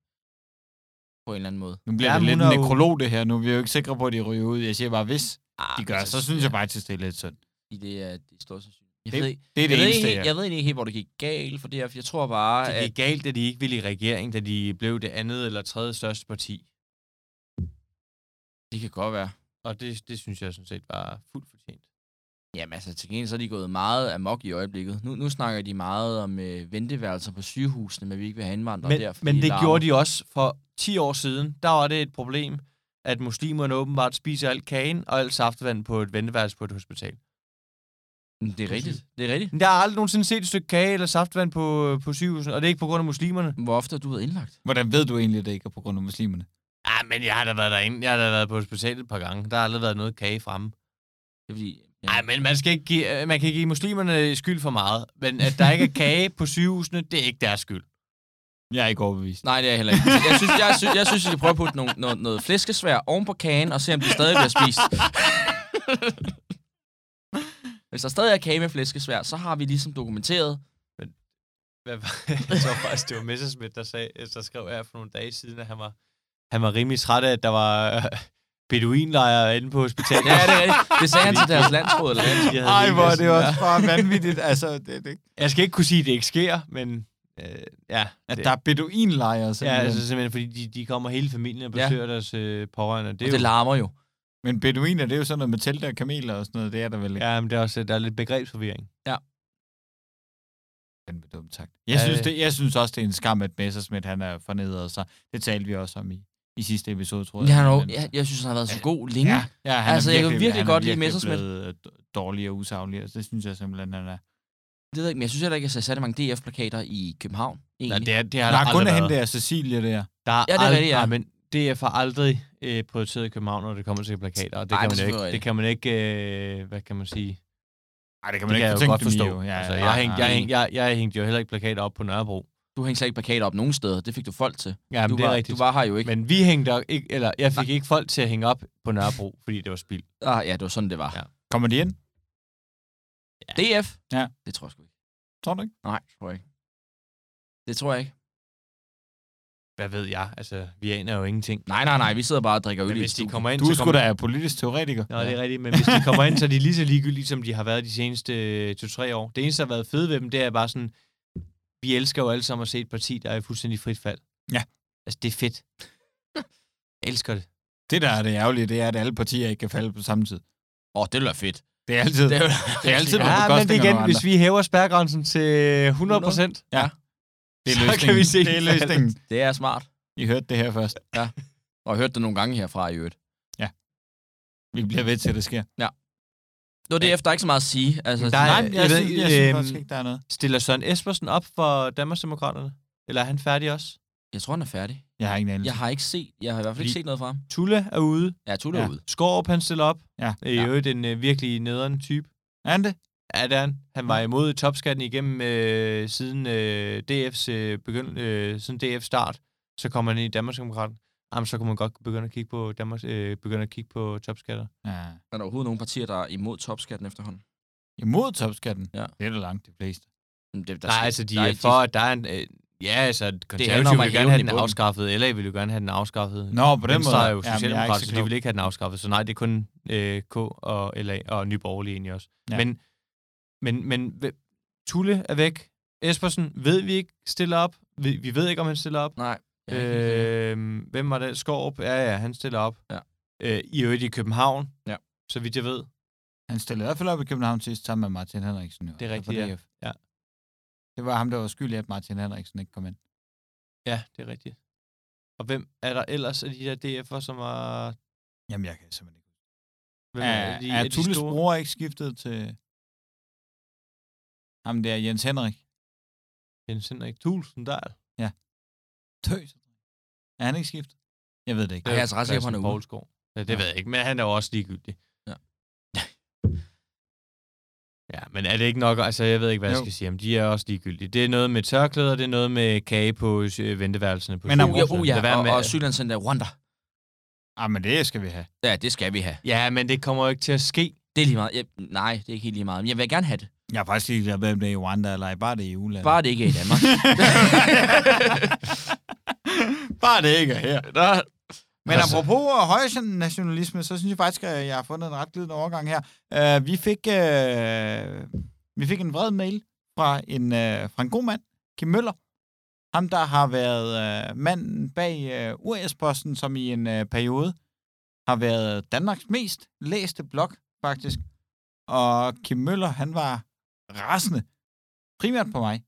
D: På en eller anden måde.
C: Nu bliver
B: Ja,
C: ja, det
B: men
C: lidt en
B: hun er jo-
C: nekrolog, det her. Nu er vi jo ikke sikre på, at de ryger ud. Jeg siger bare, hvis
D: Ah,
C: de gør, så synes jeg faktisk, det er lidt synd.
D: I det er det er stort sandsynligt. Jeg,
C: Det-
D: ved, ikke-
C: Det er
D: jeg,
C: det
D: ved
C: eneste,
D: ikke,
C: jeg...
D: jeg ved egentlig ikke helt, hvor det gik galt for det her, for jeg tror bare,
B: det
D: at...
B: gik galt, da de ikke ville i regering, da de blev det andet eller tredje største parti.
D: Det kan godt være.
B: Og det, det synes jeg sådan set var fuldt fortjent.
D: Jamen altså, til gengæld så er de gået meget amok i øjeblikket. Nu, nu snakker de meget om øh, venteværelser på sygehusene, men vi ikke vil have indvandrere
B: Men,
D: der.
B: men det gjorde de også for 10 år siden. Der var det et problem, at muslimerne åbenbart spiser alt kagen og alt saftvand på et venteværelse på et hospital.
D: de... Mm, Det er rigtigt. Det er rigtigt.
B: Men jeg har aldrig nogensinde set et stykke kage eller saftvand på, på sygehuset, og det er ikke på grund af muslimerne.
D: Mm. Hvor ofte er du været indlagt?
C: Hvordan ved du egentlig, at det ikke er på grund af muslimerne?
B: Ah, men jeg har da været derinde. Jeg har da været på hospitalet et par gange. Der har aldrig været noget kage fremme.
D: Det er fordi... Ja,
B: Nej, men man, skal ikke give, øh, man kan ikke give muslimerne skyld for meget. Men at der ikke er kage på sygehusene, det er ikke deres skyld.
C: Jeg er ikke overbevist.
D: Nej, det er jeg heller ikke. Jeg synes, jeg synes, jeg synes, I skal prøve at putte nogle, noget, noget flæskesvær oven på kagen, og se, om det stadig bliver spist. Hvis der stadig er kage med flæskesvær, så har vi ligesom dokumenteret.
B: Hvad var- Jeg tror faktisk, det var Messerschmidt, der, sagde, der skrev her for nogle dage siden, at han var, han var rimelig træt af, at der var øh, beduinlejre inde på hospitalet.
D: Ja, det er rigtigt. Det sagde han til deres landsråd eller hvad?
B: De havde
C: Ej,
B: hele
C: hvor er
B: massen
C: det
B: der.
C: også bare vanvittigt. Altså, det, det,
B: Jeg skal ikke kunne sige, at det ikke sker, men øh, ja.
C: at
B: det,
C: der er beduinlejre,
B: ja,
C: simpelthen. Ja,
B: altså, simpelthen, fordi de, de kommer hele familien og
D: Ja.
B: besøger ja. deres øh, pårørende. Det er
D: Og
B: jo,
D: det larmer jo.
C: Men beduiner, det er jo sådan noget med telte og kameler og sådan noget. Det er der vel ikke.
B: Ja, men det er også, der er lidt begrebsforvirring.
C: fandme dumt sagt. Jeg
B: Ja,
C: synes,
B: det-
C: det, jeg synes også, det er en skam, at Messersmith han er fornedret sig. Det talte vi også om i, i sidste episode, tror jeg.
D: Ja, han er jo-
C: Men-
D: jeg, jeg synes, han har været så
C: Ja.
D: god længe.
C: ja, ja, han
D: Altså,
C: er
D: jeg kan
C: virkelig,
D: virkelig
C: han
D: godt
C: er
D: lide
C: virkelig
D: Messerschmidt.
C: blevet, øh, d- dårlig og usaglig, og det synes jeg simpelthen, han er.
D: Det ved jeg ikke, men jeg synes heller ikke, at jeg ser særlig mange DF-plakater i København.
B: Nej,
D: Egentlig.
B: det, er, det har
C: Han
B: der
C: har kun
B: aldrig
C: hende
B: været.
C: der, Cecilie der.
B: Der er
D: Ja, det er rigtigt, ja.
B: Nej, men DF har aldrig øh, prioriteret København, når det kommer til plakater, og det,
D: Nej,
B: kan,
D: det er
B: man ikke,
D: selvfølgelig
B: det kan man ikke, øh, hvad kan man sige,
C: Nej, det kan
B: det kan jeg jo godt forstå.
C: Jo. Ja,
B: altså,
C: ja,
B: jeg, hængte,
C: ja.
B: jeg, hængte, jeg, jeg hængte jo heller ikke plakater op på Nørrebro.
D: Du hængte slet ikke plakater op nogen steder. Det fik du folk til.
B: Ja,
D: du,
B: men det er
D: var,
B: rigtigt.
D: du var her jo ikke. Men...
B: Men vi hængte ikke, eller jeg fik ikke folk til at hænge op på Nørrebro, fordi det var spild.
D: Ah, ja, det var sådan, det var.
B: Ja.
D: Ja.
C: Kommer de ind?
D: DF?
C: Ja.
D: Det tror jeg sgu ikke.
C: Tror du ikke?
D: Nej, det tror jeg ikke. Det tror jeg ikke.
B: Hvad ved jeg? Altså, vi aner jo ingenting.
D: Nej, nej, nej. Vi sidder bare og drikker øl
B: Men
D: i et
B: hvis de
D: studie.
B: kommer ind,
C: Du er
B: så
C: sgu
B: kommer...
C: da politisk teoretiker.
B: Nå, det er rigtigt, men hvis de kommer ind, så er de lige så ligegyldige, som de har været de seneste øh, 2-3 år. Det eneste, der har været fedt ved dem, det er bare sådan, vi elsker jo alle sammen at se et parti, der er i fuldstændig frit fald.
C: Ja.
B: Altså, det er fedt. Jeg elsker det.
C: Det, der er det ærgerlige, det er, at alle partier ikke kan falde på samme tid.
D: Åh, oh, det ville være fedt.
C: Det er altid, det
D: Det ville
C: er altid på
B: Ja, men
C: bekostning af
B: igen,
C: nogle
B: hvis
C: andre.
B: vi hæver spærgrænsen til 100 procent,
C: Ja. Det er
B: så
C: løsningen.
B: kan vi se
C: det er
B: faldet.
C: løsningen.
D: Det er smart.
C: I hørte det her først.
D: Og jeg har hørt det nogle gange herfra i øvrigt.
C: Vi bliver ved til, at det sker.
D: Nå, DF, der er ikke så meget at sige. Altså,
B: Der er-
D: nej,
C: Nej, jeg, jeg,
B: ved-
C: synes, jeg synes
B: øhm,
C: faktisk ikke, der er noget.
B: stiller Søren Espersen op for Danmarksdemokraterne? Eller er han færdig også?
D: jeg tror, han er færdig.
C: Jeg har ingen anelse.
D: Jeg har ikke set, jeg har i hvert fald ikke
B: Fordi-
D: set noget fra ham.
B: Tulle er ude.
D: Ja, Tulle ja.
C: Ja.
D: ud.
B: Skorup, han stiller op.
C: Ja.
B: I øvrigt en øh, virkelig nederen type.
C: Er han det?
B: Ja, det er han. Han var imod topskatten igennem øh, siden øh, DF's øh, begynd, øh, siden DF start. Så kom han ind i Danmarksdemokraten. Jamen, så kunne man godt begynde at kigge på, Danmarks, øh, begynde at kigge på topskatter.
C: Ja.
D: Er der overhovedet nogen partier, der er imod topskatten efterhånden?
C: Imod topskatten?
D: Ja.
C: Det er da langt de fleste.
D: Jamen, Det, der
B: Nej,
D: skal-
B: altså, de
D: der
B: er
D: ikke-
B: for, at der er en... Øh, ja, altså,
D: handler
B: konservative
D: om at
B: vil
D: hæve
B: gerne have
D: den i
B: den
D: bunden.
B: afskaffet. LA vil jo gerne have den afskaffet.
C: Nå, på den
B: Venstre
C: måde.
B: er jo
C: Jamen, jeg
B: socialdemokrat, så,
C: så
B: de
C: klog.
B: vil ikke have den afskaffet. Så nej, det er kun øh, K og LA og Nye Borgerlige egentlig også. Ja.
C: Ja.
B: Men, men, men hvem- Tulle er væk. Espersen ved vi ikke stiller op. Vi, vi ved ikke, om han stiller op.
D: Nej. Jeg er ikke helt
B: Øh, hvem var det? Skorp? Ja, ja, han stiller op.
D: Ja.
B: Øh, I øvrigt i København,
D: Ja.
B: så vidt jeg ved.
C: Han stillede i hvert fald op i København sidst sammen med Martin Henriksen. Jo. Altså,
B: Det er rigtigt,
C: Fra
B: ja.
C: DF.
B: Ja.
C: Det var ham, der var skyldig, at Martin Henriksen ikke kom ind.
B: Ja, det er rigtigt. Og hvem er der ellers af de der DF'er, som er...
C: Jamen, jeg kan simpelthen ikke.
B: Hvem
C: Er,
B: de,
C: er
B: de
C: Tulles
B: store?
C: bror ikke skiftet til ham der, Jens Henrik?
B: Jens Henrik Thulsen, der er det.
C: Tøs. Er han ikke skiftet? Jeg ved det ikke.
B: Øh.
D: Jeg er altså ret sikker på, han er ude.
B: Poulsgaard. Ja, det ved jeg ikke, men han er jo også ligegyldig.
D: Ja.
B: ja, men er det ikke nok? Altså, jeg ved ikke, hvad jeg
C: Jo.
B: skal sige om. De er også ligegyldige. Det er noget med tørklæder, det er noget med kage på øh, venteværelserne. På
C: Men om-
D: Uh, ja,
B: sygehusene.
D: uh, ja.
B: Lad være
D: Og,
B: med-
D: og Sydlandscenter Rwanda.
C: Ah, men det skal vi have.
D: Ja, det skal vi have.
B: Ja, men det kommer jo ikke til at ske.
D: Det er lige meget. Jeg, nej, det er ikke helt lige meget. Men jeg vil gerne have det.
C: Jeg har faktisk ikke været med i Rwanda eller i bare det i Uland.
D: Bare det ikke er i Danmark.
C: bare det ikke er her.
D: Der,
C: Men altså...
D: Altså-
C: apropos øh, højre nationalisme, så synes jeg faktisk, at jeg har fundet en ret glidende overgang her. Uh, vi, fik, uh, vi fik en vred mail fra en, uh, fra en god mand, Kim Møller. Ham, der har været uh, manden bag uh, URS-posten, som i en uh, periode har været Danmarks mest læste blog, faktisk. Og Kim Møller, han var rasende. Primært på mig.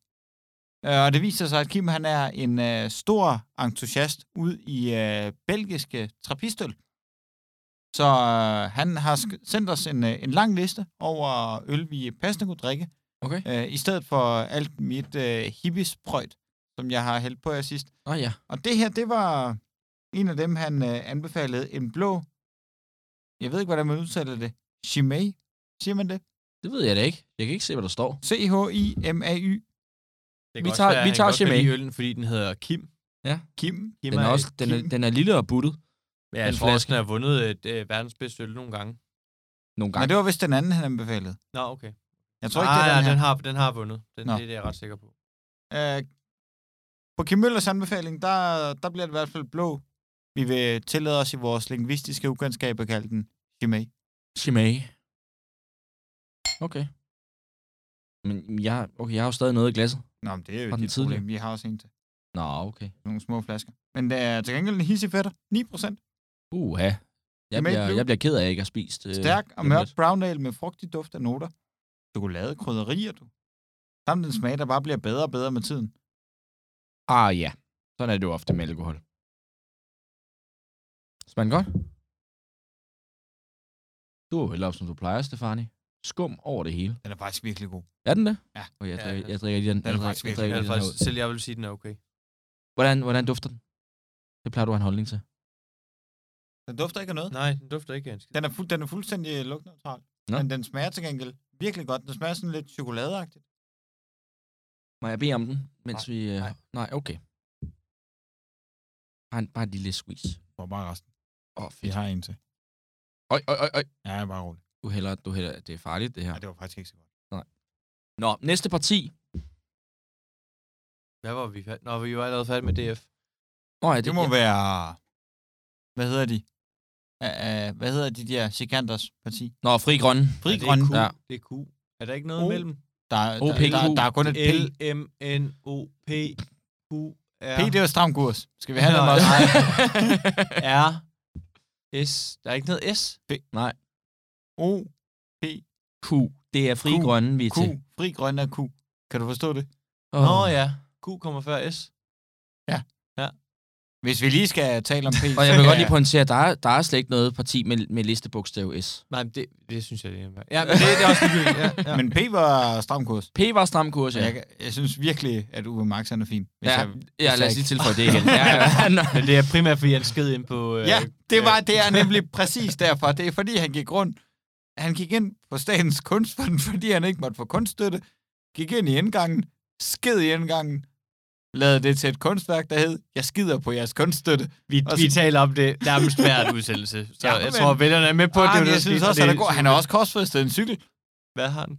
C: Øh, Og det viser sig, at Kim han er en øh, stor entusiast ud i øh, belgiske trappistøl. Så øh, han har sk- sendt os en, øh, en lang liste over øl, vi passende kunne drikke.
D: Okay.
C: Øh, I stedet for alt mit øh, hippiesprøjt, som jeg har hældt på jer sidst.
D: Nå ja.
C: Og det her, det var en af dem, han øh, anbefalede. En blå, jeg ved ikke, hvordan man udtaler det. Chimay, siger man det?
D: Det ved jeg da ikke. Jeg kan ikke se, hvad der står.
C: C-H-I-M-A-Y.
B: Det kan
D: Vi
B: også
D: tager-
B: være,
D: vi
B: han
D: tager
B: kan også godt
D: Chimay.
B: lide øllen, fordi den hedder Kim.
C: Kim.
B: Kim
D: Den er, også, den, er,
C: Kim.
D: den er lille og buttet
B: ja,
D: en
B: jeg tror også,
D: flaske.
B: den har vundet et, øh, verdens bedste øl nogle gange.
D: nogle
C: Nej,
D: gange.
C: det var vist den anden, han anbefalede.
B: Nå, okay.
C: Jeg tror ikke, det er
B: nej,
C: den her.
B: den, har, den har vundet. Den, det
C: Nå.
B: er det, jeg er ret sikker på.
C: Øh, på Kim Møllers anbefaling, der, der bliver det i hvert fald blå. Vi vil tillade os i vores lingvistiske ukendskab at kalde den Chimay.
D: Chimay. Okay. Men jeg, okay, jeg har jo stadig noget i glasset.
C: Nå, men det er jo
D: Fra den
C: dit
D: tidligere.
C: problem. Vi har også en til.
D: Nå, okay.
C: Nogle små flasker. Men der er til gengæld en hissig fætter. 9 procent.
D: Uha. Jeg
C: Chimay
D: bliver,
C: Blue.
D: jeg bliver ked af, at jeg ikke har spist. Øh,
C: Stærk og
D: lige om
C: mørk
D: lidt.
C: brown ale med frugtig duft af noter. Chokolade, krydderier, du. Samt en smag, der bare bliver bedre og bedre med tiden.
D: Ah ja, sådan er det jo ofte med alkohol. Smager den godt? Du er jo hellere op, som du plejer, Stefani. Skum over det hele.
C: Den er faktisk virkelig god.
D: Er den det?
C: Ja.
D: Og jeg,
B: Ja,
D: drikker,
B: ja.
D: jeg drikker lige den.
C: er
D: jeg drikker-
C: faktisk
D: jeg
C: virkelig-
D: drikker
B: Jeg
D: lige
B: vil
D: den her
B: faktisk,
D: ud.
B: selv jeg vil sige, den er okay.
D: Hvordan, hvordan dufter den? Det plejer du at have en holdning til.
C: Den dufter ikke af noget.
B: Nej, den dufter ikke af en skid.
C: Den er, fuld, den er fuldstændig lugtneutral.
D: Nå.
C: Men den smager til gengæld virkelig godt. Den smager sådan lidt chokoladeagtigt.
D: Må jeg bede om den, mens nej, vi... Øh, nej.
B: nej.
D: nej, okay. Bare en, bare en lille squeeze.
C: Hvor bare resten.
D: Åh, oh,
C: Vi
D: fedt.
C: har en til.
D: Øj, øj, øj, øj.
C: Ja, bare roligt.
D: Du hælder, du hælder, det er farligt, det her.
C: Ja, det var faktisk ikke så godt.
D: Nå, næste parti.
B: Hvad var vi færdige? Nå, vi var allerede færdige med DF.
D: Nå, ja, det,
C: Det må være... Hvad hedder de? Æh, øh, hvad hedder de der Sikanders parti?
D: Nå, fri grønne.
C: Fri
B: Ja, det er
C: Grønne.
B: Q.
D: Ja.
B: Det er Q. Er der ikke noget
C: O.
B: imellem?
C: Der, er- der,
D: OPQ.
C: der, der, der, er kun et P.
B: L, M, N, O, P, Q, R,
C: P, det er jo stram kurs. Skal vi have
B: Nå,
C: den også?
B: nej. R, S. Der er ikke noget S?
D: Nej,
C: O,
D: Q. Det er fri
C: Q.
D: grønne, vi er
C: Q.
D: til.
C: Fri grønne er Q. Kan du forstå det?
D: Åh.
B: Nå ja, Q kommer før S.
C: Hvis vi lige skal tale om P.
D: Og jeg vil godt lige pointere, at der er, der er slet ikke noget parti med, med listebogstav S.
B: Nej, men det, det synes jeg, det er Ja, men det, det er også ligegyldigt. Ja, ja.
C: Men P var stram kurs.
D: P var stram kurs,
C: Så
D: ja.
C: jeg, kan- jeg synes virkelig, at Uwe Max han er fin. Hvis
D: Ja,
C: jeg,
D: ja
C: jeg
D: lad os lige
C: ikke-
D: tilføje det igen. Ja, ja. Nå.
B: Men det er primært, fordi han sked ind på... Øh,
C: Ja, det
B: øh,
C: var det er nemlig præcis derfor. Det er fordi, han gik rundt. Han gik ind på Statens Kunstfond, fordi han ikke måtte få kunststøtte. Gik ind i indgangen, sked i indgangen, lavede det til et kunstværk, der hed, jeg skider på jeres kunststøtte.
B: Vi,
C: Og
B: vi
C: så-
B: taler om det nærmest hver udsendelse. Så
C: Ja,
B: ja, Ah, jeg
C: men-
B: tror, at vælgerne er med på, at
C: Arh,
B: det er
C: det,
B: det, der
C: Ah, jeg synes
B: skete,
C: også,
B: og
C: at
B: det-
C: der går. Han er også korsfæstet en cykel.
B: Hvad har han?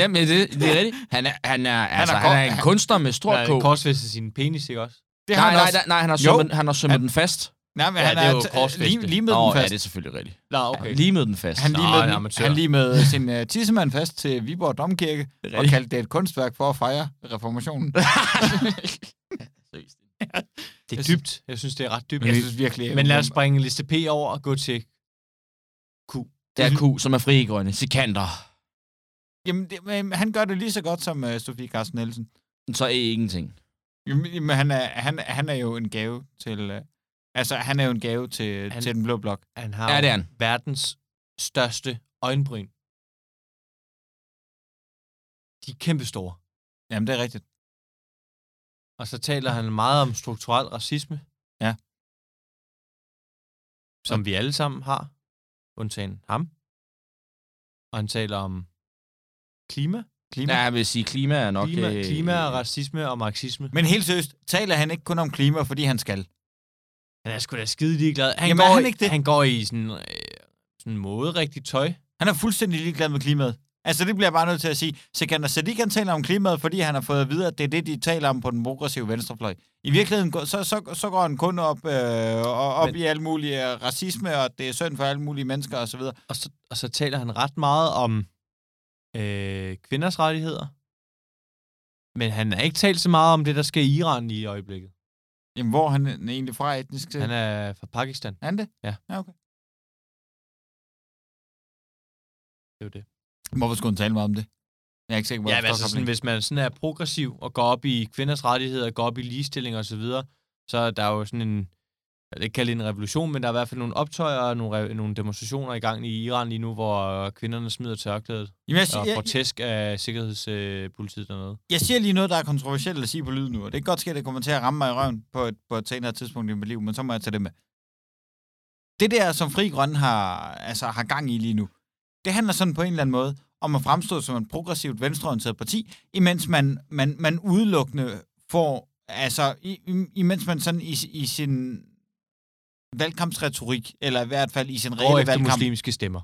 D: Jamen, det, det er rigtigt. Han er, han er, altså,
C: kor-
D: han er en kunstner med stor
B: Han
D: K.
B: har korsfæstet sin penis, ikke også?
C: Det har
D: Nej,
C: han
D: nej,
C: også.
D: nej, nej, han har
C: Jo.
D: sømmet, han har sømmet den fast.
C: Nej, men
B: Ja,
C: han
B: det er jo
C: er
B: korsfæstet.
C: lige, lige med
D: Nå,
C: den
D: ja,
C: fast.
D: det er selvfølgelig rigtigt.
B: Nå,
D: Okay.
B: okay.
D: Lige med den fast.
C: Han lige,
B: Nå,
C: med,
B: en
C: den,
B: amatør.
C: han lige med sin uh, tissemand fast til Viborg Domkirke og
D: rigtigt.
C: kaldte det et kunstværk for at fejre reformationen.
B: Det er dybt. Jeg synes, det er ret dybt.
C: Jeg synes virkelig... at
B: Men lad os
C: Uwe-
B: springe liste P over og gå til Q.
D: Der er Q, som er fri i grønne. Sikander.
C: Jamen, det, men han gør det lige så godt som uh, Sofie Carsten Nielsen.
D: Så er ingenting.
C: Jamen, jamen, han, er, han, han er jo en gave til... Uh, altså, han er jo en gave til,
B: Han-
C: han... til den blå blok.
B: Han har
D: Ja, det er
B: jo
D: han.
B: verdens største øjenbryn. De er kæmpestore.
C: Jamen, det er rigtigt.
B: Og så taler han meget om strukturel racisme.
C: Ja.
B: Som vi alle sammen har, undtagen ham. Og han taler om klima.
C: Klima.
D: Ja, jeg vil sige, klima er nok...
B: klima,
D: øh,
B: klima og racisme og marxisme.
C: Men helt seriøst, taler han ikke kun om klima, fordi han skal?
B: Han er sgu da skide ligeglad. Han,
C: Jamen,
B: går,
C: er han
B: i-
C: ikke det?
B: han går i sådan, øh, sådan måde rigtig tøj.
C: Han er fuldstændig ligeglad med klimaet. Altså, det bliver jeg bare nødt til at sige. Sikander Sadiq, han taler om klimaet, fordi han har fået at vide, at det er det, de taler om på den progressive venstrefløj. I virkeligheden, går- så, så, så går han kun op, øh, og- op
B: Men-
C: Men... i alt muligt øh, racisme, og det er synd for alle mulige mennesker osv.
B: Og så, og så taler han ret meget om øh, kvinders rettigheder. Men han har ikke talt så meget om det, der sker i Iran lige i øjeblikket.
C: Jamen, hvor er han egentlig fra etnisk set?
B: Han er fra Pakistan.
C: Er han det?
B: Ja.
C: ja okay.
B: Det er jo det.
C: Hvorfor skulle hun tale meget om det? Jeg er ikke sikker på,
B: Ja,
C: at
B: men altså sådan, hvis man sådan er progressiv og går op i kvinders rettigheder, går op i ligestilling og så videre, så er der jo sådan en, jeg vil ikke kalde det en revolution, men der er i hvert fald nogle optøjer og nogle, re- nogle demonstrationer i gang i Iran lige nu, hvor øh, kvinderne smider tørklædet
C: Jamen, jeg, siger,
B: og
C: jeg,
B: protest af sikkerhedspolitiet dernede.
C: jeg siger lige noget, der er kontroversielt at sige på lyd nu, og det kan godt ske, at det kommer til at ramme mig i røven på et, på et senere tidspunkt i mit liv, men så må jeg tage det med. Det der, som Fri Grønne har, altså, har gang i lige nu, det handler sådan på en eller anden måde om at fremstå som en progressivt venstreorienteret parti, imens man, man, man udelukkende får, altså, i, i- imens man sådan i, i sin valgkampsretorik, eller i hvert fald i sin
B: Og
C: reelle
B: efter
C: valgkamp,
B: muslimske stemmer.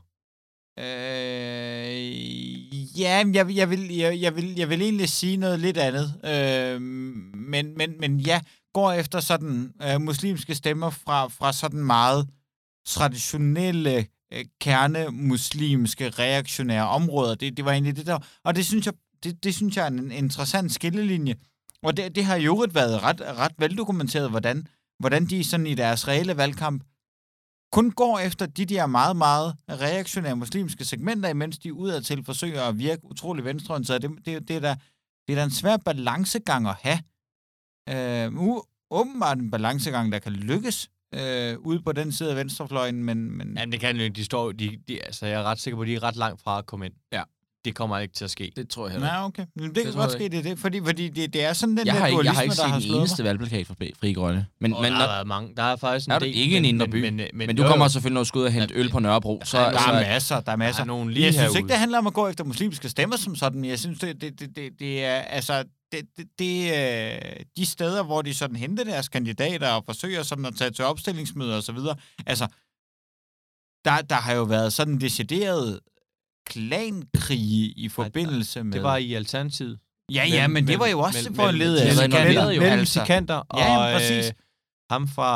C: Øh, ja, men jeg, vil- jeg, vil, jeg, jeg, vil, jeg vil egentlig sige noget lidt andet. Øh, men, men, men ja, går efter sådan øh, muslimske stemmer fra, fra sådan meget traditionelle øh, kernemuslimske reaktionære områder. Det, det var egentlig det der. Og det synes jeg, det, det synes jeg er en interessant skillelinje. Og det, det har i øvrigt været ret, ret veldokumenteret, hvordan, hvordan de sådan i deres reelle valgkamp kun går efter de der meget, meget reaktionære muslimske segmenter, imens de udadtil forsøger at virke utrolig venstreorienterede. Det, det, det, er der, Det er da en svær balancegang at have. Øh, u- åbenbart en balancegang, der kan lykkes øh, ude på den side af venstrefløjen, men, men
B: Jamen, det kan jo ikke. De står, de, de, altså, jeg er ret sikker på, at de er ret langt fra at komme ind.
D: Ja.
B: Det kommer ikke til at ske.
D: Det tror jeg heller ikke.
C: Nej, okay. Men det kan
D: tror
C: godt
D: jeg
C: ske, det er det. Fordi, fordi det, det er sådan den
D: Jeg
C: der
D: har, ikke, jeg har
C: dualisme,
D: ikke
C: der
D: set
C: har
D: en
C: slået
D: eneste
C: mig.
D: valgplakat for Frie Grønne. Men,
B: Og
D: men,
B: der
D: når,
B: har været mange. Der er faktisk en
D: er der
B: del,
D: ikke en
B: men-
D: indre
B: men-
D: by.
B: Men, men,
D: men du
B: jo,
D: kommer
B: jo.
D: selvfølgelig også ud og hente øl på Nørrebro. Så,
B: der er
D: så,
C: Der er masser, der er masser.
B: Der er nogen Altså, lige
C: jeg synes
B: herude.
C: ikke, det handler om at gå efter muslimske stemmer som sådan. Jeg synes, det, det, det, det, det er... Altså, det, det, det, øh, de steder, hvor de sådan henter deres kandidater og forsøger sådan at tage til opstillingsmøder og så videre. Altså, der, der har jo været sådan decideret klankrige i forbindelse med...
B: Det var i Alternativet.
C: ja, ja, men, det var jo også for en led
D: de
C: af...
D: har været
C: Sikander.
D: involveret jo.
B: Mellem
C: Altså.
B: Sikander og
C: Ja, jamen, præcis.
B: øh, ham fra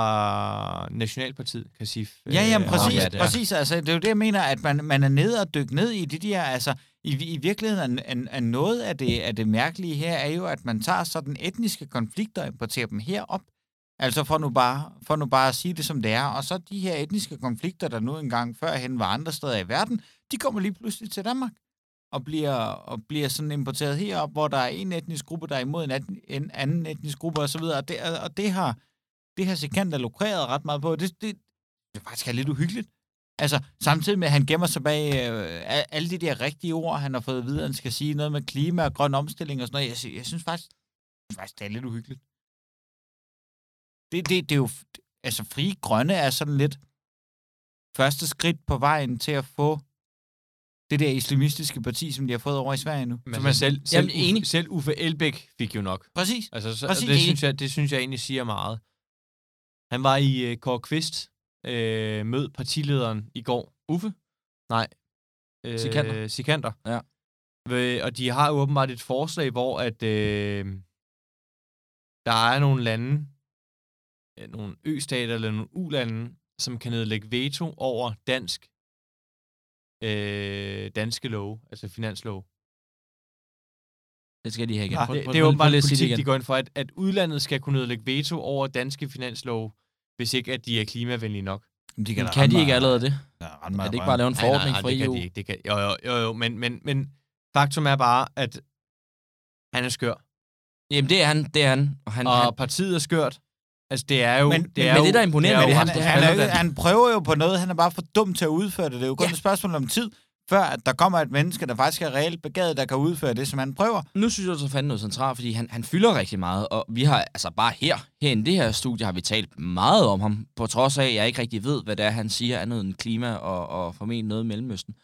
B: Nationalpartiet, Kasif. øh,
C: Ja, jamen præcis,
D: Øh, ja,
C: ja,
D: det
C: det
D: er.
C: præcis. Altså, det er jo det, jeg mener, at man, man er nede og dykke ned i det der, altså i, i virkeligheden er, er, er noget af det, af det mærkelige her, er jo, at man tager sådan etniske konflikter og importerer dem herop. Altså for nu, bare, for nu bare at sige det, som det er. Og så de her etniske konflikter, der nu engang førhen var andre steder i verden, de kommer lige pludselig til Danmark og bliver, og bliver sådan importeret herop, hvor der er en etnisk gruppe, der er imod en, atten- en anden etnisk gruppe osv. Og, så videre. og, det, og det har det har Sikander lukreret ret meget på. Det, det, det faktisk er lidt uhyggeligt. Altså, samtidig med, at han gemmer sig bag øh, al- alle de der rigtige ord, han har fået at vide, at han skal sige noget med klima og grøn omstilling og sådan noget. Jeg, sy- jeg synes faktisk, jeg synes faktisk, det er lidt uhyggeligt. Det, det, det er jo... f- Altså, frie grønne er sådan lidt første skridt på vejen til at få det der islamistiske parti, som de har fået over i Sverige nu.
B: Men man selv, selv,
D: Jamen, enig.
B: Uffe, selv Uffe Elbæk fik jo nok.
C: Præcis.
B: Altså, så,
C: Præcis,
B: det,
C: enig.
B: synes jeg, det synes jeg egentlig siger meget. Han var i øh, Kåre Kvist, øh, mød partilederen i går. Uffe? Nej. Øh,
D: Sikander.
B: Sikander.
D: Ja.
B: Øh, og de har jo åbenbart et forslag, hvor at, øh, der er nogle lande, øh, nogle østater eller nogle ulande, som kan nedlægge veto over dansk, øh, danske love, altså finanslov.
D: det skal de have igen.
C: Nej,
D: Prøv-
B: Det,
D: prøv-
B: det er
D: prøv-
B: åbenbart
D: prøv lige
B: lidt
D: at sige det
B: politik,
D: igen.
B: de går ind for, at, at udlandet skal kunne nedlægge veto over danske finanslov, hvis ikke at de er klimavenlige nok.
C: De
D: Men Kan de ikke allerede det? Er det ikke bare at lave en
B: Nej,
D: forordning
B: nej,
D: for E
B: nej, det kan
D: EU?
B: de ikke. Det kan, jo, jo, jo, jo men, men, men faktum er bare, at han er skør.
D: Jamen, det er han. Det er han. Og han, han
B: Og partiet er skørt. Altså, det er jo...
C: Men-
B: det
C: men-
B: er
D: men
B: jo,
D: det, der imponerer ved
B: det er
D: det,
B: jo
C: han,
D: ham, der
B: ret-
C: han,
D: spiller
C: er, jo ikke-
D: den.
C: han prøver jo på noget, han er bare for dum til at udføre det. Det er jo kun
D: Ja.
C: ja. et spørgsmål om tid, før at der kommer et menneske, der faktisk er reelt begavet, der kan udføre det, som han prøver.
D: nu synes jeg så fandme noget centralt, fordi han, han fylder rigtig meget, og vi har altså bare her, herinde i det her studie, har vi talt meget om ham, på trods af, at jeg ikke rigtig ved, hvad det er, han siger, andet end klima og, og formentlig noget i Mellemøsten.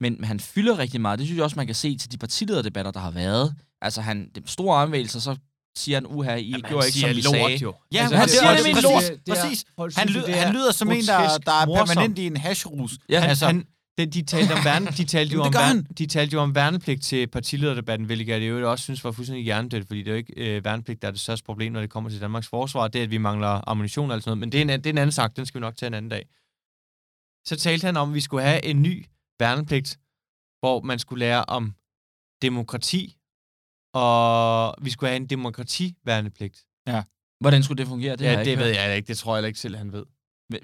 D: Men, men han fylder rigtig meget, det synes jeg også, man kan se til de partilederdebatter, der har været. Altså, han, det store omvægelser, så siger han, uha, I Jamen,
B: Jamen,
D: gjorde
B: han
D: ikke,
B: siger
D: som vi
B: lort
D: sagde.
B: jo. Altså,
C: Ja,
D: men han siger nemlig
B: det
D: lort.
B: det er-
C: Præcis.
B: folk
C: Han,
B: synes jo,
C: lyder,
B: det er-
C: han lyder som en, der,
B: grotesk
C: der er
B: morsomt.
C: permanent i en hashrus.
D: Ja,
B: Han,
C: altså,
B: han, den, de, talte om værne, de, talte jo
C: Jamen,
B: om
C: det gør
B: værne, de talte jo om værnepligt til partilederdebatten, hvilket jeg i øvrigt også synes var fuldstændig hjernedødt, fordi det er jo ikke øh, værnepligt, der er det største problem, når det kommer til Danmarks forsvar, det er, at vi mangler ammunition og alt sådan noget, men det er, en, an- det er en anden snak, den skal vi nok tage en anden dag. Så talte han om, at vi skulle have en ny værnepligt, hvor man skulle lære om demokrati, og vi skulle have en demokrativærnepligt.
D: Hvordan skulle det fungere? Det
B: Det
D: har
B: ja,
D: jeg
B: det
D: ikke
B: ved jeg ikke, det tror jeg heller ikke selv, han ved.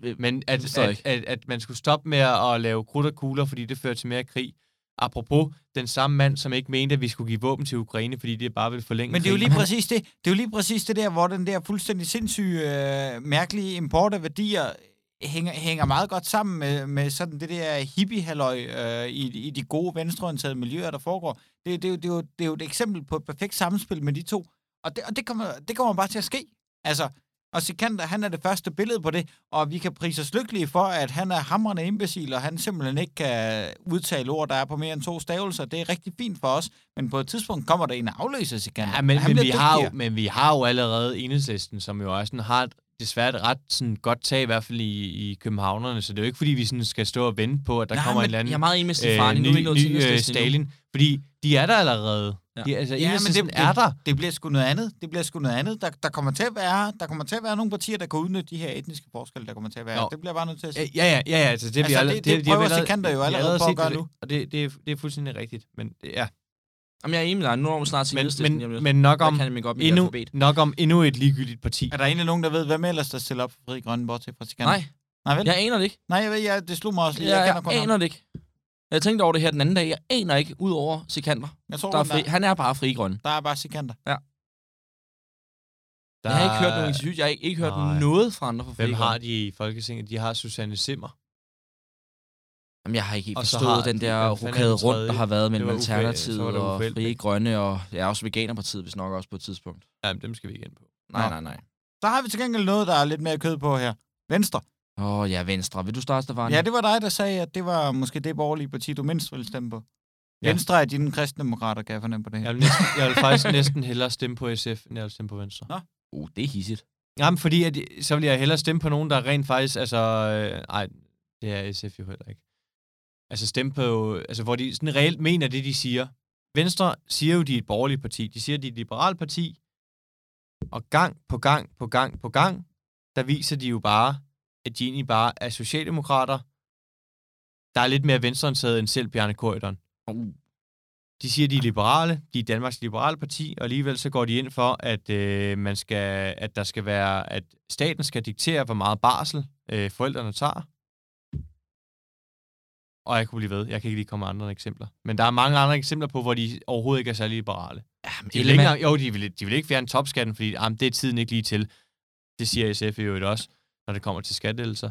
D: hørt.
B: Men at,
D: forstår jeg
B: at,
D: ikke.
B: at, at man skulle stoppe med at lave krudt og kugler, fordi det fører til mere krig. Apropos den samme mand, som ikke mente, at vi skulle give våben til Ukraine, fordi det bare ville forlænge
C: men det er jo
B: krigen.
C: lige præcis det. Det er jo lige præcis det der, hvor den der fuldstændig sindssyge, øh, mærkelige import af værdier hænger, hænger meget godt sammen med, med sådan det der hippie-halløj øh, i, i de gode venstreorienterede miljøer, der foregår. Det, det, er jo- det, er jo, det er jo et eksempel på et perfekt samspil med de to. Og det, og det, kommer, det kommer bare til at ske. Altså, og Sikander, han er det første billede på det, og vi kan prise os lykkelige for, at han er hamrende imbecil, og han simpelthen ikke kan udtale ord, der er på mere end to stavelser. Det er rigtig fint for os, men på et tidspunkt kommer der en og afløser Sikander.
B: Ja, men,
C: Han
B: men,
C: bliver
B: vi har jo,
C: dygtigere.
B: men vi har jo allerede enhedslisten, som jo også sådan har et, desværre et ret sådan, godt tag, i hvert fald i, i københavnerne, så det er jo ikke, fordi vi sådan skal stå og vente på, at der
D: Nej,
B: kommer en
D: men
B: eller anden
D: jeg er meget enig med
B: øh,
D: Stefani. nu er vi ikke nået til
B: ny, ny øh,
D: Enhedslisten endnu.
B: Stalin, fordi de er der allerede.
D: Ja.
B: Ja. De, altså,
C: Ja, men
B: enhedslisten
C: det,
B: det, er der.
C: det, det bliver sgu noget andet. Det bliver sgu noget andet. Der, der, kommer til at være, der kommer til at være nogle partier, der kan udnytte de her etniske forskelle, der kommer til at være.
B: Nå.
C: Jo. Det bliver jeg bare nødt til at sige.
B: Ja, ja, ja, ja altså, det, er vi
C: Altså,
B: alle-
C: det- det
B: det har vi
C: prøver Sikander jo
B: vi har
C: allerede på
B: set
C: at gøre
B: det,
C: nu.
B: Og det, det, er, det er fuldstændig rigtigt, men det- ja.
D: Jamen, jeg er enig med dig. Nu når vi snart til
B: Men,
D: Enhedslisten.
B: men, men nok, om,
D: kan jeg godt med
B: endnu,
D: alfabet.
B: nok om endnu et ligegyldigt parti.
C: Er der egentlig nogen, der ved, hvem ellers der stiller op for Fri Grønne, bortset fra Sikander?
D: Nej,
C: Nej, vel?
D: jeg aner det ikke.
C: Nej, jeg ved, jeg, det slog mig også lige.
D: Jeg,
C: jeg
D: jeg,
C: kender kun ham.
D: aner det ikke. Jeg tænkte over det her den anden dag. Jeg aner ikke, ud over Sikander.
C: Jeg tror,
D: Der er
C: der,
D: fri, han er bare fri grøn.
C: der er bare sekanter.
B: Der,
D: Jeg har ikke hørt nogen interviews. Jeg har ikke, ikke hørt
B: Nej.
D: noget fra andre fra fri
B: Hvem
D: grøn.
B: har de i Folketinget? De har Susanne Simmer.
D: Jamen, jeg har ikke helt
B: Og så
D: forstået
B: har-
D: den
B: hvad
D: der
B: fanden er den
D: rokade rundt,
B: tredje?
D: der har været mellem
B: Det var Uffe-
D: Alternativet
B: så var det
D: og
B: Uffe Elbæk.
D: Frie Grønne, og ja, også Veganerpartiet, hvis nok også på et tidspunkt.
B: Jamen, dem skal vi igen på.
D: Nej,
C: Nå.
D: nej, nej.
C: Så har vi til gengæld noget, der er lidt mere kød på her. Venstre.
D: Åh, oh, ja, Venstre. Vil du starte, Stefan?
C: Ja, det var dig, der sagde, at det var måske det borgerlige parti, du mindst ville stemme på.
B: Ja.
C: Ja. Venstre er dine kristendemokrater, kan jeg fornemme på det her.
B: Jeg vil, næsten, jeg vil faktisk næsten hellere stemme på SF, end jeg vil stemme på Venstre.
C: Nå.
D: Uh, det er hissigt.
B: Jamen, fordi at, så vil jeg hellere stemme på nogen, der rent faktisk... Altså, øh, nej, det er SF jo heller ikke. Altså stemme på... Altså, hvor de sådan reelt mener det, de siger. Venstre siger jo, de er et borgerligt parti. De siger, de er et liberalt parti. Og gang på gang på gang på gang, der viser de jo bare, at de egentlig bare er socialdemokrater, der er lidt mere venstreorienteret end selv Bjarne Korydon.
D: Uh.
B: De siger, de er liberale, de er Danmarks liberale parti, og alligevel så går de ind for, at, øh, man skal, at der skal være, at staten skal diktere, hvor meget barsel øh, forældrene tager. Og jeg kunne blive ved. Jeg kan ikke lige komme med andre eksempler. Men der er mange andre eksempler på, hvor de overhovedet ikke er særlig liberale.
D: Jamen,
B: De vil ikke, engang- jo, de vil, de vil ikke fjerne topskatten, fordi jamen, det er tiden ikke lige til. Det siger SF i øvrigt også, når det kommer til skattelser.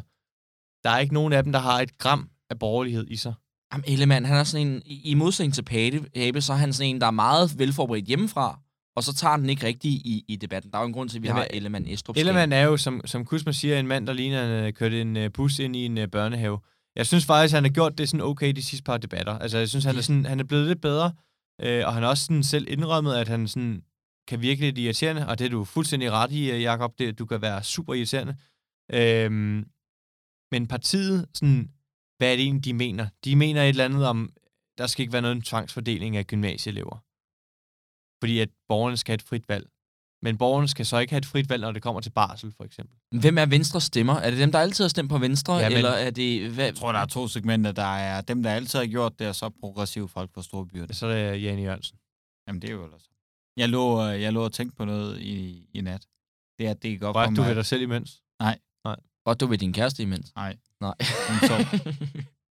B: Der er ikke nogen af dem, der har et gram af borgerlighed i sig.
D: Jamen, Ellemann, han er sådan en, i i modsætning til Pape, Pape, så er han sådan en, der er meget velforberedt hjemmefra, og så tager den ikke rigtig i, i debatten. Der er jo en grund til, at vi
B: Jamen,
D: har Ellemann Estrup.
B: Ellemann er jo, som, som Kusma siger, en mand, der ligner, han øh, kørte en øh, bus ind i en øh, børnehave. Jeg synes faktisk, han har gjort det sådan okay de sidste par debatter. Altså, jeg synes, han er, sådan, han er blevet lidt bedre, øh, og han har også sådan selv indrømmet, at han sådan kan virke lidt irriterende, og det er du fuldstændig ret i, øh, Jacob, det, du kan være super irriterende. Øhm, men partiet, sådan, hvad er det egentlig, de mener? De mener et eller andet om, der skal ikke være noget tvangsfordeling af gymnasieelever. Fordi at borgerne skal have et frit valg. Men borgerne skal så ikke have et frit valg, når det kommer til barsel, for eksempel.
D: Hvem er Venstres stemmer? Er det dem, der altid har stemt på Venstre,
B: Jamen-
D: eller er det... Hvad?
C: Jeg tror, der er to segmenter. Der er dem, der altid har gjort det, og så progressive folk fra store byer.
B: Så er det Janne Jørgensen.
C: Jamen, det er jo ellers. Jeg lå, øh, jeg lå og tænkte på noget i, i nat. Det er, at det gik op for
B: Rørte du
C: mig.
B: ved dig selv imens?
D: Og du ved din kæreste imens.
C: Nej.
D: Nej.
C: Hun sov.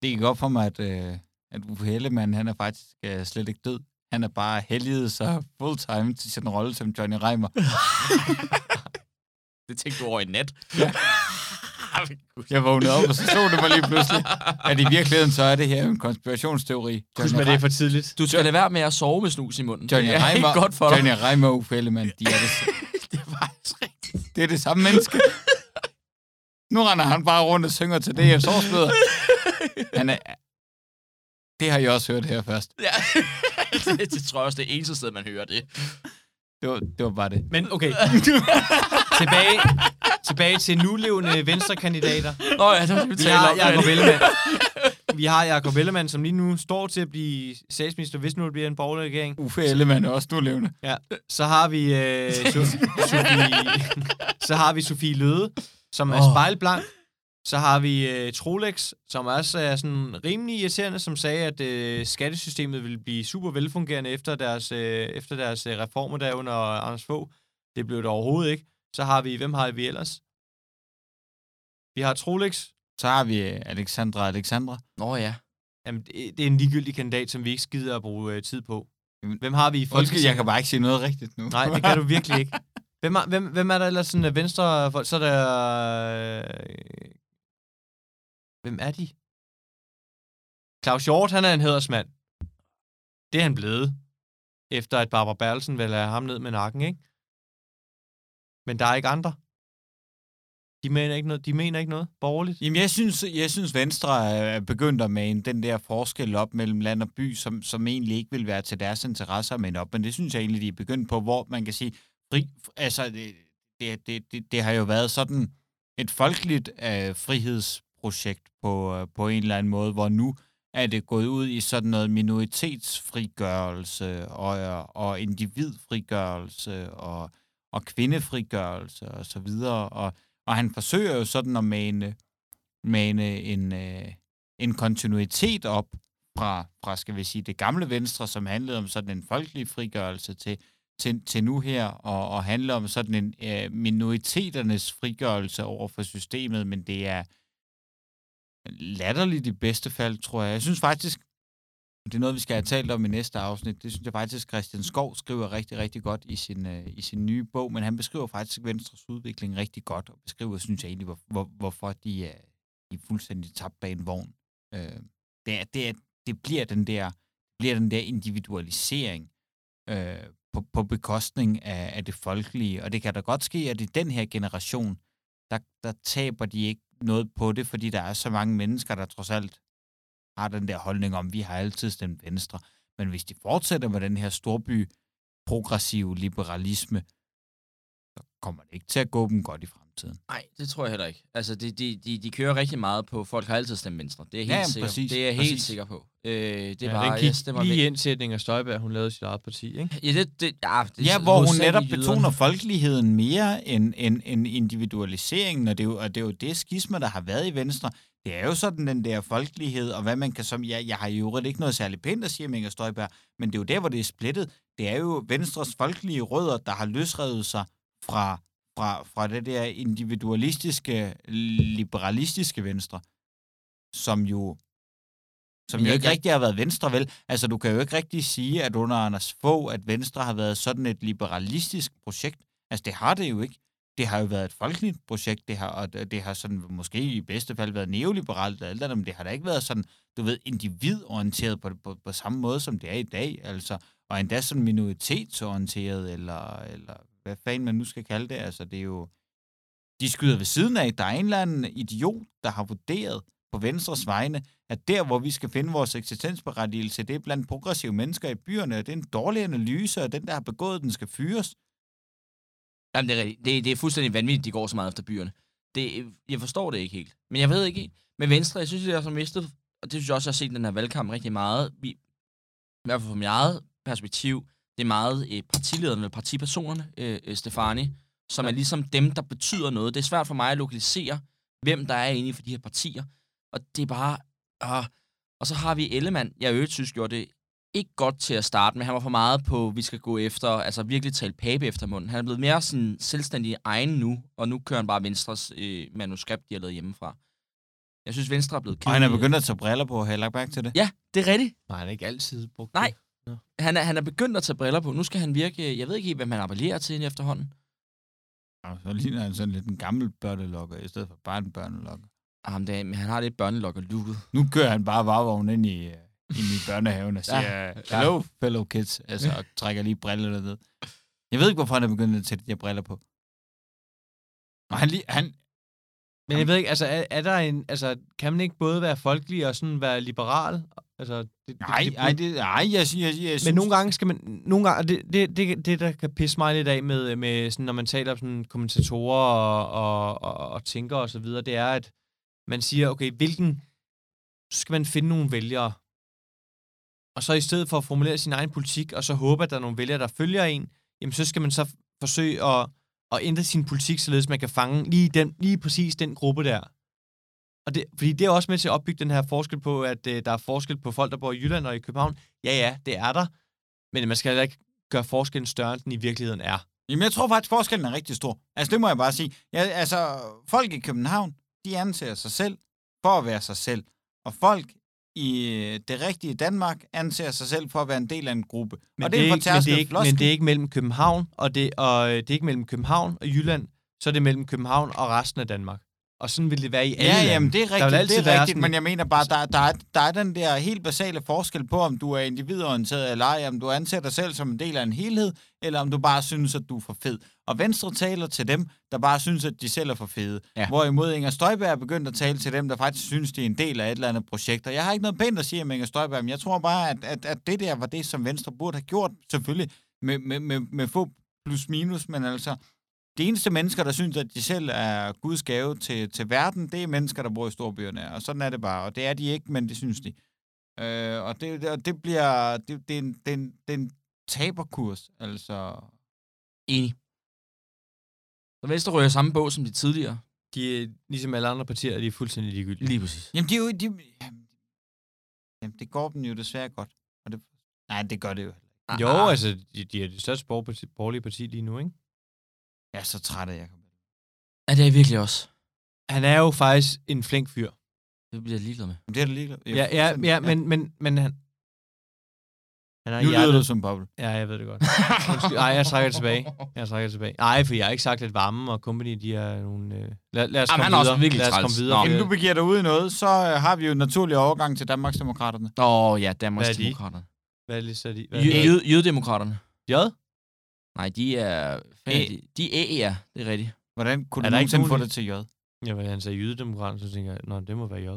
C: det gik op for mig, at, øh, at Uffe Hellemann, han er faktisk øh, slet ikke død. Han er bare heldiget sig full-time til sin rolle som Johnny Reimer.
D: det tænkte du over i nat.
C: Jeg vågnede op, og så så det mig lige pludselig, at i virkeligheden så er det her en konspirationsteori. Johnny,
B: det er for tidligt.
D: Du skal lade være med at sove med snus i munden.
C: Johnny
D: det er
C: Reimer,
D: ikke godt for dig.
C: Johnny Reimer og Uffe Ellemann, de er det,
D: det er faktisk rigtigt.
C: det, er det samme menneske. Nu render han bare rundt og synger til DF's årsmøder. Han er, det har jeg også hørt her først.
D: Ja. det, det tror jeg også, det er eneste sted, man hører det.
C: Det var, det var bare det.
B: Men okay. tilbage, tilbage til nulevende venstrekandidater.
D: Nå ja, det var det, vi
B: Vi
D: talte
B: har
D: om.
B: Jacob Ellemann. Vi har Jacob Ellemann, som lige nu står til at blive statsminister, hvis nu det bliver en borgerlig regering.
C: Uffe Ellemann er også nu levende.
B: Ja. Så har vi, øh, so- Sofie, så har vi Sofie Løde, som er
D: Åh.
B: spejlblank. Så har vi øh, Trolex, som også er sådan rimelig irriterende, som sagde, at øh, skattesystemet ville blive super velfungerende efter deres, øh, efter deres øh, reformer der under Anders Fogh. Det blev det overhovedet ikke. Så har vi, hvem har vi ellers? Vi har Trolex.
C: Så har vi øh, Alexandra Alexandra.
D: Nå ja.
B: Jamen, det, det er en ligegyldig kandidat, som vi ikke skider at bruge øh, tid på.
C: Jamen,
B: Hvem har vi i
C: Undskyld,
B: Folketinget?
C: jeg kan bare ikke sige noget rigtigt nu.
B: Nej, det kan du virkelig ikke. Hvem er, hvem, hvem er der ellers sådan af venstre folk? Så er der... øh, Hvem er de? Claus Hjort, han er en hedersmand. Det er han blevet. Efter at Barbara Berlsen vil have ham ned med nakken, ikke? Men der er ikke andre. De mener ikke noget, de mener ikke noget borgerligt.
C: Jamen, jeg synes, jeg synes Venstre er er begyndt at mane den der forskel op mellem land og by, som, som egentlig ikke vil være til deres interesser, men op. Men det synes jeg egentlig, de er begyndt på, hvor man kan sige, fri, altså, det, det, det, det, det har jo været sådan et folkeligt øh, frihedsprojekt på, øh, på en eller anden måde, hvor nu er det gået ud i sådan noget minoritetsfrigørelse og, og individfrigørelse og, og kvindefrigørelse og så videre. Og, og han forsøger jo sådan at mane mane en, øh, en kontinuitet op fra, fra, skal vi sige, det gamle Venstre, som handlede om sådan en folkelig frigørelse til, til, til nu her, og, og handler om sådan en øh, minoriteternes frigørelse over for systemet, men det er latterligt i bedste fald, tror jeg. Jeg synes faktisk, Det er noget, vi skal have talt om i næste afsnit. Det synes jeg faktisk, Christian Skov skriver rigtig, rigtig godt i sin, øh, i sin nye bog, men han beskriver faktisk Venstres udvikling rigtig godt, og beskriver, synes jeg egentlig, hvor, hvor, hvorfor de er, de er fuldstændig tabt bag en vogn. Øh, det, er, det, er, det bliver den der, bliver den der individualisering øh, på, på bekostning af, af det folkelige, og det kan da godt ske, at i den her generation, der, der taber de ikke noget på det, fordi der er så mange mennesker, der trods alt har den der holdning om, vi har altid stemt venstre. Men hvis de fortsætter med den her storby progressive liberalisme, så kommer det ikke til at gå dem godt i fremtiden.
D: Nej, det tror jeg heller ikke. Altså, de, de, de, de kører rigtig meget på, folk har altid stemt venstre. Det er jeg helt,
C: Ja,
D: sikker,
C: præcis,
D: det er jeg helt
C: præcis.
D: sikker på. Øh, det
B: Det
D: ja,
B: var,
D: var,
B: ja, den
D: jeg
B: gik
D: stemmer
B: lige
D: væk.
B: ind til Inger Støjberg, hun lavede sit eget parti, ikke?
D: Ja, det, det, ja, det,
C: Ja, hvor hun
D: hovedsageligt
C: netop
D: jyderne.
C: betoner folkeligheden mere end, end, end individualiseringen, og det, er jo, og det er jo det skisma, der har været i Venstre. Det er jo sådan den der folkelighed, og hvad man kan som... Jeg, jeg har i øvrigt ikke noget særligt pænt at sige om Inger Støjberg, men det er jo der, hvor det er splittet. Det er jo Venstres folkelige rødder, der har løsrevet sig fra, fra, fra det der individualistiske, liberalistiske Venstre, som jo som
D: Men
C: jo
D: jeg
C: ikke
D: kan-
C: rigtig har været Venstre, vel? Altså, du kan jo ikke rigtig sige, at under Anders Fogh, at Venstre har været sådan et liberalistisk projekt. Altså, det har det jo ikke. Det har jo været et folkeligt projekt, det har, og det det har sådan, måske i bedste fald været neoliberalt og alt andet, men det har da ikke været sådan, du ved, individorienteret på, på, på samme måde, som det er i dag, altså. Og endda sådan minoritetsorienteret, eller, eller hvad fanden man nu skal kalde det, altså, det er jo... De skyder ved siden af, der er en eller anden idiot, der har vurderet på Venstres vegne, at der, hvor vi skal finde vores eksistensberettigelse, det er blandt progressive mennesker i byerne, og det er en dårlig analyse, og den, der har begået den, skal fyres.
D: Jamen, det er, rigtigt. det, det er fuldstændig vanvittigt, de går så meget efter byerne. Det, jeg forstår det ikke helt. Men jeg ved ikke helt. Men Venstre, jeg synes, det er som mistet, og det synes jeg også, jeg har set i den her valgkamp rigtig meget. Vi, I hvert fald fra mit eget perspektiv, det er meget øh, partilederne, partipersonerne, øh, øh, Stefani, som ja. er ligesom dem, der betyder noget. Det er svært for mig at lokalisere, hvem der er inde for de her partier. Og det er bare... Øh. Og så har vi Ellemann. Jeg i øvrigt synes, gjorde det ikke godt til at starte med. Han var for meget på, vi skal gå efter, altså virkelig tale pape efter munden. Han er blevet mere sådan selvstændig egen nu, og nu kører han bare Venstres øh, manuskript, de har lavet hjemmefra. Jeg synes, Venstre er blevet
C: Og han er
D: kedelig.
C: begyndt at tage briller på, har jeg lagt mærke til det?
D: Ja, det er rigtigt.
B: Nej, han har ikke altid brugt
D: Nej.
B: det.
D: Han er, han er begyndt at tage briller på. Nu skal han virke... Jeg ved ikke helt, hvem han appellerer til efterhånden.
C: Og så ligner han sådan lidt en gammel børnelokker, i stedet for bare en børnelokker.
D: Jamen, det er, Ah, men han har lidt børnelok og lukket.
C: Nu kører han bare varevognen ind i, øh, ind i børnehaven og siger, hello fellow kids, altså, og trækker lige brillerne ned. Jeg ved ikke, hvorfor han er begyndt at tage de der briller på. Og han, lige, han,
B: Men jeg ved ikke, altså, er, er der en, altså, kan man ikke både være folkelig og sådan være liberal? Altså, det, det-
C: nej,
B: det,
C: nej, det, nej, jeg, jeg, jeg, jeg synes...
B: Men nogle gange skal man... Nogle gange, og det, det, det, det, der kan pisse mig lidt af med, med sådan, når man taler om sådan, kommentatorer og, og, og, og tænker og så videre, det er, at man siger, okay, hvilken... Så skal man finde nogle vælgere. Og så i stedet for at formulere sin egen politik, og så håbe, at der er nogle vælgere, der følger en, jamen så skal man så forsøge at, at ændre sin politik, således man kan fange lige, den, lige præcis den gruppe der. Og det, fordi det er også med til at opbygge den her forskel på, at øh, der er forskel på folk, der bor i Jylland og i København. Ja, ja, det er der. Men man skal heller ikke gøre forskellen større, end den i virkeligheden er.
C: Jamen, jeg tror faktisk, forskellen er rigtig stor. Altså, det må jeg bare sige. Ja, altså, folk i København, de anser sig selv for at være sig selv. Og folk i øh, det rigtige Danmark anser sig selv for at være en del af en gruppe.
B: Men
C: og det, er en
B: ikke, men, det er
C: fortærsket
B: ikke,
C: floskel.
B: men det er ikke mellem København og det, og øh, det er ikke mellem København og Jylland, så er det mellem København og resten af Danmark. Og sådan vil det være i alle
C: Ja,
B: lande.
C: jamen, det er
B: Der vil
C: rigtigt,
B: altid
C: det
B: være
C: er rigtigt
B: sådan-
C: men jeg mener bare, der, der, er, der er den der helt basale forskel på, om du er individorienteret eller ej, om du anser dig selv som en del af en helhed, eller om du bare synes, at du er for fed. Og Venstre taler til dem, der bare synes, at de selv er for fede.
D: Ja.
C: Ja. Hvorimod Inger Støjberg er begyndt at tale til dem, der faktisk synes, de er en del af et eller andet projekt. Og jeg har ikke noget pænt at sige om Inger Støjberg, men jeg tror bare, at, at, at det der var det, som Venstre burde have gjort, selvfølgelig med, med, med, med få plus minus, men altså, de eneste mennesker, der synes, at de selv er Guds gave til, til verden, det er mennesker, der bor i storbyerne, og sådan er det bare. Og det er de ikke, men det synes de. Øh, og det, og det bliver... Det, det, er en, det, er en, det er en taberkurs, altså...
D: Enig. Så Venstre rører samme bog som de tidligere.
B: De er, ligesom alle andre partier, de er fuldstændig ligegyldige.
D: Lige præcis.
C: Jamen, de, er jo- de, jamen, jamen, det går dem jo desværre godt. Og det, nej, det gør det jo. heller ikke.
B: Jo,
D: Ah, ah.
B: altså, de, de er det største borgerparti, borgerlige parti lige nu, ikke?
C: Jeg er så træt af Jacob.
D: Ja, det er jeg virkelig også.
B: Han er jo faktisk en flink fyr.
D: Det bliver jeg ligeglad med.
C: Men Det er det ligeglad.
B: Ja, ja, ja, men, men, men han, Han er
C: Nu lyder
B: hjertet-
C: du som Boble.
B: Ja, jeg ved det godt. Undskyld. Nej, jeg trækker det tilbage. Jeg trækker det tilbage. Nej, for jeg har ikke sagt, at Varme og Company, de er nogle... Øh... Lad, lad os
D: Jamen,
B: komme
D: han er også
B: videre.
D: virkelig
B: lad os
D: træls.
B: komme
D: Nå.
B: videre.
D: Ja.
C: Inden du begiver dig ud i noget, så øh, har vi jo en naturlig overgang til Danmarksdemokraterne.
D: Åh oh, ja, Danmarks
B: Hvad er de?
D: Demokraterne.
B: Hvad er det, så de? Hvad?
D: Jø- jød- Jøddemokraterne.
B: J?
D: Nej, de er... Fanden,
C: Æ.
D: de, de er A'er, det er rigtigt.
C: Hvordan kunne
B: Er
C: du
B: der ikke
C: nogensinde få
B: nogen i-
C: det til J?
B: Jamen, han sagde jydedemokrat, så tænker jeg, nå, det må være J.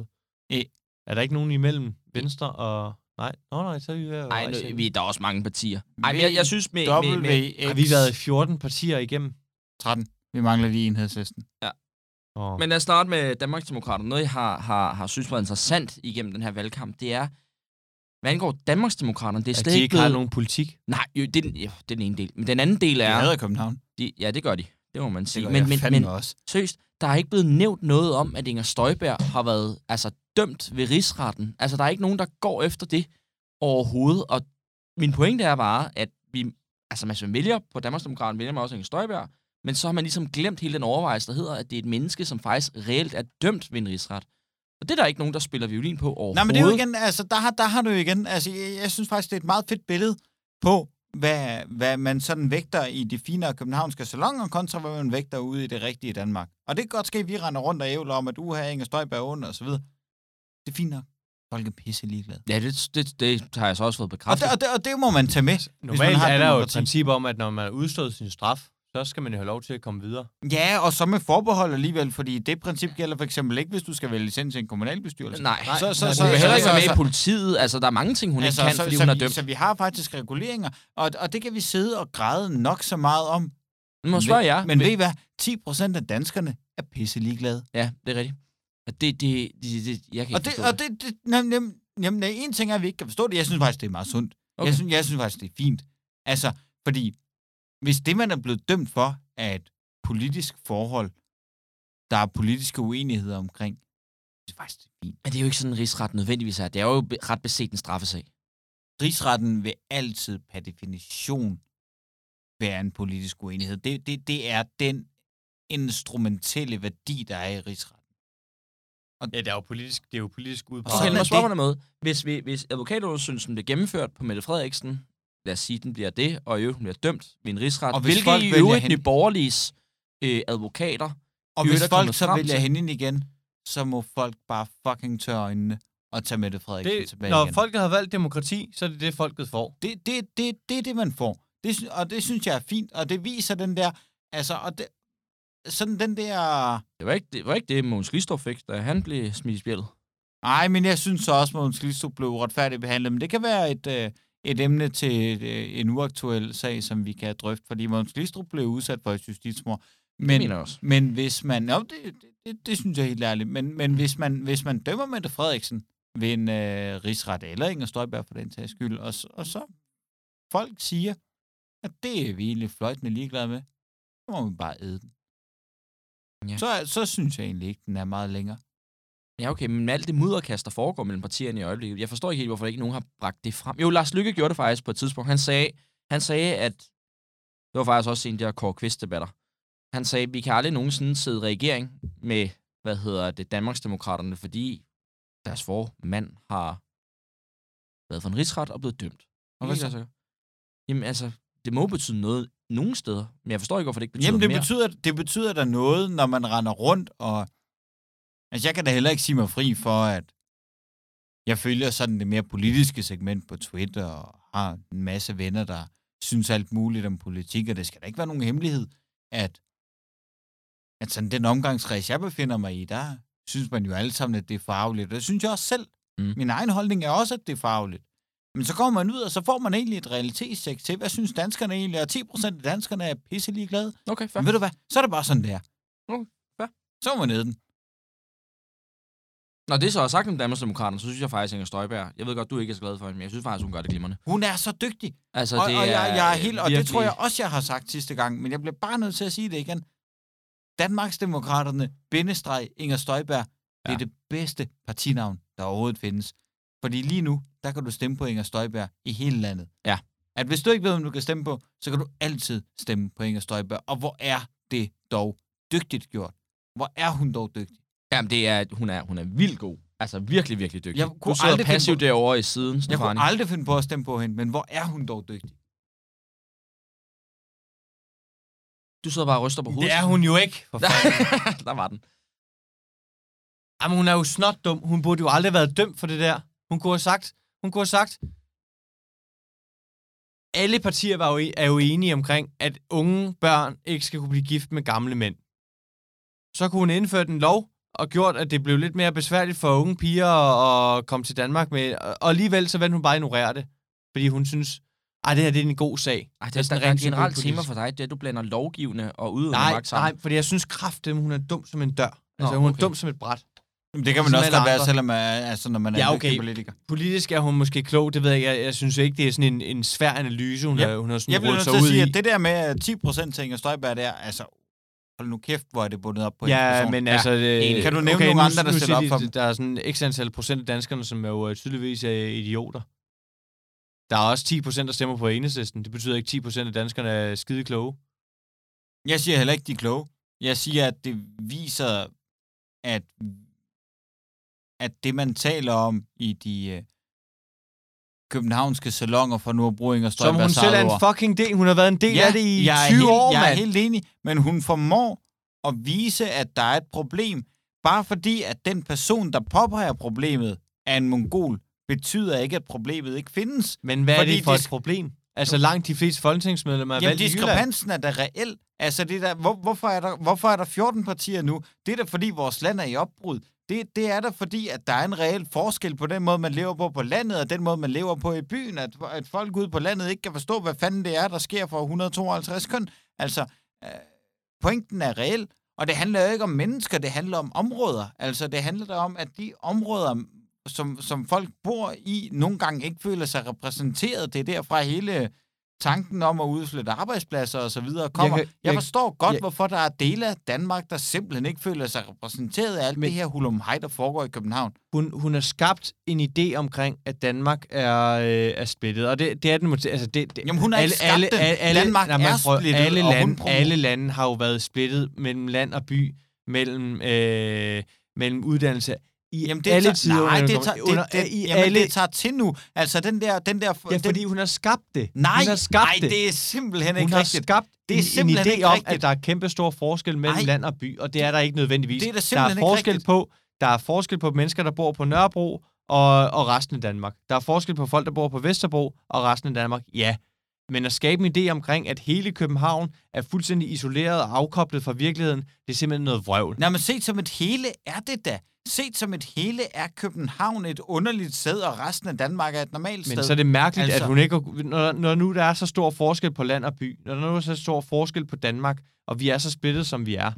C: E.
B: Er der ikke nogen imellem Venstre og... Nej, nå, nej, så er vi ved at...
D: Nej,
B: rejse
D: nu,
B: ind.
D: vi, der er også mange partier. Nej, men jeg, jeg synes med... med, med
B: Har vi været 14 partier igennem?
C: 13. Vi mangler lige enhedslisten.
B: Oh.
D: Men lad os starte med Danmarksdemokraterne. Noget, jeg har, har, har synes var interessant igennem den her valgkamp, det er, hvad angår Danmarksdemokraterne, det er
B: at
D: slet
B: de
D: ikke
B: ikke har
D: blevet...
B: nogen politik.
D: Nej, jo, det, er den, jo, det er den ene del. Men den anden del
C: Ja. Jeg
D: er...
C: hader København.
D: De, ja, det gør de. Det må man
C: Det
D: sige.
C: gør
D: Men,
C: jeg
D: men,
C: fandme
D: men
C: også.
D: seriøst, der er ikke blevet nævnt noget om, at Inger Støjberg har været altså, dømt ved rigsretten. Altså, der er ikke nogen, der går efter det overhovedet. Og min pointe er bare, at vi... Altså, man vælger på Danmarksdemokraterne, vælger man også Inger Støjberg. Men så har man ligesom glemt hele den overvejelse, der hedder, at det er et menneske, som faktisk reelt er dømt ved en rigsret. Og det er der ikke nogen, der spiller violin på overhovedet.
C: Nej, men det er jo igen, altså, der har, der har du jo igen, altså, jeg, jeg synes faktisk, det er et meget fedt billede på, hvad, hvad man sådan vægter i de finere københavnske salonger, kontra hvad man vægter ude i det rigtige Danmark. Og det kan godt ske, at vi render rundt og ævler om, at uha, Inger Støjberg er under, og så videre. Det er fint nok. Folk er pisse ligeglade.
D: Ja, det, det, det har jeg så også fået
C: Og
D: bekræftet.
C: det, og, det, og det må man tage med. man
B: Normalt
C: har
B: er
C: et
B: der jo et
C: demokrati.
B: princip om, at når man har udstået sin straf, så skal man jo have lov til at komme videre.
C: Ja, og så med forbehold alligevel, fordi det princip gælder for eksempel ikke, hvis du skal vælges ind til en kommunalbestyrelse.
D: Nej,
C: Så- så-
D: hun
C: så-
D: vil heller ikke være med
C: altså-
D: i politiet. Altså, der er mange ting, hun altså, ikke kan,
C: så,
D: fordi
C: så
D: hun er
C: vi,
D: dømt.
C: Så vi har faktisk reguleringer, og, og det kan vi sidde og græde nok så meget om.
D: Nu må spørge jer.
C: Men ved I hvad? 10 procent af danskerne er pisse ligeglade.
D: Ja, det er rigtigt. Og det, det, det, det jeg kan
C: Og
D: ikke
C: det,
D: forstå
C: og det, det nem, nem, jamen, nej, en ting er, at vi ikke kan forstå det. Jeg synes faktisk, det er meget sundt. Okay.
D: Okay.
C: Jeg, synes, jeg synes faktisk, det er fint. Altså, fordi hvis det, man er blevet dømt for, er et politisk forhold, der er politiske uenigheder omkring, det er faktisk det er fint.
D: Men det er jo ikke sådan, en rigsret nødvendigvis er. Det er jo be- ret beset en straffesag.
C: Rigsretten vil altid per definition være en politisk uenighed. Det, det, det er den instrumentelle værdi, der er i rigsretten.
B: Ja, det er jo politisk, det er jo politisk ud på.
D: Okay,
C: Sådan er
D: lad mig spørge
C: det.
D: mig noget. Hvis, vi, hvis advokatundersøgelsen bliver gennemført på Mette Frederiksen, lad os sige, den bliver det, og i øvrigt hun bliver dømt ved en rigsret,
C: Og hvis
D: hvilket
C: folk
D: i
C: vælger
D: øvrigt
C: hende-
D: Nye Borgerliges øh, advokater,
C: Og
D: Øvrigt
C: hvis
D: er
C: folk
D: kommet
C: så
D: frem
C: vælger
D: til-
C: hende ind igen, så må folk bare fucking tørre øjnene og tage Mette Frederiksen det,
B: Det,
C: tilbage
B: når
C: igen.
B: folket har valgt demokrati, så er det det, folket får.
C: Det, det, det, det er det, man får. Det, sy- og det synes jeg er fint, og det viser den der... Altså, og det, sådan den der...
D: det var ikke det, var ikke det Måns Glistrup fik, da han blev smidt i spjældet.
C: Ej, men jeg synes så også, at Mogens Glistrup blev uretfærdigt behandlet, men det kan være et, øh, et emne til et, øh, en uaktuel sag, som vi kan drøfte, fordi Mogens Glistrup blev udsat for et justitsmord.
D: Det
C: Men,
D: mener jeg også.
C: Men hvis man... Nå, det, det, det, det synes jeg helt ærligt. Men, men hvis, man, hvis man dømmer Mette Frederiksen ved en øh, rigsret eller Inger Støjberg for den tages skyld, og, s- og så folk siger, at det er vi egentlig fløjtende ligeglade med, så må man bare æde den.
D: Ja.
C: Ja. Så, så synes jeg egentlig ikke, den er meget længere.
D: Ja, okay, men med alt det mudderkast, der foregår mellem partierne i øjeblikket, jeg forstår ikke helt, hvorfor ikke nogen har bragt det frem. Jo, Lars Lykke gjorde det faktisk på et tidspunkt. Han sagde, han sagde at det var faktisk også en af de her Kåre Kvist-debatter. Han sagde, at vi kan aldrig nogensinde sidde i regering med, hvad hedder det, Danmarksdemokraterne, fordi deres formand har været for en rigsret og blevet dømt.
C: Og hvad
D: Det kan
C: så?
D: jeg Jamen altså, det må betyde noget nogen steder, men jeg forstår ikke, hvorfor det ikke betyder
C: Jamen, det
D: mere.
C: betyder, det betyder da noget, når man render rundt, og... Altså, jeg kan da heller ikke sige mig fri for, at jeg følger sådan det mere politiske segment på Twitter, og har en masse venner, der synes alt muligt om politik, og det skal da ikke være nogen hemmelighed, at, at sådan den omgangskreds, jeg befinder mig i, der synes man jo alle sammen, at det er farveligt. Og det synes jeg også selv.
D: Mm.
C: Mm. Min egen holdning er også, at det er farveligt. Men så kommer man ud, og så får man egentlig et realitetstjek til, hvad synes danskerne egentlig, og 10% af danskerne er pisselig glade.
D: Okay, fair.
C: Men ved du hvad, så er det bare sådan, der.
D: Okay, fair.
C: Så må man æde den.
D: Når det så er sagt om Danmarksdemokraterne, så synes jeg faktisk, at Inger Støjberg, jeg ved godt, du ikke er så glad for hende, men jeg synes faktisk, hun gør det glimrende.
C: Hun er så dygtig.
D: Altså,
C: og,
D: det
C: og, jeg, jeg er helt, og det
D: virkelig-
C: tror jeg også, jeg har sagt sidste gang, men jeg bliver bare nødt til at sige det igen. Danmarksdemokraterne, bindestreg, Inger Støjberg, det
D: Ja.
C: er det bedste partinavn, der overhovedet findes. Fordi lige nu, der kan du stemme på Inger Støjberg i hele landet.
D: Ja.
C: At hvis du ikke ved, hvem du kan stemme på, så kan du altid stemme på Inger Støjberg. Og hvor er det dog dygtigt gjort? Hvor er hun dog dygtig?
D: Jamen, det er, hun er, hun er vildt god. Altså virkelig, virkelig dygtig.
C: Jeg kunne
D: du sidder
C: aldrig finde
D: passivt
C: på-
D: derovre i siden,
C: Jeg
D: Stefani.
C: kunne aldrig finde på at stemme på hende, men hvor er hun dog dygtig?
D: Du sidder bare og ryster på hovedet.
B: Det er hun jo ikke. For fanden.
D: Der var den.
B: Jamen, hun er jo snot dum. Hun burde jo aldrig have været dømt for det der. Hun kunne have sagt, hun kunne have sagt, alle partier var jo, e- er jo enige omkring, at unge børn ikke skal kunne blive gift med gamle mænd. Så kunne hun indføre den lov, og gjort, at det blev lidt mere besværligt for unge piger at, at komme til Danmark med. Og alligevel så vendte hun bare ignorere det, fordi hun synes, at det her det er en god sag.
D: Ej, det,
B: er
D: er,
B: sådan
D: der er
B: rent
D: et generelt
B: symbolpolitisk.
D: tema for dig, det er, at du blander lovgivende og udøvende
B: Nej,
D: magt sammen.
B: nej, fordi jeg synes kraftedeme, hun er dum som en dør.
D: Nå,
B: Altså, Nå, hun er
D: okay.
B: dum som et bræt.
C: Jamen, det kan man
B: Ligesom
C: også
B: alle
C: godt være,
B: andre.
C: selvom man, er- altså, når man er
B: Ja,
C: en
B: okay.
C: dygtig politiker.
B: Politisk er hun måske klog, det ved jeg. Jeg, jeg synes ikke, det er sådan en, en svær analyse, hun,
C: Ja.
B: har, hun har
C: Jeg bliver
B: sådan rodet
C: nødt
B: sig
C: til at
B: ud
C: sige,
B: i.
C: at det der med øh, at 10% til Inger Støjberg der, altså, hold nu kæft, hvor er det bundet op på en
B: Ja,
C: person.
B: men altså...
C: enig.
B: Øh,
C: Kan du nævne nogle
B: nu-
C: andre, der
B: nu
C: stiller
B: siger
C: op
B: de,
C: for dem?
B: Der er sådan x antal procent af danskerne, som er jo øh, tydeligvis er idioter. Der er også 10 procent, der stemmer på enhedslisten. Det betyder ikke, at 10 procent af danskerne er skide kloge.
C: Jeg siger heller ikke, de er kloge. Jeg siger, at det viser, at, at det, man taler om i de øh, københavnske salonger for nu at bruge Inger
B: Som
C: Støjberg
B: hun selv er en fucking del. Hun har været en del af det i
C: jeg er
B: 20
C: helt,
B: år,
C: Jeg er
B: mand.
C: helt enig, men hun formår at vise, at der er et problem. Bare fordi, at den person, der påpeger problemet, er en mongol, betyder ikke, at problemet ikke findes.
B: Men hvad er
C: Fordi
B: det for
C: de
B: et
C: sk-
B: problem? Altså langt de fleste folketingsmedlemmer er
C: Jamen,
B: valgt i Jylland.
C: diskrepansen er da reel. Altså, det er da, hvor, hvorfor, er der, hvorfor er der 14 partier nu? Det er da, fordi vores land er i opbrud. Det, det er da, fordi at der er en reel forskel på den måde, man lever på på landet, og den måde, man lever på i byen. At, at folk ude på landet ikke kan forstå, hvad fanden det er, der sker for 152 køn. Altså, øh, pointen er reel. Og det handler jo ikke om mennesker, det handler om områder. Altså, det handler da om, at de områder, som, som folk bor i, nogle gange ikke føler sig repræsenteret. Det er derfra hele tanken om at udflytte arbejdspladser og så videre kommer. Jeg,
B: kan-
C: kan, jeg, jeg
B: jeg-
C: forstår godt,
B: jeg-
C: jeg, hvorfor der er dele af Danmark, der simpelthen ikke føler sig repræsenteret af alt
B: Men-
C: men, det her hulumhej, der foregår i København.
B: hun, hun har skabt en idé omkring, at Danmark er, øh, er splittet. Og det, det er den... måske- Altså det, det,
C: Jamen, hun har ikke skabt den. Danmark
B: men
C: er splittet,
B: alle,
C: og hun
B: lande,
C: promover-
B: alle lande har jo været splittet mellem land og by, mellem, øh, mellem uddannelse. I
C: Jamen, det
B: alle
C: tager,
B: tider
C: nej,
B: under
C: det
B: kom-
C: tager,
B: under,
C: det, det,
B: i
C: jamen,
B: alle,
C: det tager til nu. Altså, den der... Den der
B: ja,
C: den,
B: fordi hun har skabt det.
C: nej,
B: hun har skabt
C: nej,
B: det.
C: det er simpelthen
B: Hun
C: ikke
B: har
C: rigtigt.
B: skabt
C: Det er
B: det er en, en
C: simpelthen
B: idé
C: ikke
B: om,
C: rigtigt.
B: at der er kæmpe stor forskel mellem
C: Ej.
B: Ej. land og by, og det er der ikke nødvendigvis.
C: Det er da
B: der
C: simpelthen
B: er
C: ikke
B: forskel
C: rigtigt.
B: på, der er forskel på mennesker, der bor på Nørrebro og, og resten af Danmark. Der er forskel på folk, der bor på Vesterbro og resten af Danmark, ja. Men at skabe en idé omkring, at hele København er fuldstændig isoleret og afkoblet fra virkeligheden, det er simpelthen noget vrøvl.
C: Nå, men set som et hele er det da. Set som et hele er København et underligt sted, og resten af Danmark er et normalt sted.
B: Men så er det mærkeligt, altså...
C: Altså-
B: at hun ikke... har- Når, når nu der er så stor forskel på land og by, når der nu er så stor forskel på Danmark, og vi er så splittet, som vi er,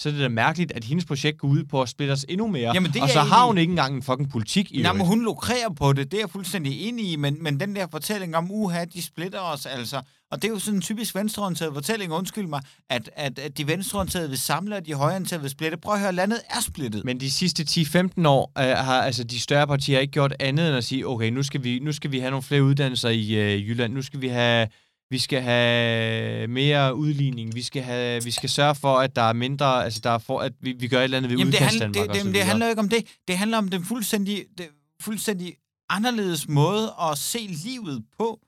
B: så er det da mærkeligt, at hendes projekt går ud på at splitte os endnu mere.
C: Jamen, det
B: og
C: er
B: så
C: jeg
B: har
C: enig i.
B: hun ikke engang en fucking politik
C: Nå,
B: i
C: men
B: øvrigt.
C: hun lukrerer på det, det er jeg fuldstændig enig i, men, men den der fortælling om, uha, de splitter os altså, og det er jo sådan en typisk venstreorienteret fortælling, undskyld mig, at, at, at de venstreorienterede vil samle, og de højreorienterede vil splitte. Prøv at høre, landet er splittet. Men,
B: Men de sidste 10-15 år øh, har altså de større partier ikke gjort andet end at sige, okay, nu skal vi, nu skal vi have nogle flere uddannelser i øh, Jylland, nu skal vi have vi skal have mere udligning, vi skal have vi skal sørge for at der er mindre, altså der er for at vi, vi gør et eller andet ved
C: Jamen, det,
B: udkants
C: handler,
B: Danmark
C: det,
B: og så
C: det, det
B: videre.
C: handler jo ikke om det. Det handler om den fuldstændig, det, fuldstændig anderledes måde at se livet på.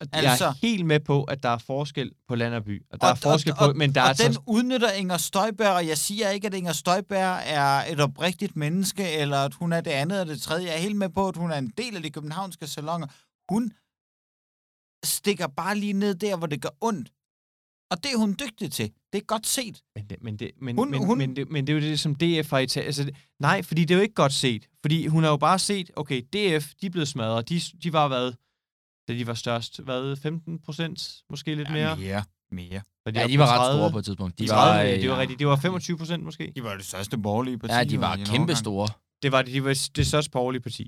B: Altså, jeg er
C: Altså-
B: helt med på, at der er forskel på land og by, og der og,
C: Og-
B: er forskel
C: og-
B: på, men der er
C: og den
B: altså...
C: udnytter Inger Støjberg, og jeg siger ikke, at Inger Støjberg er et oprigtigt menneske, eller at hun er det andet og det tredje. Jeg er helt med på, at hun er en del af de københavnske salonger. Hun stikker bare lige ned der, hvor det gør ondt. Og det er hun dygtig til. Det er godt set.
B: Men det, men, det, men,
C: Hun-
B: men,
C: hun-
B: Men, det, men det er jo det, som DF har i tag. Altså, det- nej, fordi det er jo ikke godt set. Fordi hun har jo bare set, okay, DF, de er blevet smadret. De, de var hvad, da de var størst, hvad, 15 procent? Måske lidt mere?
C: mere. mere.
B: Var
D: Ja,
B: oppe
D: de var
B: på
D: ret
B: 30?
D: store på et tidspunkt.
B: De var, 30, det var
D: øh,
B: rigtigt. Det var 25 procent måske.
C: De var det største borgerlige parti.
D: Ja, de
C: i
D: var
C: en
D: kæmpe
C: årgang.
D: store.
B: Det var det, de var det største borgerlige parti.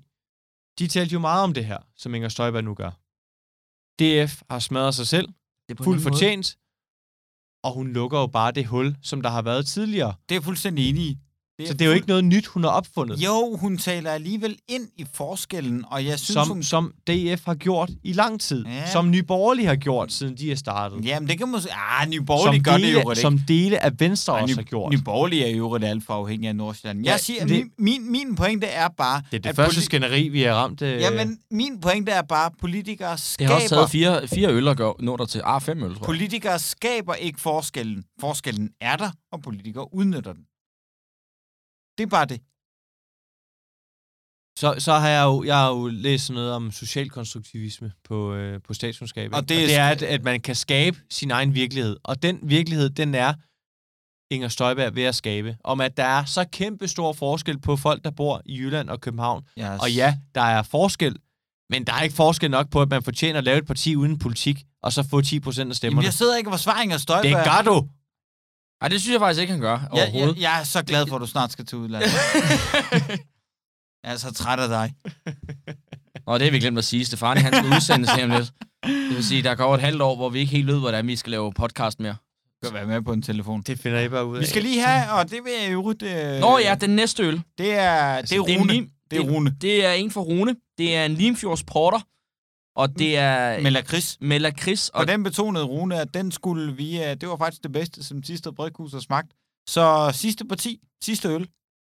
B: De talte jo meget om det her, som Inger Støjberg nu gør. DF har smadret sig selv,
D: Det er på en
B: fuldt
D: anden måde.
B: fortjent, og hun lukker jo bare det hul, som der har været tidligere.
C: Det er jeg fuldstændig enig i. Det
B: Så det er jo ikke noget nyt, hun har opfundet,
C: Jo, hun taler alligevel ind i forskellen, og jeg synes,
B: som,
C: hun...
B: som DF har gjort i lang tid.
C: Ja.
B: Som Nye Borgerlige har gjort, siden de er startet.
C: Jamen, det kan måske... Ah, Nye
B: som,
C: Borgerlige gør det jo ikke.
B: som dele af Venstre
C: Ej,
B: også
C: Nye-
B: har gjort.
C: Nye Borgerlige er jo øvrigt alt for afhængig af Nordsjælland. Jeg
B: Ja,
C: siger,
B: det-
C: det... min, min pointe er bare...
B: det er det
C: at
B: første
C: politi-
B: skænderi, vi har ramt. Øh,
C: Jamen, min pointe er bare, at politikere
D: Det har
C: skaber,
D: også taget fire, fire øl at gå- nå der til. Ah, fem øl, tror jeg.
C: politikere skaber ikke forskellen. Forskellen er der, og politikere udnytter den. Det er bare det.
B: så, så har jeg jo, jeg har jo læst sådan noget om socialkonstruktivisme på, øh, på statskundskab.
C: Og
B: ikke?
C: det
B: og
C: er-
B: det er, at, at man kan skabe sin egen virkelighed. Og den virkelighed, den er Inger Støjberg ved at skabe. Om at der er så kæmpe stor forskel på folk, der bor i Jylland og København.
C: Yes.
B: Og ja, der er forskel, men der er ikke forskel nok på, at man fortjener at lave et parti uden politik, og så få 10% af
C: Jamen,
B: stemmerne.
C: jeg sidder ikke og forsvarer Inger Støjberg.
B: det gør du!
D: Ej, det synes jeg faktisk ikke, han gør
C: jeg, jeg,
D: overhovedet.
C: jeg er så glad for, at du snart skal til udlandet. jeg er så træt af dig.
D: Nå, det har vi glemt at sige. Stefani, han skal udsendes her om lidt. Det vil sige, der går et halvt år, hvor vi ikke helt ved, hvordan vi skal lave podcast mere.
C: Du kan være med på en telefon.
B: Det finder I bare ud af.
C: Vi skal lige have, og det vil jeg jo... Det,
D: Nå ja, den næste øl.
C: det er, Øh,
B: Altså,
C: det er
D: det er
C: Rune.
D: lim-
C: Det er Rune.
D: Det er en for Rune. Det er en Limfjords Porter. Og det er
C: Med lakrids.
D: med lakrids. Og
C: Og den betonede Rune, at den skulle vi... øh, Det var faktisk det bedste, som sidste bryghus har smagt. Så sidste parti, sidste øl.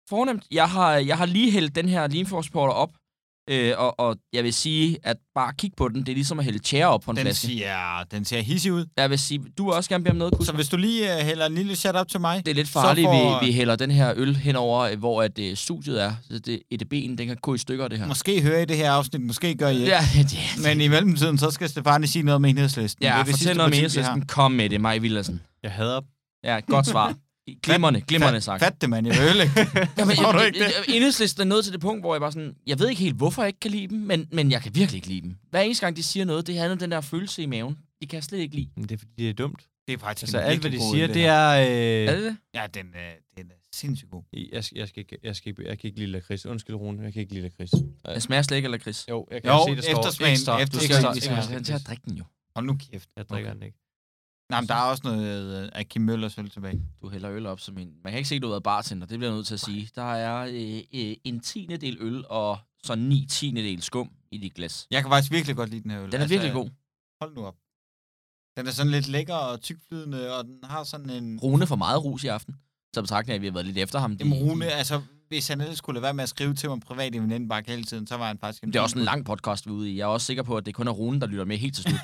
D: fornemt, jeg har, jeg har lige hældt den her Limfjords Porter op. Øh, og, og jeg vil sige, at bare kig på den. Det er ligesom at hælde tjære op på en
C: Den
D: flaske.
C: ser, den ser hissig ud.
D: Jeg vil sige, du vil også gerne bede om noget,
C: Så
D: Kusker.
C: hvis du lige øh, hælder en lille shout-out til mig.
D: Det er lidt farligt,
C: får-
D: får... vi, vi hælder den her øl henover, øh, hvor at, øh, studiet er. Så det, EDB'en, den kan gå i stykker, det her.
C: Måske hører I det her afsnit, måske gør I ikke.
D: Ja, det,
C: Men i mellemtiden, så skal Stefani sige noget om enhedslisten.
D: ja
C: det sidste
D: fortæl noget
C: parti, vi
D: mere,
C: har.
D: Søsten. Kom med det, Maj Villersen.
B: Jeg hader dem.
D: Ja, godt svar. Glimrende, glimrende
C: Fat-
D: sagt.
C: Fat det, mand. Jeg vil ødelægge det.
D: Jamen,
C: Tror du ikke det?
D: Enhedslisten er nået til det punkt, hvor jeg bare sådan, jeg ved ikke helt, hvorfor jeg ikke kan lide dem, men, men jeg kan virkelig ikke lide dem. Hver eneste gang, de siger noget, det handler om den der følelse i maven. Det kan jeg slet ikke lide.
B: Men det er, fordi det er dumt.
C: Det er faktisk
B: Altså
C: en
B: alt, hvad de
C: virkelig god
B: siger,
C: øl,
B: det
C: her.
B: er...
D: Er det
B: Øh,
D: det?
C: Ja, den, øh, den er sindssygt god.
B: jeg, skal- jeg, skal ikke, jeg, skal, ikke- jeg kan ikke lide lakrids. Undskyld, Rune, jeg kan ikke lide lakrids.
D: Den smager slet ikke, eller Chris?
B: Jo, jeg kan
C: Jo,
B: se, der står
C: eftersmagen-
B: ekstra. Du skal
C: eftersmagen- ikke
B: stå-
D: Jeg
C: smager
D: skal til
B: ekstra.
D: at drikke den jo.
C: Hold nu kæft.
B: Jeg drikker den ikke.
C: Nej, men der er også noget øh, af Kim Møllers øl tilbage.
D: Du hælder øl op som en... Man kan ikke se, at du har været bartender, det bliver jeg nødt til at sige. Der er øh, øh, en tiende del øl og så ni tiende del skum i dit glas.
C: Jeg kan faktisk virkelig godt lide den her øl. Altså,
D: Den er virkelig god.
C: Hold nu op. Den er sådan lidt lækker og tykflydende, og den har sådan en...
D: Rune for meget rus i aften. Så betragtning af, at vi har været lidt efter ham.
C: Jamen
D: De-
C: Rune, altså, hvis han ellers skulle lade være med at skrive til mig privat i min indbakke hele tiden, så var han faktisk...
D: Det er også en lang podcast, vi er ude i. Jeg er også sikker på, at det kun er Rune, der lytter med helt til slut.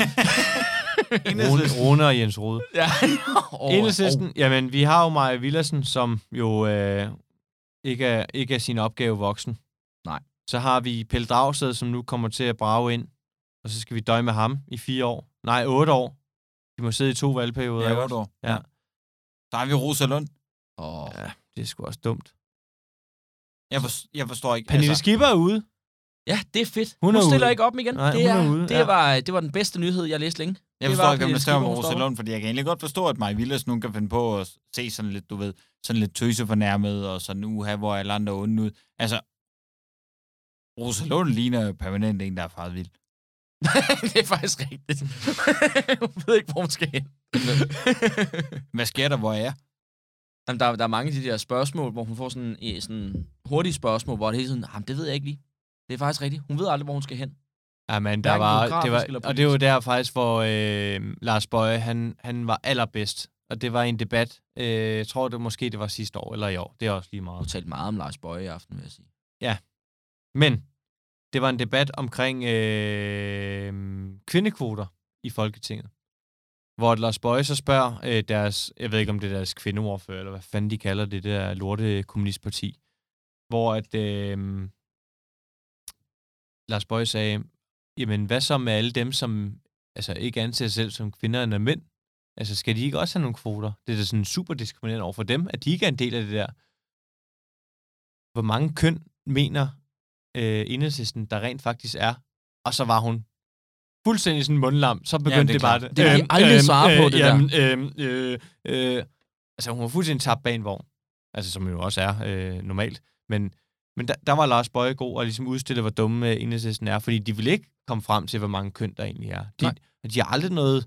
B: Rune, Rune og Jens Rode.
D: ja.
B: Oh, Enhedslisten, oh. jamen, vi har jo Maja Villersen, som jo øh, ikke, er, ikke er sin opgave voksen.
D: Nej.
B: Så har vi Pelle Dragsted, som nu kommer til at brage ind, og så skal vi døje med ham i fire år. Nej, otte år. De må sidde i to valgperioder.
C: Ja,
B: ikke
C: otte
B: også?
C: år.
B: Ja.
C: Der har vi Rosa Lund.
D: Oh.
B: Ja, det er sgu også dumt.
C: Jeg, for, jeg forstår ikke.
B: Pernille altså. Skipper er ude.
D: Ja, det er fedt.
B: Hun
D: Hun,
B: er
D: hun stiller
B: ude.
D: ikke op igen.
B: Nej,
D: det,
B: hun
D: er,
B: er ude,
D: det,
B: ja.
D: var, det var den bedste nyhed, jeg læste længe.
C: jeg
D: det
C: forstår
D: var
C: ikke, hvem der
D: Pernille
C: stemmer med
D: Skipper, hun
C: Rosa
D: stopper.
C: Lund, fordi jeg kan egentlig godt forstå, at Maja Villas nu kan finde på at se sådan lidt, du ved, sådan lidt tøsefornærmet, og sådan uha, hvor alle andre er onde ud. Altså, Rosa Lund ligner jo permanent en, der er faret vild.
D: det er faktisk rigtigt. hun ved ikke, hvor hun skal hen.
C: Hvad sker der, hvor jeg er?
D: Jamen, der, er- der er mange af de der spørgsmål, hvor hun får sådan, eh, sådan hurtige spørgsmål, hvor det hele tiden, jamen, det ved jeg ikke lige. Det er faktisk rigtigt. Hun ved aldrig, hvor hun skal hen.
B: Jamen, der
D: Hverken
B: var, det
D: geografisk eller
B: var, og det var der faktisk, hvor øh, Lars Bøje, han, han var allerbedst. Og det var i en debat, øh, jeg tror det måske det var sidste år, eller i år. Det er også lige meget.
D: Hun talte meget om Lars Bøje i aften, vil jeg sige.
B: Men det var en debat omkring øh, kvindekvoter i Folketinget. Hvor Lars Bøje så spørger øh, deres, jeg ved ikke om det er deres kvindeordfører, eller hvad fanden de kalder det, det der lorte kommunistparti. Hvor at øh, Lars Bøje sagde, jamen hvad så med alle dem, som altså, ikke anser sig selv som kvinder eller mænd? Altså skal de ikke også have nogle kvoter? Det er da sådan super diskriminerende over for dem, at de ikke er en del af det der. Hvor mange køn mener øh, enhedslisten, der rent faktisk er. Og så var hun fuldstændig sådan mundlam. Så begyndte
C: Jamen,
B: ja,
C: det
B: det,
C: er
B: det bare
C: klart.
D: Det
B: det. Øhm,
D: vil de aldrig svare på, det der.
B: der. Øh, øh, øh, altså, hun var fuldstændig tabt bag en vogn. Altså, som jo også er øh, normalt. Men, men der, der var Lars Bøje god og ligesom udstille, hvor dumme øh, enhedslisten er. Fordi de vil ikke komme frem til, hvor mange køn der egentlig er. De,
D: Nej.
B: og de har aldrig noget,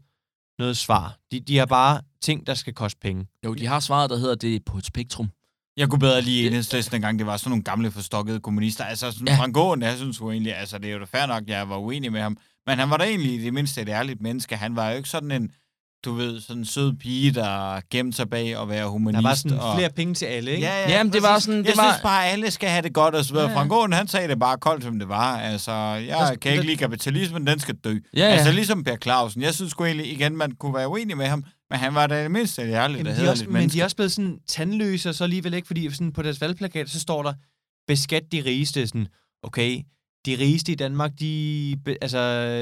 B: noget svar. De, de har bare ting, der skal koste penge.
D: Jo, de har svaret, der hedder, det er på et spektrum.
C: Jeg kunne bedre lide enhedslisten engang, det var sådan nogle gamle forstokkede kommunister. Altså, sådan
D: Ja.
C: ja. Frank Aaen, jeg synes jo egentlig, altså, det er jo da fair nok, jeg var uenig med ham. Men han var da egentlig i det mindste et ærligt menneske. Han var jo ikke sådan en, du ved, sådan en sød pige, der gemte sig bag at være humanist.
B: Der var sådan
C: og...
B: flere penge til alle, ikke?
C: Ja, ja,
D: Jamen, det var
C: præcis.
D: sådan- det
C: jeg
D: var-
C: synes bare, alle skal have det godt og så videre.
D: Ja, ja.
C: Frank Aaen, han sagde det bare koldt, som det var. Altså, jeg
B: Der-
C: kan ikke
B: der-
C: lide kapitalismen, den skal dø.
D: Ja, ja.
C: Altså, ligesom Per Clausen. Jeg synes sgu egentlig, igen, man kunne være uenig med ham, men han var da i det mindste et ærligt og
B: Jamen, de er også,
C: hederligt
B: men de
C: menneske.
B: er også blevet sådan tandløse, og så alligevel ikke, fordi sådan på deres valgplakat, så står der, beskat de rigeste. Sådan, okay, de rigeste i Danmark, de, be- altså,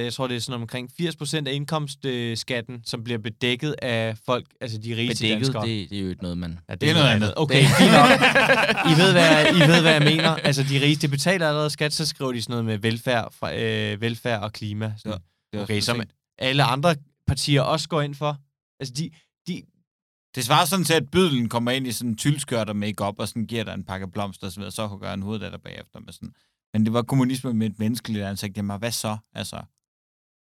B: jeg tror, det er sådan omkring 80% af indkomstskatten, som bliver bedækket af folk, altså de rigeste
D: Bedækket,
B: danskere.
D: det, det er jo ikke noget, man...
B: Ja, det,
C: er noget andet.
B: Okay,
D: Det-
B: fint nok. I ved, hvad, I ved, hvad jeg mener. Altså, de rigeste betaler allerede skat, så skriver de sådan noget med velfærd, fra, øh, velfærd og klima. Sådan.
C: Det var
B: Okay,
C: sådan
B: som
C: set-
B: alle andre partier også går ind for. Altså, de,
C: Det svarer sådan til, at bydelen kommer ind i sådan en tyldskørt og make og sådan giver dig en pakke blomster og så videre, så hugger han hovedet af dig bagefter med sådan. Men det var kommunisme med et menneskeligt ansigt. Jamen, hvad så? Altså,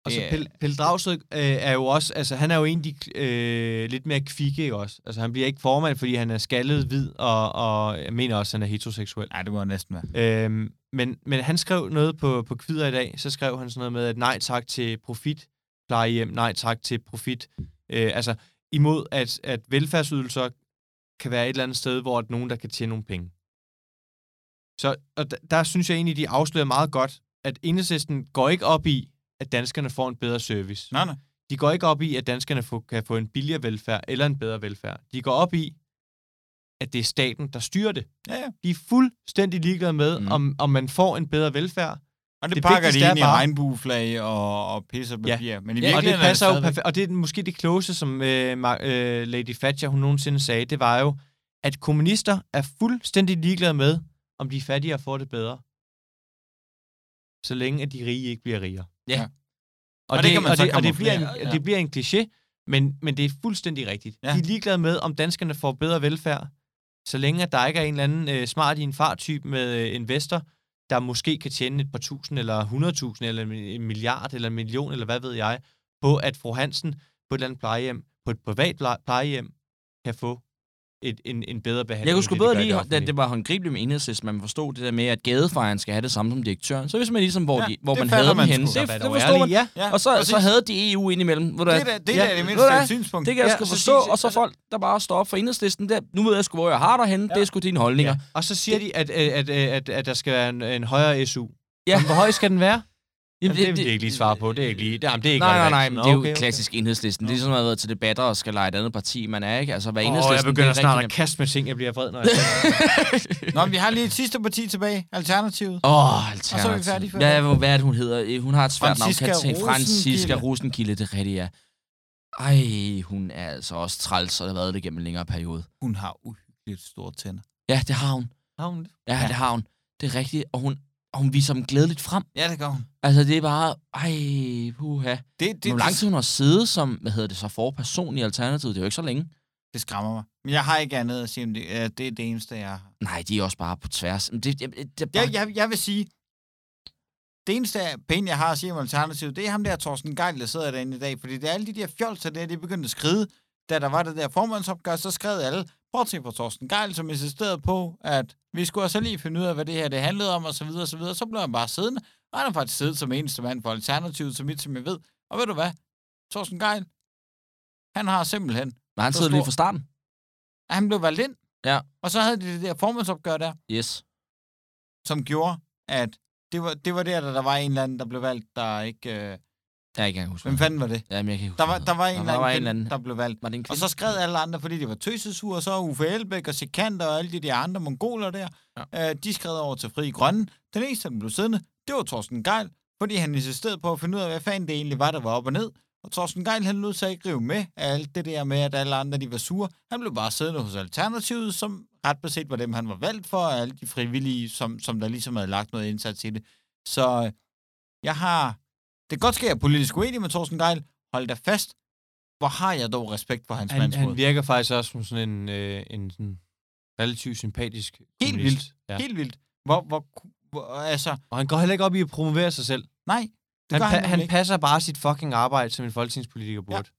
B: Og så
C: Det er-
B: Pelle, Pelle Dragsted øh, er jo også, altså han er jo en af de øh, lidt mere kvikke, ikke også? Altså han bliver ikke formand, fordi han er skaldet hvid, og, og jeg mener også, han er heteroseksuel.
C: nej, det må næsten være.
B: Øhm, men, men han skrev noget på, på kvider i dag, så skrev han sådan noget med, at nej tak til profit, plejehjem, nej tak til profit. Øh, altså imod, at, at velfærdsydelser kan være et eller andet sted, hvor at nogen, der kan tjene nogle penge. Så og der, der synes jeg egentlig, de afslører meget godt, at enhedslisten går ikke op i, at danskerne får en bedre service.
C: Nej, nej.
B: De går ikke op i, at danskerne få, kan få en billigere velfærd eller en bedre velfærd. De går op i, at det er staten, der styrer det.
C: Ja, ja.
B: De er fuldstændig ligeglade med,
D: Mm.
B: mm. om, om man får en bedre velfærd.
C: Og det,
B: Det
C: det pakker de
B: vigtigste er
C: ind i
B: bare-
C: regnbueflag og, og pisse og papir. Ja. Men i
D: Ja,
B: og det
C: virkeligheden
B: passer jo
C: er det
B: perfekt. Og det er måske det klogeste, som øh, Ma- øh, Lady Thatcher hun nogensinde sagde, det var jo, at kommunister er fuldstændig ligeglade med, om de er fattige og får det bedre. Så længe at de rige ikke bliver rigere.
D: Ja.
C: Og det
B: Og, og, det,
C: kan man
B: og,
C: så
B: det, og det, bliver en,
D: camouflere, ja.
B: det bliver en kliché, men, men det er fuldstændig rigtigt.
C: Ja.
B: Ja. De er ligeglade med, om danskerne får bedre velfærd, så længe at der ikke er en eller anden øh, smart i en far-type med øh, investor, der måske kan tjene et par tusind, eller 100.000, eller en- en milliard, eller en million, eller hvad ved jeg, på at fru Hansen på et eller andet plejehjem, på et privat plej- plejehjem, kan få et, en, en bedre behandling.
D: Jeg kunne sgu
B: end det, de
D: bedre
B: gør i det
D: lige, da
B: offentlige.
D: det var håndgribeligt med enhedslisten, man forstod det der med, at gadefejeren skal have det samme som direktøren. Så hvis man ligesom, hvor,
C: Ja,
D: ja, de, hvor
C: det
D: man
C: fatter
D: havde dem
C: man
D: henne,
C: sgu.
D: det,
B: Så
D: det
B: vær dog
D: forstod
B: ærlig.
D: man.
B: Ja.
C: Ja,
D: Og så,
C: præcis.
D: så havde de EU indimellem. Ved du
C: Det
D: hvad?
C: er da det,
D: Ja,
C: er da det
D: ved du
C: mindste
D: hvad?
C: et synspunkt.
D: Det kan jeg
B: Ja,
D: sgu
B: så
D: forstå.
B: synes jeg-
D: Og så
B: altså-
D: folk, der bare står op for enhedslisten, der, nu ved jeg sgu, hvor jeg har dig henne. Ja. Det er sgu dine holdninger.
B: Ja. Og så siger de, at, øh, at, øh, at, at der skal være en, en højere SU.
D: Ja.
B: Ja. Hvor høj skal den være?
D: Jamen,
B: Jamen, det, vil de ikke lige svare på. Det er ikke lige... Jamen, det er ikke
D: Nej, nej,
B: relevant.
D: nej, men
B: Nå,
D: det er jo
B: okay,
D: okay,
B: okay.
D: klassisk enhedslisten. Det er ligesom, at man har været til debatter og skal lege et andet parti, man er, ikke? Altså, hvad
B: Åh, jeg
D: enhedslisten...
B: begynder
D: det er
B: snart at
D: rigtig
B: kaste med ting, jeg bliver vred, når jeg ser
C: det. Nå, men vi har lige et sidste parti tilbage. Alternativet.
D: nemt. Åh, alternativ.
C: Og så er vi færdige for i
D: Hvad,
C: dag.
D: hvad, hvad er det, hun hedder? Øh, Hun har et svært navn.
C: Franziska
D: Katrin- Franziska
C: Rosenkilde.
D: Rosenkilde, det er rigtigt, ja. Ej, hun er altså også træls, og det har været det gennem en længere periode.
C: Hun har uhyggeligt store tænder.
D: Ja, det har hun.
B: det.
D: Ja,
C: Ja.
D: ja. det har hun. Det er rigtigt, og hun, og hun viser dem glædeligt frem.
C: Ja, det gør hun.
D: Altså, det er bare... Ej, puha. Det,
C: Det,
D: det,
C: det,
D: Hvor lang tid hun har siddet som, hvad hedder det så, forperson i Alternativet? Det er jo ikke så længe.
C: det skræmmer mig. Men jeg har ikke andet at sige om det. Øh, Det er det eneste, jeg har.
D: Nej, de er også bare på tværs. Men Det, det, det, det er bare...
C: Jeg, jeg, jeg vil sige, det eneste pæn, jeg har at sige om Alternativet, det er ham der Thorsten Geil, der sidder derinde i dag. Fordi det er alle de der fjolser der, de begyndte at skride. Da der var det der formandsopgør, så skred alle, bortset fra Thorsten Geil, som insisterede på, at vi skulle altså lige finde ud af, hvad det her det handlede om, og så videre, og så videre. Så blev han bare siddende, og han har faktisk siddet som eneste mand for Alternativet, så vidt som jeg ved. Og ved du hvad? Thorsten Geil, han har simpelthen
D: Nej, han
C: så
D: sidder lige
C: stor-
D: fra starten.
C: at han blev valgt ind.
D: Ja.
C: Og så havde de det der formandsopgør der,
D: Yes.
C: som gjorde, at det var, det var der, da der var en eller anden, der blev valgt, der ikke... Øh,
D: Jeg kan ikke engang huske.
C: hvem fanden var det?
D: Jamen, jeg kan ikke huske.
C: Der var,
D: hvad
C: der var en,
D: hedder.
C: eller, anden
D: der var en
C: kvinde,
D: eller anden.
C: der blev valgt.
D: Var det en
C: Og
D: kvinde?
C: så skred alle andre, fordi de var tøsesure, og så Uffe Elbæk og Sikander og alle de der andre mongoler der, ja. øh, de skred over til Fri Grønne. Den eneste, der blev siddende, det var Thorsten Geil, fordi han insisterede på at finde ud af, hvad fanden det egentlig var, der var op og ned. Og Thorsten Geil, han lød sig ikke rive med af alt det der med, at alle andre, de var sure. Han blev bare siddende hos Alternativet, som ret beset var dem, han var valgt for, og alle de frivillige, som, som der ligesom havde lagt noget indsats i det. Så øh, jeg har... Det kan godt ske, at jeg er politisk uenig med Thorsten Geil. Hold da fast. Hvor har jeg dog respekt for hans
B: Han,
C: mandsmod.
B: han virker faktisk også som sådan en, øh, en sådan relativt sympatisk
C: Helt
B: kommunist.
C: vildt.
B: Ja.
C: Helt vildt. Hvor, hvor, hvor altså,
B: Og han går heller ikke op i at promovere sig selv.
C: nej, det
B: Han,
C: gør
B: pa-
C: han,
B: han
C: ikke.
B: passer bare sit fucking arbejde, som en folketingspolitiker burde.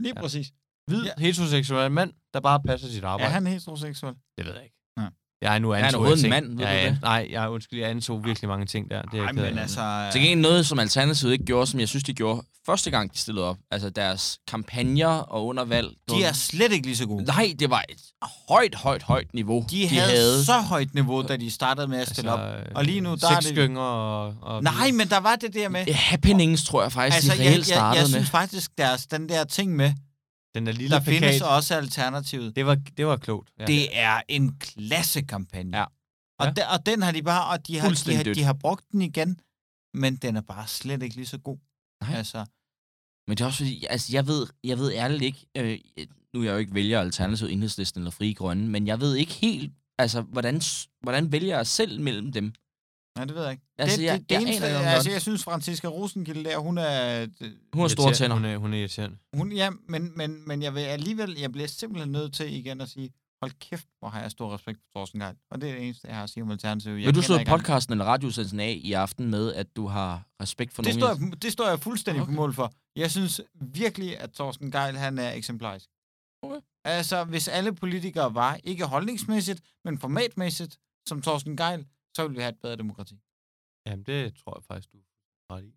C: Lige
B: ja.
C: præcis.
B: Hvid,
C: Ja.
B: heteroseksuel mand, der bare passer sit
C: Er
B: arbejde.
C: han heteroseksuel?
B: Det ved jeg ikke.
C: Nej.
B: Jeg er nu
D: er en
B: antog,
D: overhovedet
B: ting.
D: mand, ved
B: jeg,
D: du
B: er-
D: det?
B: Nej, jeg undskyld, jeg antog virkelig mange ting der. Det er
C: Ej,
B: jeg ked af.
C: men altså...
D: Til gengæld noget, som Alternativet ikke gjorde, som jeg synes, de gjorde første gang, de stillede op. Altså deres kampagner og undervalg.
C: De er slet ikke lige så gode.
D: Nej, det var et højt, højt, højt niveau,
C: De havde, havde så højt niveau, da de startede med at stille altså, op. Og lige nu, der er det...
B: Sexgynger øh, og, og...
C: Nej, men der var det der med...
D: Happenings, tror jeg faktisk, altså, de
C: jeg,
D: reelt
C: jeg, jeg,
D: startede
C: jeg
D: med.
C: synes faktisk, deres, den der ting med,
B: Den der lille
C: der findes
B: plakat,
C: også alternativet.
B: det var, det var klogt. Ja.
C: Det er en klassekampagne.
D: Ja.
C: Og,
B: Ja.
C: de, og den har de bare, og de har, de, har,
D: Fuldstændig dødt.
C: de har brugt den igen, men den er bare slet ikke lige så god.
D: Nej.
C: Altså,
D: Men det er også fordi, altså jeg ved, jeg ved ærligt ikke, øh, nu er jeg jo ikke vælger Alternativet, Enhedslisten eller Fri Grønne, men jeg ved ikke helt, altså hvordan, s- hvordan vælger jeg selv mellem dem?
C: nej, det ved jeg ikke.
D: Altså,
C: det,
D: jeg-
C: det, det
D: jeg
C: eneste,
D: aner ikke, om
C: altså,
D: det.
C: jeg synes, Franziska Rosenkilde der, hun er...
D: Hun har store
B: Irriterende.
D: tænder.
B: Hun er, hun er irriterende.
C: Hun, ja, men, men, men jeg vil alligevel, jeg bliver simpelthen nødt til igen at sige, hold kæft, hvor har jeg stor respekt for Thorsten Geil. Og det er det eneste, jeg har at sige om Alternativet. Jeg
D: Vil du
C: kender
D: slå
C: ikke andre.
D: podcasten eller radiosendelsen af i aften med, at du har respekt for
C: Det
D: nogen?
C: står, jeg, det står jeg fuldstændig okay. på
D: Okay.
C: mål for. Jeg synes virkelig, at Thorsten Geil, han er eksemplarisk.
D: Okay.
C: Altså, hvis alle politikere var, ikke holdningsmæssigt, men formatmæssigt, som Thorsten Geil, så ville vi have et bedre demokrati.
B: Jamen, det tror jeg faktisk, du har ret i.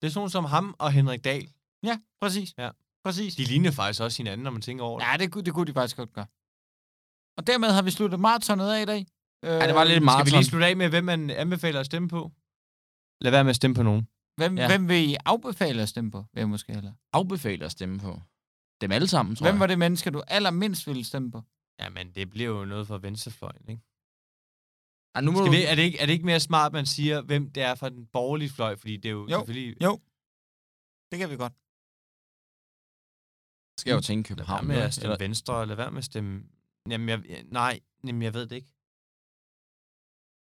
B: Det er sådan nogle som ham og Henrik Dahl.
C: Ja, præcis.
B: Ja.
C: Præcis.
B: De ligner faktisk også hinanden, når man tænker over det.
C: Ja, det, kunne- det kunne de faktisk godt gøre. Og dermed har vi sluttet maratonet af i dag. Øh,
D: Ja, det var lidt
B: Skal vi lige
D: maraton.
B: slutte af med, hvem man anbefaler at stemme på? Lad være med at stemme på nogen.
C: Hvem,
D: Ja.
C: ja. hvem vil I afbefale at stemme på? Hvem måske heller?
D: Afbefaler at stemme på. Dem alle sammen, tror
C: Hvem var
D: jeg.
C: det menneske, du allermindst ville stemme på?
B: Jamen, det bliver jo noget for venstrefløjen, ikke?
D: Ej, nu må
B: Skal
D: du...
B: vi, er, det ikke, er det ikke mere smart, man siger, hvem det er fra den borgerlige fløj? Fordi det er jo,
C: Jo.
B: selvfølgelig...
C: Det kan vi godt.
D: skal jeg jo tænke
B: Lad være
D: København.
B: med
D: Eller,
B: at stemme venstre, eller lad være med at stemme... Jamen, jeg, jeg- nej, jamen, jeg ved det ikke.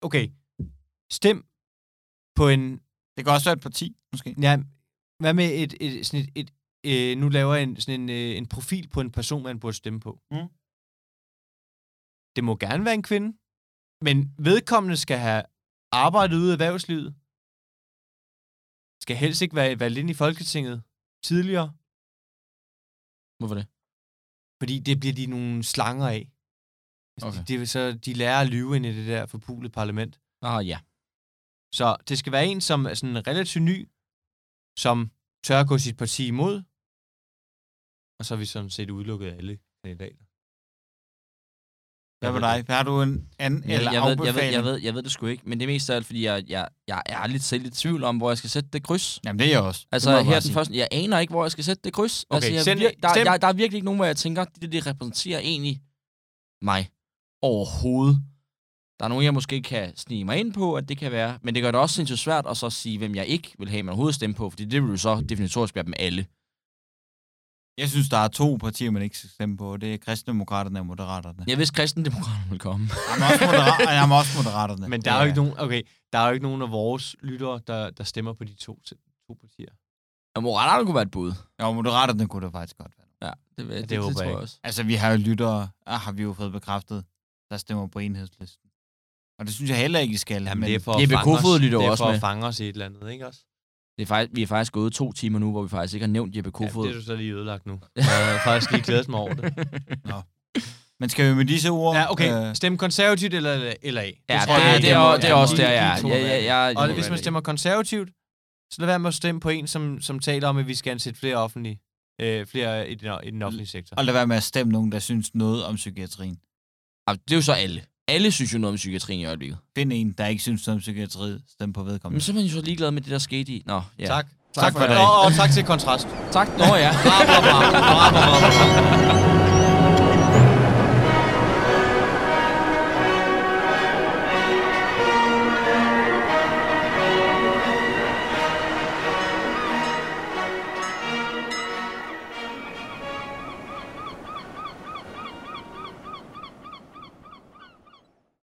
B: Okay. Stem på en
C: Det kan også være et parti, måske.
B: Ja, hvad med et, et, sådan et, et øh, nu laver jeg en, sådan en, øh, en profil på en person, man burde stemme på.
C: Mm.
B: Det må gerne være en kvinde, men vedkommende skal have arbejdet ude i erhvervslivet, skal helst ikke være valgt ind i Folketinget tidligere,
D: Hvorfor det?
B: fordi det bliver de nogle slanger af. Altså,
D: Okay.
B: okay. de, det, er så de lærer at lyve ind i det der forpulede parlament.
D: Ah, ja.
B: Så det skal være en, som er sådan relativt ny, som tør at gå sit parti imod. Og så er vi sådan set udelukket af alle kandidater.
C: Hvad med dig? Har du en anden
D: Jeg,
C: eller
D: jeg, ved, jeg, ved,
C: afbefaling?
D: jeg, ved, jeg ved det sgu ikke, men det er mest af alt, fordi jeg, jeg, jeg er lidt selv i tvivl om, hvor jeg skal sætte det kryds.
C: Jamen, det er jeg også.
D: Altså
C: Det må jeg
D: her
C: bare
D: den
C: sige.
D: første, jeg aner ikke, hvor jeg skal sætte det kryds.
B: Okay,
D: altså, jeg,
B: send-
D: vir- der,
B: stem.
D: der, der er virkelig ikke nogen, hvor jeg tænker, det, der, det repræsenterer egentlig mig overhovedet. Der er nogen, jeg måske kan snige mig ind på, at det kan være. Men det gør det også sindssygt svært at så sige, hvem jeg ikke vil have min hovedstemme på, fordi det vil jo så definitorisk være dem alle.
C: Jeg synes, der er to partier, man ikke skal stemme på. Det er Kristendemokraterne og Moderaterne.
D: Jeg vidste, kristendemokraterne ville komme.
C: Jamen, også, modera- jamen, også Moderaterne.
B: Men der er jo ikke nogen, okay, der er jo ikke nogen af vores lyttere, der, der stemmer på de to, to partier.
D: Og Moderaterne kunne være et bud.
C: Jo, Moderaterne kunne det faktisk godt være.
D: Ja, det, det, det,
B: håber
D: det
B: jeg
D: tror jeg
B: ikke.
D: også.
C: Altså, vi har jo lyttere, ah, har vi jo fået bekræftet, der stemmer på enhedslisten. Og det synes jeg heller ikke, I skal.
B: Jamen, det er for
D: Jeppe
B: at fange
D: Kofod
B: os,
D: lytter jo
B: det er
D: også
B: for
D: med.
B: at fange os i et eller andet, ikke også?
D: Det er faktisk, vi er faktisk gået to timer nu, hvor vi faktisk ikke har nævnt Jeppe Kofod.
B: Ja, det er du så lige ødelagt nu. Jeg havde faktisk lige glædet mig over det.
C: Men skal vi med disse ord...
B: Ja, okay.
C: øh,
B: Stem konservativt eller LA?
D: Ja,
B: tror jeg,
D: det, det,
B: må-
D: det, er,
C: må-
D: o- det er
C: må-
D: også
C: de-
D: der,
C: de
D: ja.
C: to
D: ja,
C: må
D: ja,
C: være
D: ja,
B: Og
D: det må
B: hvis
D: være
B: man
D: det.
B: stemmer konservativt, så lad være med at stemme på en, som, som taler om, at vi skal ansætte flere offentlige, øh, flere i den, i den offentlige sektor.
C: og lad være med at stemme nogen, der synes noget om psykiatrien.
D: Ah, Det er jo så alle. Alle synes jo noget om psykiatrien i øjeblikket.
C: Find en, der ikke synes noget om psykiatriet. Stem på vedkommende.
D: Men så er man jo så ligeglad med det, der skete i. Nå, ja.
B: Tak.
C: Tak for i dag.
B: Og, og tak til Kontrast.
D: Tak. Nå ja.
B: Bra, bra, bra. Bra, bra, bra, bra.